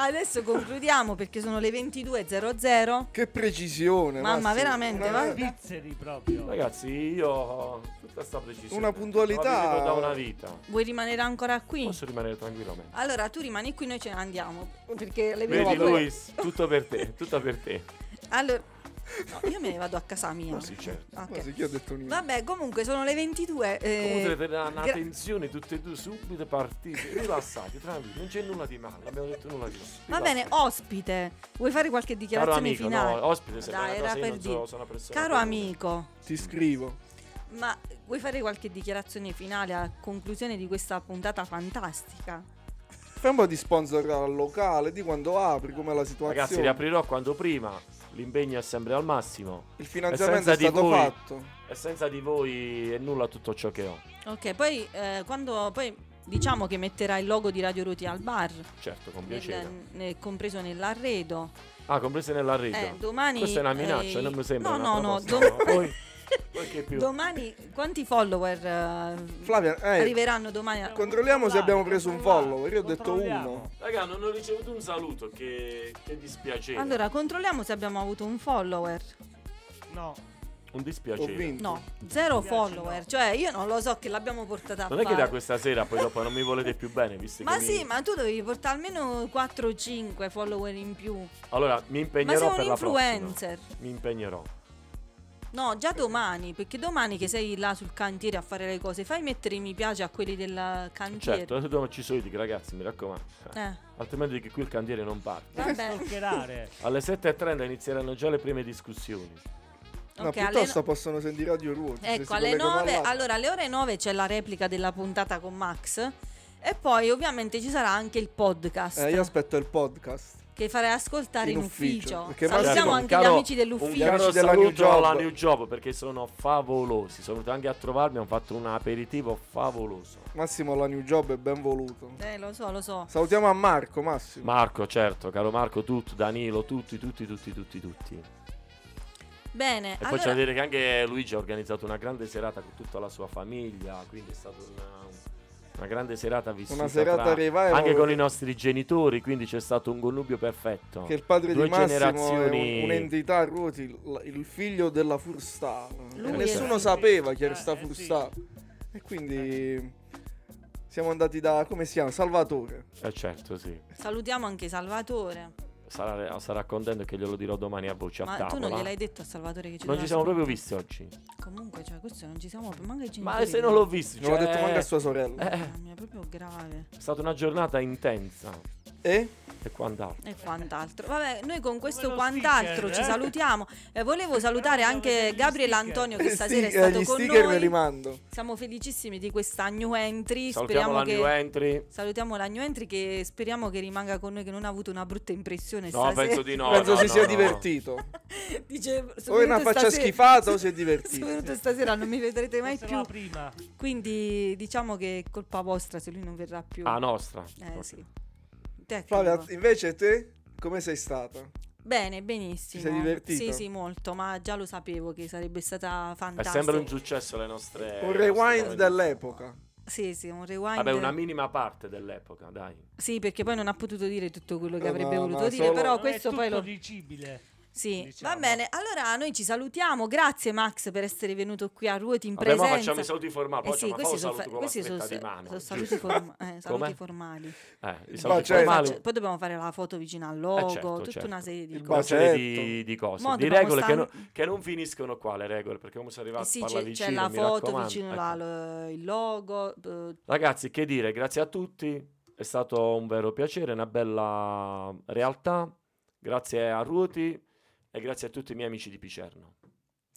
A: Adesso concludiamo perché sono le 22.00.
D: Che precisione.
A: Mamma,
D: Massimo.
A: veramente,
D: Una-
A: guarda.
B: Pizzeri proprio.
C: Ragazzi, io... Tutta sta precisione.
D: Una puntualità-
C: Lo vivo da una vita.
A: Vuoi rimanere ancora qui?
C: Posso rimanere tranquillamente.
A: Allora tu rimani qui, noi ce ne andiamo. Perché le
C: Vedi
A: 22
C: Luis, tutto per te, tutto per te.
A: Allora, no, io me ne vado a casa mia.
C: No, sì, certo.
A: Ok.
D: Ma sì, chi ha detto niente?
A: Vabbè, comunque sono le 22. eh,
C: Comunque dovete dare
A: gra-
C: un'attenzione tutte e due subito partite, rilassati, tranquilli, non c'è nulla di male, abbiamo detto nulla di male.
A: Va bene,
C: rilassati.
A: ospite, vuoi fare qualche
C: caro
A: dichiarazione
C: amico,
A: finale?
C: no, ospite sembra
A: Dai,
C: una cosa,
A: era
C: io
A: per
C: non so,
A: dire.
C: sono una persona
A: Caro
C: comune.
A: amico,
D: Ti scrivo.
A: ma vuoi fare qualche dichiarazione finale a conclusione di questa puntata fantastica?
D: Fai un po' di sponsor al locale, di quando apri, com'è la situazione.
C: Ragazzi, riaprirò quanto prima, l'impegno è sempre al massimo
D: Il
C: E
D: finanziamento
C: senza
D: è
C: di
D: stato
C: voi.
D: fatto.
C: e senza di voi è nulla tutto ciò che ho.
A: Ok, poi eh, quando poi diciamo che metterà il logo di Radio Roti al bar,
C: Certo, con
A: nel-
C: piacere.
A: nel- compreso nell'arredo.
C: Ah, compreso nella rete.
A: Eh, domani
C: Questa è una minaccia,
A: eh,
C: non mi sembra
A: No,
C: una
A: no, no,
C: proposta,
A: dom-
C: <laughs> Poi Perché più?
A: Domani quanti follower eh,
D: Flavia, eh,
A: arriveranno domani? a-
D: controlliamo se abbiamo preso un
B: Controlliamo,
D: follower. Io ho detto
B: controlliamo.
D: uno.
C: Raga, non ho ricevuto un saluto, che, che dispiacere.
A: Allora, controlliamo se abbiamo avuto un follower.
B: No,
C: un
D: Ho
C: dispiacere.
D: vinto.
A: No, zero
B: piace,
A: follower. Cioè, io non lo so che l'abbiamo portata a
C: Non è che
A: fare.
C: da questa sera poi dopo non mi volete più bene, visto
A: Ma
C: che
A: sì,
C: mi-
A: ma tu devi portare almeno 4 o 5 follower in più.
C: Allora, mi
A: Ma sei
C: impegnerò
A: un
C: per la prossima.
A: influencer.
C: Mi impegnerò.
A: No, già domani, perché domani che sei là sul cantiere a fare le cose, fai mettere i mi piace a quelli del cantiere.
C: Certo, adesso non ci sono i dico, ragazzi, mi raccomando. Cioè,
A: Eh,
C: Altrimenti che qui il cantiere non parte.
A: vabbè.
B: stalkerare.
C: Alle 7.30 inizieranno già le prime discussioni.
D: No,
A: Ok, alle
D: piuttosto possono sentire Radio Ruoti. se si
A: Ecco, alle
D: collegano
A: 9,
D: all'app.
A: allora alle ore 9 c'è la replica della puntata con Max e poi ovviamente ci sarà anche il podcast
D: Eh, io aspetto il podcast.
A: che farei ascoltare in,
D: in ufficio,
A: ufficio.
D: perché Max-
A: Salutiamo
C: Certo,
A: anche
C: un
A: gli
C: caro-
A: amici
C: Un
A: dell'ufficio.
C: caro
D: Amici della
C: saluto
D: New Job.
C: alla New Job perché sono favolosi. Sono venuti anche a trovarmi, hanno fatto un aperitivo favoloso.
D: Massimo, la new job è ben voluto.
A: Eh, lo so, lo so.
D: Salutiamo a Marco, Massimo.
C: Marco, certo, caro Marco, tutto, Danilo, tutti, tutti, tutti, tutti, tutti. E
A: Bene,
C: poi c'è da
A: allora,
C: dire che anche Luigi ha organizzato una grande serata con tutta la sua famiglia, quindi è stata una, una grande serata vissuta
D: Una serata
C: tra-
D: revival.
C: anche con i nostri genitori, quindi c'è stato un connubio perfetto.
D: Che il padre
C: Due
D: di Massimo è
C: generazioni- Eh,
D: un- un'entità a ruoti, il- il figlio della Fursta.
A: Lui
D: Nessuno
B: è-
D: sapeva chi era
B: Eh,
D: sta
B: eh, sì.
D: Fursta. E quindi siamo andati da, come si chiama, Salvatore.
C: Eh certo, sì.
A: salutiamo anche Salvatore.
C: Sarà, sarà contento che glielo dirò domani a voce
A: Ma
C: a tavola.
A: tu non gliel'hai detto a Salvatore che ci
C: Non
A: doveva
C: ci siamo
A: essere-
C: proprio visti oggi.
A: Comunque, cioè, questo non ci siamo manca i
C: Ma
A: genitori.
C: se non l'ho visto,
D: Non l'ho
C: cioè,
D: detto neanche a sua sorella.
A: Eh, Mamma mia, è proprio grave.
C: è stata una giornata intensa
D: E?
C: e quant'altro.
A: E quant'altro. Vabbè, noi con questo
B: lo
A: quant'altro
B: sticker,
A: ci
B: eh?
A: salutiamo. Eh, volevo salutare
B: Però dobbiamo
A: anche
B: vedere gli
A: Gabriele
B: sticker.
A: Antonio che stasera è
D: Sti- eh,
A: stato
D: gli
A: con
D: sticker me li
A: noi.
D: mando.
A: Siamo felicissimi di questa new entry.
C: Salutiamo
A: speriamo
C: la
A: che
C: new entry.
A: Salutiamo la new entry che speriamo che rimanga con noi che non ha avuto una brutta impressione
C: No,
A: stasera.
C: penso di no.
D: Penso
C: no,
D: si
C: no,
D: sia
C: no.
D: divertito.
A: <laughs> Dice,
D: O è una
A: "Soprattutto
D: faccia
A: stasera-
D: schifata o
A: <laughs>
D: si è divertito.
A: Soprattutto stasera non mi vedrete mai
B: Forse
A: più.
B: la prima.
A: Quindi diciamo che è colpa vostra se lui non verrà più.
C: Ah, nostra.
A: Eh sì. Te è
D: Flavia,
A: colpa.
D: invece te, come sei stata?
C: Eh,
A: Bene, benissimo.
D: Ti sei divertito?
A: Sì, sì, molto, ma già lo sapevo che sarebbe stata
C: È
A: fantastica.
C: sempre Eh, un successo le nostre...
D: Un
C: le
D: rewind
C: nostre-
D: dell'epoca.
A: Sì, sì, un rewind.
C: Vabbè, una minima parte dell'epoca, dai. Eh,
A: Sì, perché poi non ha potuto dire tutto quello che
D: No,
A: avrebbe
D: no,
A: voluto
D: no,
A: dire,
D: solo-
A: però
B: Non
A: questo
B: è
A: poi
B: tutto
A: lo
B: ricibile.
A: Sì,
B: diciamo.
A: va bene. Allora noi ci salutiamo. Grazie Max per essere venuto qui a Ruoti in
C: Vabbè, ma
A: presenza.
C: facciamo i saluti formali, poi
A: Eh sì,
C: facciamo-
A: questi
C: facciamo
A: sono, fa-
C: saluto con la
A: questi sono,
C: stretta di
A: sa-
C: mano,
A: sono
C: giusto.
A: saluti, form- eh, saluti
C: Com'è?
A: formali.
C: Eh, i
D: Il
C: saluti
D: bacello.
C: formali.
A: Poi,
C: Eh,
A: poi dobbiamo fare la foto vicino al logo,
C: certo,
A: tutta
C: certo.
A: una serie di
D: Il
A: cose.
C: Una serie di,
D: Bacetto.
C: di cose,
A: Mo'
C: di
A: dobbiamo
C: regole che,
A: stan-
C: non, che non finiscono qua le regole, perché come sono
A: Eh
C: arrivato
A: sì,
C: a
A: c'è,
C: parlare
A: c'è
C: vicino,
A: la
C: mi
A: foto
C: raccomando.
A: vicino
C: Ecco.
A: là, lo- il logo. eh,
C: Ragazzi, che dire, grazie a tutti, è stato un vero piacere, una bella realtà. Grazie a Ruti e grazie a tutti i miei amici di Picerno.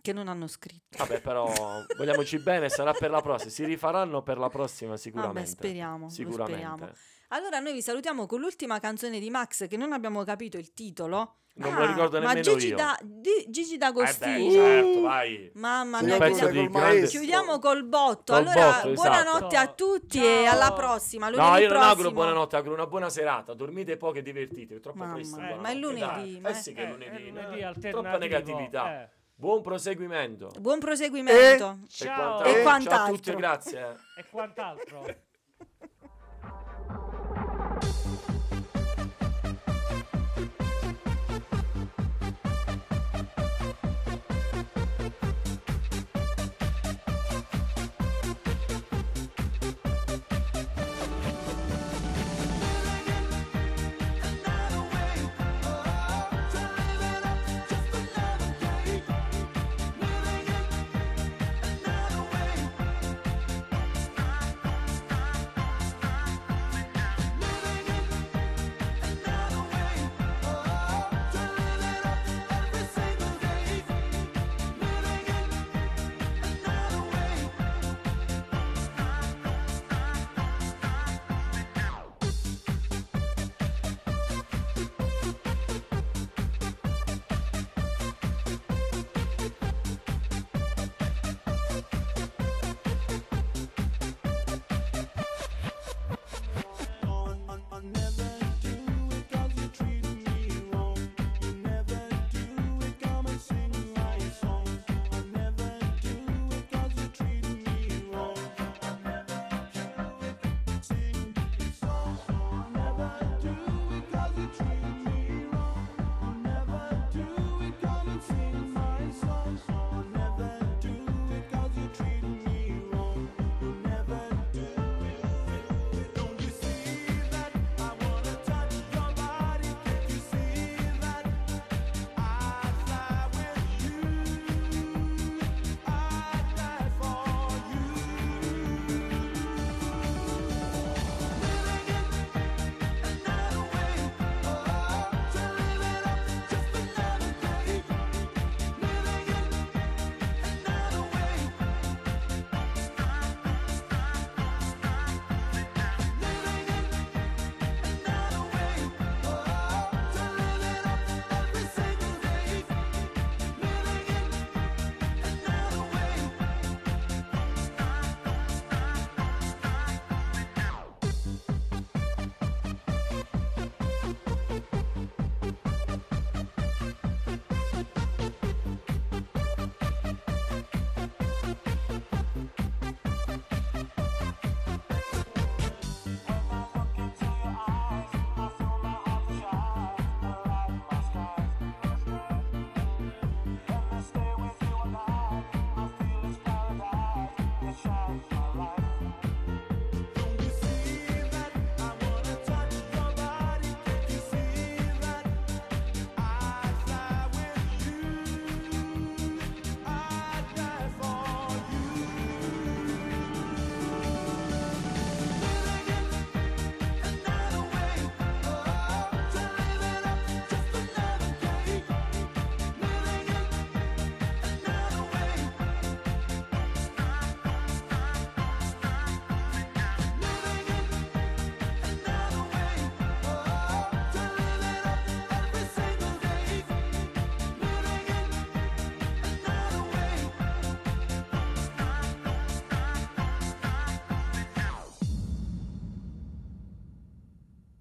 A: che non hanno scritto. <laughs>
C: Vabbè, però vogliamoci bene, sarà per la prossima, si rifaranno per la prossima sicuramente.
A: Vabbè, speriamo, lo
C: Sicuramente.
A: speriamo. Allora noi vi salutiamo con l'ultima canzone di Max che non abbiamo capito il titolo. Ah,
C: Non me lo ricordo
A: ma
C: nemmeno
A: Gigi
C: io.
A: Da- Di- Gigi
C: Eh
A: D'Agostino.
C: beh, certo, vai.
A: Mamma
D: Sì,
A: mia,
C: Un pezzo
A: chiudiamo,
C: di
D: col
C: grande...
D: maestro.
A: chiudiamo col botto.
C: Col
A: allora,
C: botto, esatto.
A: buonanotte a tutti e
B: Ciao.
A: alla prossima. Lunedì
C: No, io non
A: prossimo.
C: auguro buonanotte, auguro una buona serata. Dormite poco e divertitevi. Troppo
A: Mamma
C: triste.
A: mia,
C: buonanotte,
A: ma è lunedì,
C: dai.
A: ma
C: Eh
A: è-
C: sì che è
B: Eh,
C: lunedì.
B: è
C: eh.
B: lunedì
C: Troppa
B: alternativo,
C: negatività.
B: eh.
C: Buon proseguimento.
A: Buon proseguimento.
C: E
B: Ciao.
A: E
C: quant'altro. Ciao a tutti,
A: quant'altro.
C: grazie.
A: <laughs>
C: eh.
B: E quant'altro.